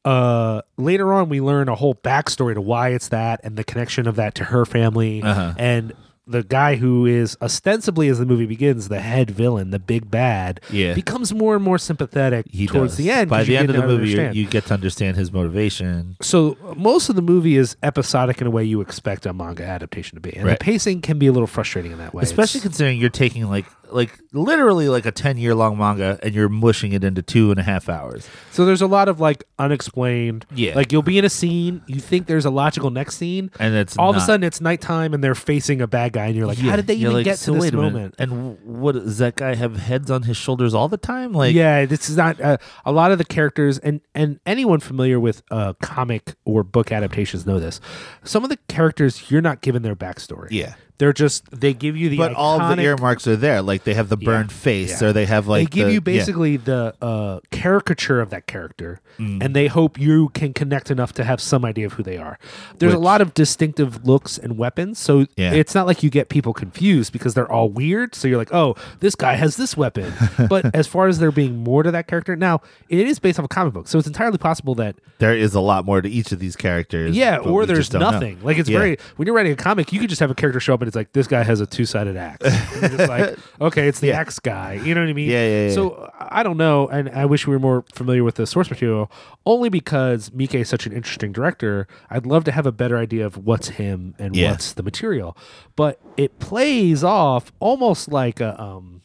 S4: Uh, later on, we learn a whole backstory to why it's that and the connection of that to her family
S5: Uh-huh.
S4: and. The guy who is ostensibly, as the movie begins, the head villain, the big bad,
S5: Yeah.
S4: becomes more and more sympathetic
S5: He
S4: towards
S5: does.
S4: the end.
S5: By
S4: 'cause
S5: the
S4: you
S5: end
S4: get
S5: of the
S4: to
S5: movie, you,
S4: understand.
S5: you get to understand his motivation.
S4: so uh, most of the movie is episodic in a way you expect a manga adaptation to be, and
S5: Right.
S4: the pacing can be a little frustrating in that way.
S5: Especially
S4: It's-
S5: considering you're taking like like literally like a ten year long manga and you're mushing it into two and a half hours.
S4: so there's a lot of like unexplained.
S5: Yeah.
S4: like you'll be in a scene, you think there's a logical next scene,
S5: And it's
S4: all of
S5: not.
S4: a sudden it's nighttime and they're facing a bad guy, and you're like, how did they
S5: You're
S4: even
S5: like,
S4: get
S5: "So
S4: to this
S5: wait a minute,
S4: moment?
S5: And w- what does that guy have heads on his shoulders all the time? Like
S4: yeah, this is not uh, a lot of the characters, and and anyone familiar with uh, comic or book adaptations know this. Some of the characters you're not given their backstory.
S5: Yeah.
S4: they're just they give you the
S5: But all the
S4: iconic-
S5: earmarks are there. Like they have the burned face,
S4: Yeah.
S5: or they have like
S4: they give
S5: the-
S4: you
S5: yeah.
S4: basically the uh, caricature of that character, and they hope you can connect enough to have some idea of who they are. There's a
S5: Which-
S4: lot of distinctive looks and weapons, so
S5: Yeah.
S4: it's not like you get people confused because they're all weird. So you're like, oh, this guy has this weapon. but as far as there being more to that character, now it is based off a comic book, so it's entirely possible that
S5: There is a lot more to each of these characters.
S4: yeah,
S5: but
S4: or
S5: we
S4: there's
S5: just don't know.
S4: nothing. Like it's
S5: Yeah.
S4: very when you're writing a comic, you could just have a character show up and it's like this guy has a two sided axe. And you're just like okay, it's the axe guy. You know what I mean?
S5: Yeah, yeah, yeah.
S4: So uh, I don't know, and I wish we were more familiar with the source material, only because Mike is such an interesting director. I'd love to have a better idea of what's him and
S5: Yeah.
S4: what's the material, but it plays off almost like a. Um,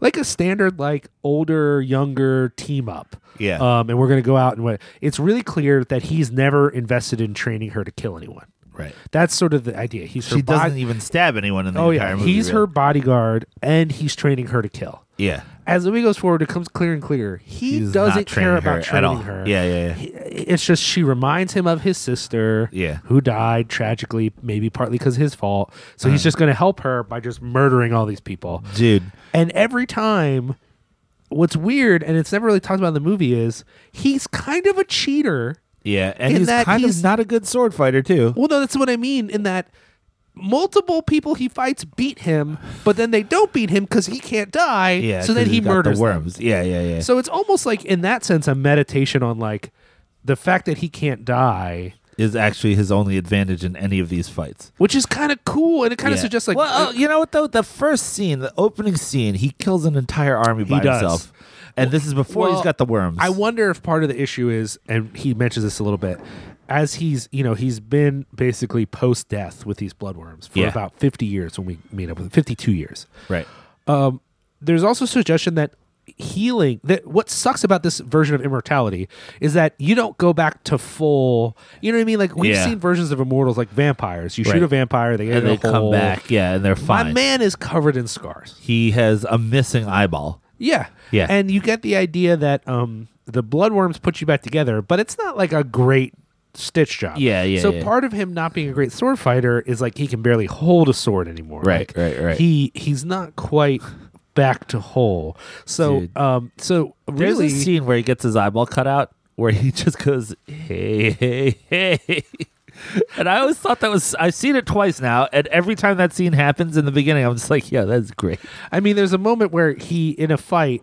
S4: like a standard like older younger team up
S5: Yeah.
S4: um and we're gonna go out and what it's really clear that he's never invested in training her to kill anyone
S5: right.
S4: that's sort of the idea he's her
S5: She
S4: bod-
S5: doesn't even stab anyone in the
S4: oh
S5: entire
S4: yeah
S5: movie.
S4: he's
S5: really.
S4: her bodyguard and he's training her to kill
S5: Yeah.
S4: as the movie goes forward, it comes clear and clear. He
S5: He's not
S4: doesn't
S5: training
S4: care
S5: her
S4: about
S5: at
S4: training
S5: all.
S4: her.
S5: Yeah, yeah, yeah.
S4: He- It's just she reminds him of his sister,
S5: Yeah.
S4: who died tragically, maybe partly because his fault. So
S5: Uh-huh.
S4: he's just going to help her by just murdering all these people.
S5: Dude.
S4: And every time, what's weird, and it's never really talked about in the movie, is he's kind of a cheater
S5: Yeah, and
S4: In
S5: he's
S4: that
S5: kind
S4: he's-
S5: of not a good sword fighter too.
S4: Well, no, that's what I mean. In that multiple people he fights beat him, but then they don't beat him because he can't die.
S5: Yeah,
S4: so then
S5: 'cause
S4: he
S5: he's got
S4: murders
S5: the
S4: them.
S5: worms. Yeah, yeah, yeah.
S4: So it's almost like, in that sense, a meditation on like the fact that he can't die,
S5: is actually his only advantage in any of these fights.
S4: which is kind of cool, and it kind of suggests like
S5: well,
S4: uh,
S5: uh, you know what though? The first scene, the opening scene, he kills an entire army by
S4: does.
S5: himself, and this is before
S4: Well,
S5: he's got the worms.
S4: I wonder if part of the issue is, and he mentions this a little bit, as he's you know he's been basically post death with these bloodworms for
S5: Yeah.
S4: about fifty years when we meet up with him, fifty two years.
S5: right.
S4: Um, there's also suggestion that healing that what sucks about this version of immortality is that you don't go back to full you know what i mean like we've
S5: Yeah.
S4: seen versions of immortals like vampires you shoot
S5: Right.
S4: a vampire they get
S5: And
S4: in a
S5: they come
S4: hole.
S5: back, yeah, and they're
S4: my
S5: fine.
S4: man is covered in scars
S5: he has a missing eyeball.
S4: yeah.
S5: Yeah.
S4: And you get the idea that um the bloodworms put you back together, but it's not like a great stitch job.
S5: Yeah, yeah,
S4: So
S5: yeah.
S4: part of him not being a great sword fighter is like he can barely hold a sword anymore.
S5: Right,
S4: Like,
S5: right, right.
S4: He he's not quite back to whole. So
S5: Dude.
S4: um so
S5: There's
S4: really
S5: a scene where he gets his eyeball cut out, where he just goes, "Hey, hey, hey," and I always thought that was. I've seen it twice now, and every time that scene happens in the beginning, I'm just like, "Yeah, that's great."
S4: I mean there's a moment where he in a fight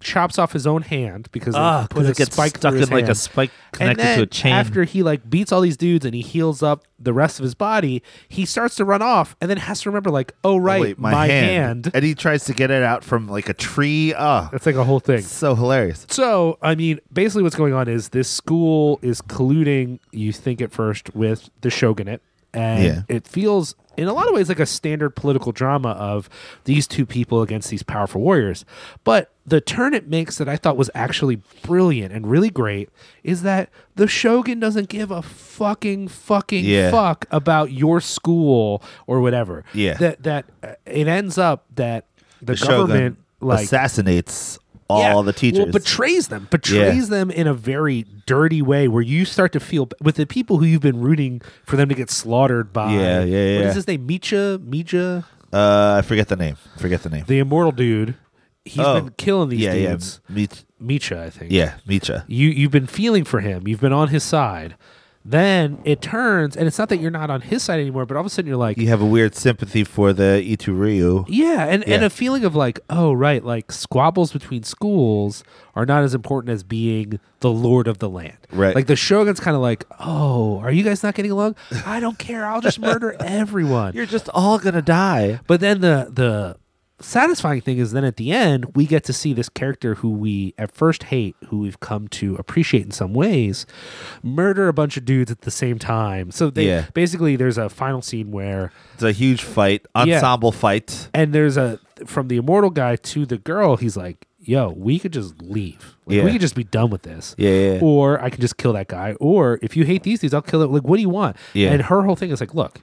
S4: chops off his own hand because they
S5: Ah,
S4: put
S5: 'cause
S4: a
S5: it gets
S4: spike
S5: stuck
S4: through his
S5: in, like, a
S4: hand.
S5: spike
S4: And
S5: connected
S4: then
S5: to a chain.
S4: After he like beats all these dudes and he heals up the rest of his body, he starts to run off and then has to remember like, oh right, my, hand.
S5: And he tries to get it out from like a tree. Ah,
S4: That's like a whole thing.
S5: so hilarious.
S4: So, I mean, basically what's going on is this school is colluding, you think at first, with the shogunate. And
S5: Yeah.
S4: it feels, in a lot of ways, like a standard political drama of these two people against these powerful warriors. But the turn it makes that I thought was actually brilliant and really great is that the shogun doesn't give a fucking, fucking
S5: Yeah.
S4: fuck about your school or whatever.
S5: Yeah.
S4: That, that uh, it ends up that the, government, like,
S5: assassinates
S4: yeah. Well, betrays them, betrays them in a very dirty way where you start to feel with the people who you've been rooting for them to get slaughtered by.
S5: Yeah, yeah,
S4: What
S5: yeah.
S4: is his name? Micha, Micha,
S5: uh, I forget the name. Forget the name.
S4: the immortal dude. He's
S5: Oh.
S4: been killing these
S5: yeah,
S4: dudes.
S5: yeah, Mich-
S4: Micha, I think.
S5: yeah, Micha.
S4: You you've been feeling for him. You've been on his side. Then it turns, and it's not that you're not on his side anymore, but all of a sudden you're like,
S5: You have a weird sympathy for the Ituryu.
S4: Yeah, and, and
S5: Yeah.
S4: a feeling of like, oh right, like squabbles between schools are not as important as being the lord of the land.
S5: Right.
S4: Like the shogun's kind of like, oh, are you guys not getting along? I don't care. I'll just murder everyone.
S5: You're just all gonna die.
S4: But then the the satisfying thing is then at the end we get to see this character who we at first hate, who we've come to appreciate in some ways, murder a bunch of dudes at the same time. So they
S5: Yeah.
S4: basically there's a final scene where
S5: It's a huge fight, ensemble fight.
S4: and there's a from the immortal guy to the girl he's like yo we could just leave like,
S5: Yeah.
S4: we could just be done with this
S5: Yeah, yeah, yeah.
S4: or i can just kill that guy or if you hate these dudes i'll kill it like what do you want
S5: Yeah.
S4: and her whole thing is like look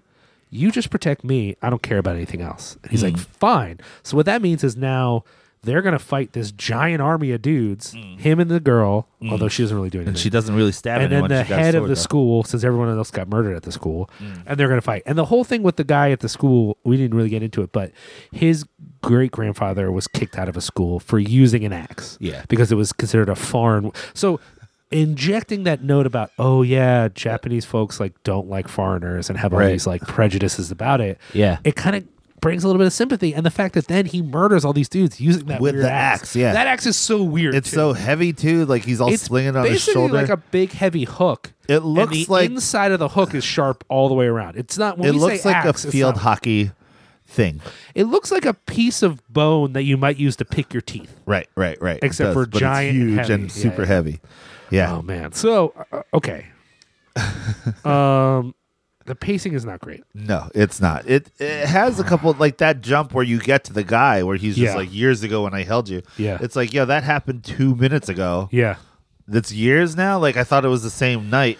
S4: you just protect me i don't care about anything else and he's
S5: Mm.
S4: like fine so what that means is now they're gonna fight this giant army of dudes him and the girl although she doesn't really do anything
S5: Mm. And she doesn't really stab
S4: and then
S5: anyone.
S4: the
S5: She's got a
S4: head of
S5: sword,
S4: the
S5: though.
S4: school, since everyone else got murdered at the school,
S5: Mm.
S4: and they're going to fight. And the whole thing with the guy at the school, we didn't really get into it, but his great grandfather was kicked out of a school for using an axe.
S5: Yeah.
S4: Because it was considered a foreign. So injecting that note about, oh, yeah, Japanese folks like don't like foreigners and have all
S5: Right.
S4: these like prejudices about it.
S5: Yeah.
S4: It kind of. Brings a little bit of sympathy, and the fact that then he murders all these dudes using that
S5: With
S4: weird
S5: the axe, yeah.
S4: that axe is so weird.
S5: It's
S4: too
S5: so heavy too. Like he's all slinging on his
S4: basically
S5: shoulder.
S4: like a big heavy hook.
S5: It
S4: and
S5: looks
S4: the
S5: like-
S4: inside of the hook is sharp all the way around. It's not. When
S5: it
S4: we
S5: looks
S4: say
S5: like
S4: axe,
S5: a
S4: it's
S5: field
S4: not-
S5: hockey thing.
S4: It looks like a piece of bone that you might use to pick your teeth.
S5: Right, right, right. It
S4: Except for
S5: but it's
S4: giant and
S5: huge
S4: heavy.
S5: and
S4: Yeah,
S5: super
S4: yeah.
S5: heavy. Yeah.
S4: Oh man. So uh, okay. um, the pacing is not great.
S5: No, it's not. It it has a couple like that jump where you get to the guy where he's just
S4: Yeah.
S5: like years ago when I held you.
S4: Yeah.
S5: It's like, yo, that happened two minutes ago.
S4: Yeah,
S5: That's years now? Like I thought it was the same night.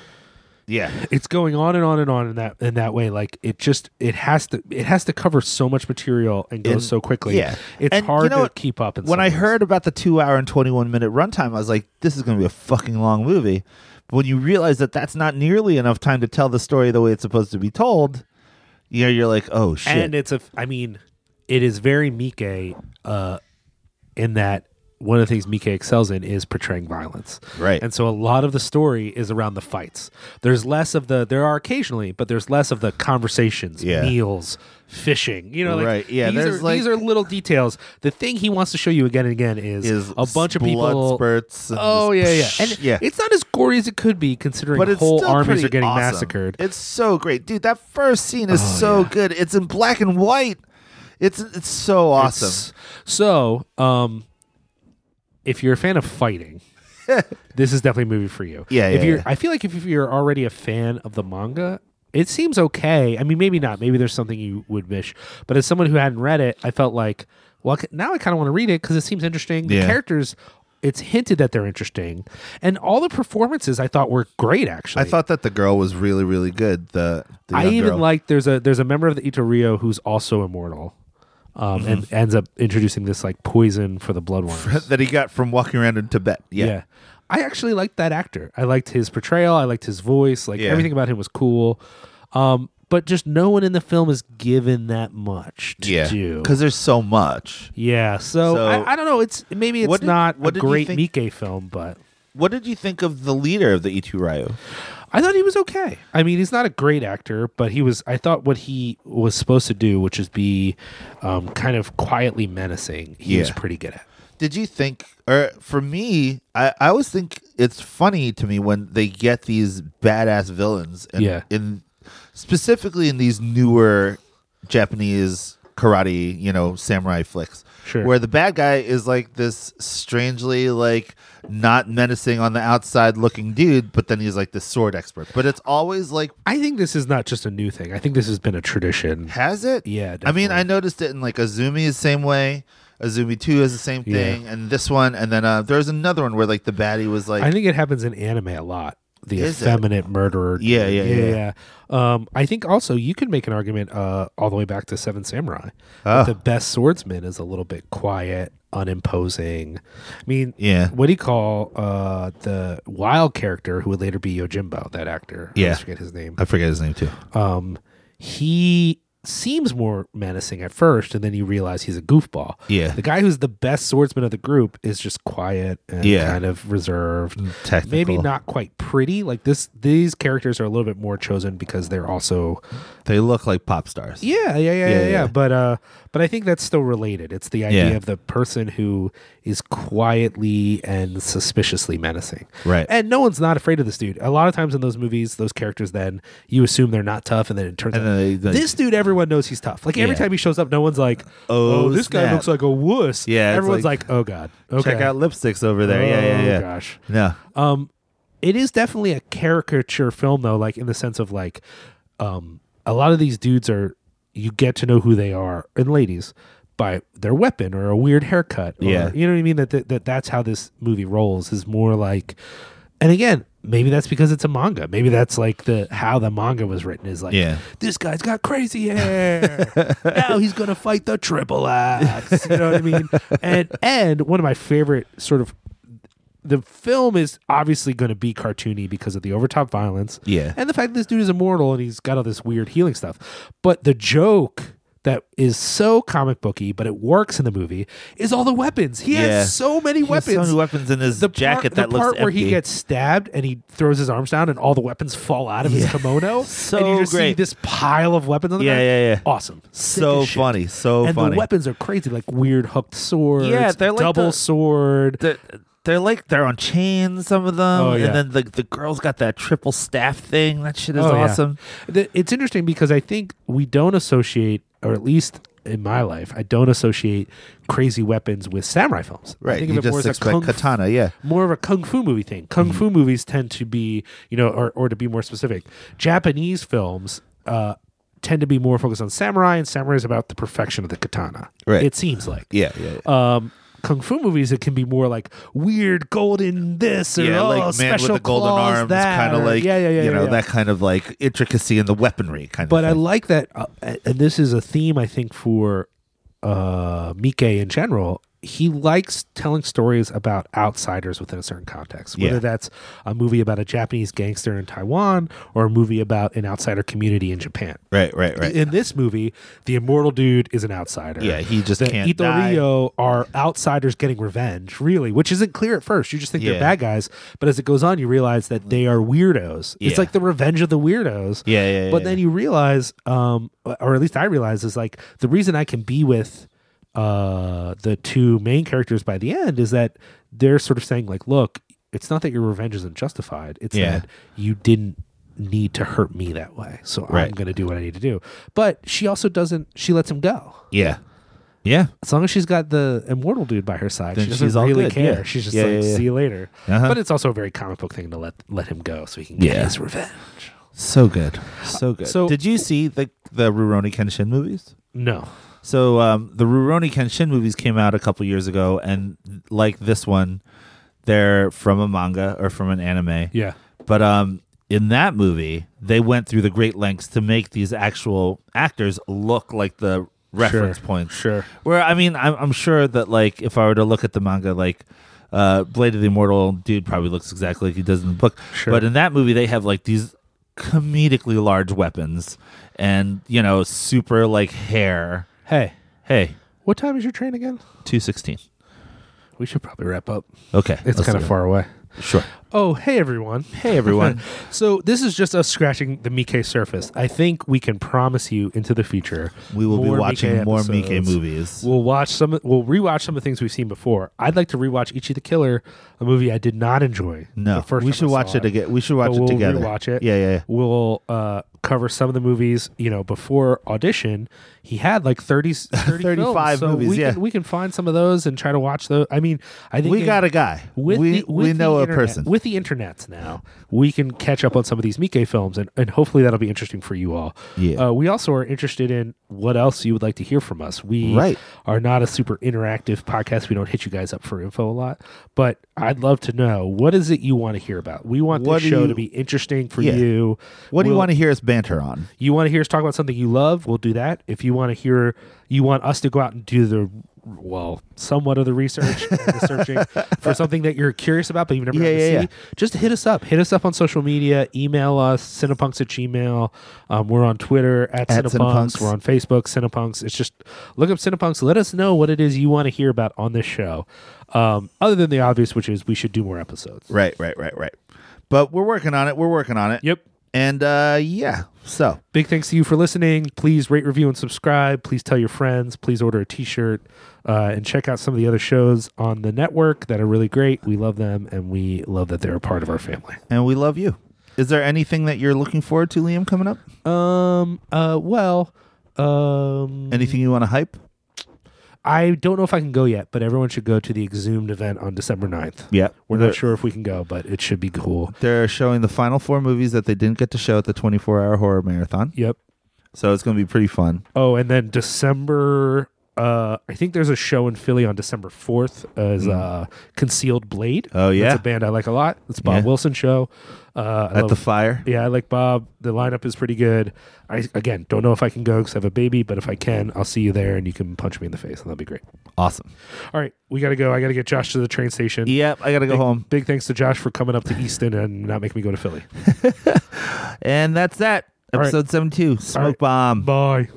S5: Yeah.
S4: it's going on and on and on in that in that way. Like it just it has to it has to cover so much material and goes
S5: And-
S4: so quickly.
S5: yeah.
S4: it's
S5: And you
S4: hard
S5: know
S4: to
S5: what?
S4: keep up. In
S5: when
S4: some
S5: I
S4: ways.
S5: heard about the two hour and 21 minute runtime, I was like, this is going to be a fucking long movie. But when you realize that that's not nearly enough time to tell the story the way it's supposed to be told, you know, you're like, oh shit.
S4: And it's a, I mean, it is very Mike uh, in that one of the things Mika excels in is portraying violence.
S5: Right.
S4: And so a lot of the story is around the fights. There's less of the there are occasionally, but there's less of the conversations,
S5: Yeah.
S4: meals, fishing. You know, like,
S5: Right, yeah,
S4: These
S5: there's
S4: are,
S5: like-
S4: these are little details. The thing he wants to show you again and again is,
S5: Is
S4: a bunch of
S5: blood
S4: people.
S5: spurts. and
S4: Oh yeah, yeah,
S5: just-
S4: and
S5: yeah.
S4: it's not as gory as it could be, considering
S5: but it's
S4: whole
S5: still
S4: armies
S5: pretty
S4: are getting
S5: awesome.
S4: massacred. Oh,
S5: It's so great, dude. That first scene is so good. It's in black and white. It's it's so awesome.
S4: So, um, if you're a fan of fighting, this is definitely a movie for you.
S5: Yeah,
S4: If
S5: yeah,
S4: you're,
S5: yeah.
S4: I feel like if, if you're already a fan of the manga, it seems okay. I mean, maybe not. Maybe there's something you would miss. But as someone who hadn't read it, I felt like, well, c- now I kind of want to read it because it seems interesting. The
S5: Yeah.
S4: characters. It's hinted that they're interesting, and all the performances I thought were great. Actually,
S5: I thought that the girl was really really good. The, the
S4: I
S5: young
S4: even
S5: girl.
S4: like there's a there's a member of the Itorio who's also immortal, um,
S5: Mm-hmm.
S4: and ends up introducing this like poison for the bloodworms.
S5: that he got from walking around in Tibet. Yeah,
S4: I actually liked that actor. I liked his portrayal. I liked his voice. Like
S5: Yeah.
S4: everything about him was cool. Um, but just no one in the film is given that much to do.
S5: because there's so much.
S4: Yeah, so,
S5: So-
S4: I, I don't know. It's maybe it's
S5: What did-
S4: not
S5: what
S4: a
S5: did you
S4: great
S5: think-
S4: Mike film, but
S5: What did you think of the leader of the E Itu Ryu?
S4: I thought he was okay. I mean, he's not a great actor, but he was. I thought what he was supposed to do, which is be um, kind of quietly menacing, he was
S5: Yeah.
S4: pretty good at.
S5: Did you think, or for me, I, I always think it's funny to me when they get these badass villains, and
S4: Yeah.
S5: in specifically in these newer Japanese karate, you know, samurai flicks,
S4: Sure.
S5: where the bad guy is like this strangely like not menacing on the outside looking dude, but then he's like this sword expert. But it's always like
S4: I think this is not just a new thing. I think this has been a tradition.
S5: Has it?
S4: Yeah,
S5: I mean,
S4: definitely.
S5: I noticed it in like Azumi is the same way. Azumi two is the same
S4: Yeah.
S5: thing, and this one, and then uh, there's another one where like the baddie was like,
S4: I think it happens in anime a lot. The
S5: Is it?
S4: effeminate murderer.
S5: Yeah, yeah, yeah,
S4: yeah. Um, I think also you could make an argument uh, all the way back to Seven Samurai.
S5: Ah.
S4: That the best swordsman is a little bit quiet, unimposing. I mean,
S5: Yeah.
S4: What do you call uh, the wild character who would later be Yojimbo? That actor. I
S5: Yeah.
S4: always forget his name.
S5: I forget his name too.
S4: Um, he seems more menacing at first, and then you realize he's a goofball.
S5: Yeah.
S4: The guy who's the best swordsman of the group is just quiet and
S5: Yeah. Mm.
S4: kind of reserved.
S5: Technical.
S4: Maybe not quite pretty. Like this, these characters are a little bit more chosen because they're also
S5: They look like pop stars.
S4: yeah, yeah, yeah, yeah, yeah.
S5: yeah.
S4: But uh, but I think that's still related. It's the idea
S5: Yeah.
S4: of the person who is quietly and suspiciously menacing,
S5: Right.
S4: And no one's not afraid of this dude. A lot of times in those movies, those characters then you assume they're not tough, and then it turns
S5: And
S4: out
S5: then they- they-
S4: this dude everyone knows he's tough. Like every
S5: Yeah.
S4: time he shows up, no one's like,
S5: Oh,
S4: "Oh, this guy
S5: snap.
S4: looks like a wuss."
S5: Yeah, it's
S4: everyone's
S5: like-
S4: like, "Oh God, okay.
S5: Check out lipsticks over there. yeah, yeah,
S4: Oh,
S5: yeah.
S4: Gosh,
S5: No.
S4: um, it is definitely a caricature film though, like in the sense of like, um, a lot of these dudes are you get to know who they are and ladies by their weapon or a weird haircut. Or,
S5: Yeah.
S4: you know what I mean. That, that that that's how this movie rolls is more like, and again. Maybe that's because it's a manga. Maybe that's like the how the manga was written is like
S5: Yeah.
S4: this guy's got crazy hair. now he's gonna fight the triple axe. You know what I mean? And and one of my favorite sort of the film is obviously going to be cartoony because of the overtop violence.
S5: Yeah.
S4: And the fact that this dude is immortal and he's got all this weird healing stuff. But the joke that is so comic booky, but it works in the movie, is all the weapons. He
S5: Yeah.
S4: has so many
S5: He has
S4: weapons.
S5: so many weapons in his
S4: the part-
S5: jacket that
S4: the
S5: looks
S4: part where he
S5: empty.
S4: gets stabbed and he throws his arms down and all the weapons fall out of his kimono.
S5: So
S4: and you just see
S5: great.
S4: this pile of weapons on the
S5: Yeah,
S4: ground.
S5: yeah, yeah.
S4: Awesome. Sick
S5: So
S4: as shit.
S5: funny, so
S4: and
S5: funny.
S4: the weapons are crazy, like weird hooked swords.
S5: Yeah, they're like
S4: double
S5: the-
S4: sword.
S5: They're, they're like they're on chains, some of them,
S4: Oh, yeah.
S5: and then the the girl's got that triple staff thing. That shit is
S4: Oh, yeah.
S5: awesome.
S4: The- It's interesting because I think we don't associate, or at least in my life, I don't associate crazy weapons with samurai films. I think of it more as a kung fu-
S5: yeah.
S4: more of a kung fu movie thing. Kung
S5: Mm-hmm.
S4: fu movies tend to be, you know, or, or to be more specific, Japanese films uh, tend to be more focused on samurai, and samurai is about the perfection of the katana.
S5: Right.
S4: It seems like.
S5: Yeah, yeah, yeah.
S4: Um, Kung fu movies, it can be more like weird golden this or
S5: yeah,
S4: oh,
S5: like man
S4: special
S5: with the golden
S4: claws
S5: arms,
S4: that,
S5: kind of
S4: or-
S5: like
S4: yeah, yeah, yeah,
S5: you
S4: yeah,
S5: know
S4: yeah.
S5: that kind of like intricacy in the weaponry kind
S4: But I
S5: of.
S4: like that, uh, and this is a theme I think for uh, Mike uh, in general. he likes telling stories about outsiders within a certain context, whether
S5: Yeah.
S4: that's a movie about a Japanese gangster in Taiwan or a movie about an outsider community in Japan.
S5: Right, right, right.
S4: In this movie, the immortal dude is an outsider.
S5: Yeah, he just
S4: the
S5: can't
S4: Ito
S5: die.
S4: Rio are outsiders getting revenge, really, which isn't clear at first. You just think
S5: Yeah.
S4: they're bad guys, but as it goes on, you realize that they are weirdos.
S5: Yeah.
S4: It's like the revenge of the weirdos.
S5: Yeah, yeah, yeah,
S4: But then you realize, um, or at least I realize, is like the reason I can be with uh, the two main characters by the end is that they're sort of saying like, look, it's not that your revenge isn't justified. It's
S5: Yeah.
S4: that you didn't need to hurt me that way. So I'm
S5: Right.
S4: going to do what I need to do. But she also doesn't. She lets him go.
S5: yeah. Yeah.
S4: As long as she's got the immortal dude by her side,
S5: Then
S4: she doesn't
S5: she's all
S4: really
S5: good,
S4: care.
S5: yeah.
S4: She's just
S5: Yeah,
S4: like,
S5: yeah, yeah.
S4: "See you later."
S5: Uh-huh.
S4: But it's also a very comic book thing to let let him go so he can get
S5: Yeah.
S4: his revenge.
S5: So good. So good.
S4: So-
S5: did you see the the Rurouni Kenshin movies?
S4: No,
S5: So um, the Rurouni Kenshin movies came out a couple years ago, and like this one, they're from a manga or from an anime.
S4: yeah,
S5: But um, in that movie, they went through the great lengths to make these actual actors look like the reference points.
S4: sure.
S5: Where I mean, I'm, I'm sure that like if I were to look at the manga, like uh, Blade of the Immortal dude probably looks exactly like he does in the book.
S4: Sure.
S5: But in that movie, they have like these comedically large weapons and you know super like hair.
S4: Hey,
S5: Hey,
S4: what time is your train again?
S5: two sixteen.
S4: We should probably wrap up.
S5: Okay,
S4: It's
S5: let's
S4: kind of
S5: do it.
S4: far away.
S5: Sure.
S4: Oh, hey everyone.
S5: Hey everyone.
S4: so this is just us scratching the Mike surface. I think we can promise you into the future
S5: We will
S4: more
S5: be watching
S4: Mikkei
S5: more
S4: episodes.
S5: Mike movies.
S4: We'll watch some. We'll rewatch some of the things we've seen before. I'd like to rewatch Ichi the Killer, a movie I did not enjoy.
S5: No,
S4: the first
S5: we
S4: time
S5: should
S4: I
S5: watch
S4: saw
S5: it again. We should
S4: But
S5: watch it
S4: we'll
S5: together.
S4: Rewatch it.
S5: Yeah, yeah, yeah.
S4: We'll uh, cover some of the movies. You know, before audition, he had like 30, 30
S5: 35
S4: films, so
S5: movies,
S4: We
S5: yeah.
S4: can, we can find some of those and try to watch those. I mean, I think
S5: We
S4: in-
S5: got a guy.
S4: with
S5: we
S4: the-
S5: we
S4: with
S5: know
S4: the
S5: a
S4: internet-
S5: person.
S4: with the internets now we can catch up on some of these Mike films and, and hopefully that'll be interesting for you all
S5: Yeah.
S4: uh, we also are interested in what else you would like to hear from us we
S5: Right.
S4: are not a super interactive podcast we don't hit you guys up for info a lot but I'd love to know what is it you want to hear about we want
S5: What
S4: this
S5: do
S4: show
S5: you-
S4: to be interesting for
S5: Yeah.
S4: you
S5: what do you
S4: We'll-
S5: want to hear us banter on?
S4: you want to hear us talk about something you love, we'll do that. If you want to hear, you want us to go out and do the well, somewhat of the research, and the searching for something that you're curious about, but you've never
S5: Yeah,
S4: had to
S5: yeah,
S4: see.
S5: yeah.
S4: Just hit us up. Hit us up on social media. Email us cinepunks at gmail. Um, we're on Twitter at,
S5: At
S4: cinepunks.
S5: Cinepunks.
S4: We're on Facebook cinepunks. It's just look up cinepunks. Let us know what it is you want to hear about on this show. Um, other than the obvious, which is we should do more episodes.
S5: Right, right, right, right. But we're working on it. We're working on it.
S4: Yep.
S5: And uh, yeah, so
S4: Big thanks to you for listening. Please rate, review, and subscribe. Please tell your friends. Please order a t shirt uh, and check out some of the other shows on the network that are really great. We love them and we love that they're a part of our family.
S5: and we love you. Is there anything that you're looking forward to, Liam, coming up?
S4: Um, uh, well, um,
S5: Anything you want to hype?
S4: I don't know if I can go yet, but everyone should go to the Exhumed event on December 9th.
S5: Yeah,
S4: We're
S5: they're,
S4: not sure if we can go, but it should be cool.
S5: They're showing the final four movies that they didn't get to show at the 24-hour horror marathon.
S4: Yep.
S5: So it's going to be pretty fun.
S4: Oh, and then December. Uh, I think there's a show in Philly on December 4th as uh, Concealed Blade.
S5: Hmm. Oh, yeah.
S4: That's a band I like a lot. It's a Bob
S5: Yeah.
S4: Wilson show. Uh, I
S5: At
S4: love-
S5: the fire.
S4: yeah, I like Bob. The lineup is pretty good. I again don't know if I can go because I have a baby, but if I can, I'll see you there and you can punch me in the face and that'll be great.
S5: Awesome.
S4: All right, we got to go. I got to get Josh to the train station.
S5: Yep, I got to go
S4: Big,
S5: home.
S4: big thanks to Josh for coming up to Easton and not making me go to Philly.
S5: And that's that.
S4: right.
S5: Episode 72, Smoke
S4: right.
S5: Bomb.
S4: Bye.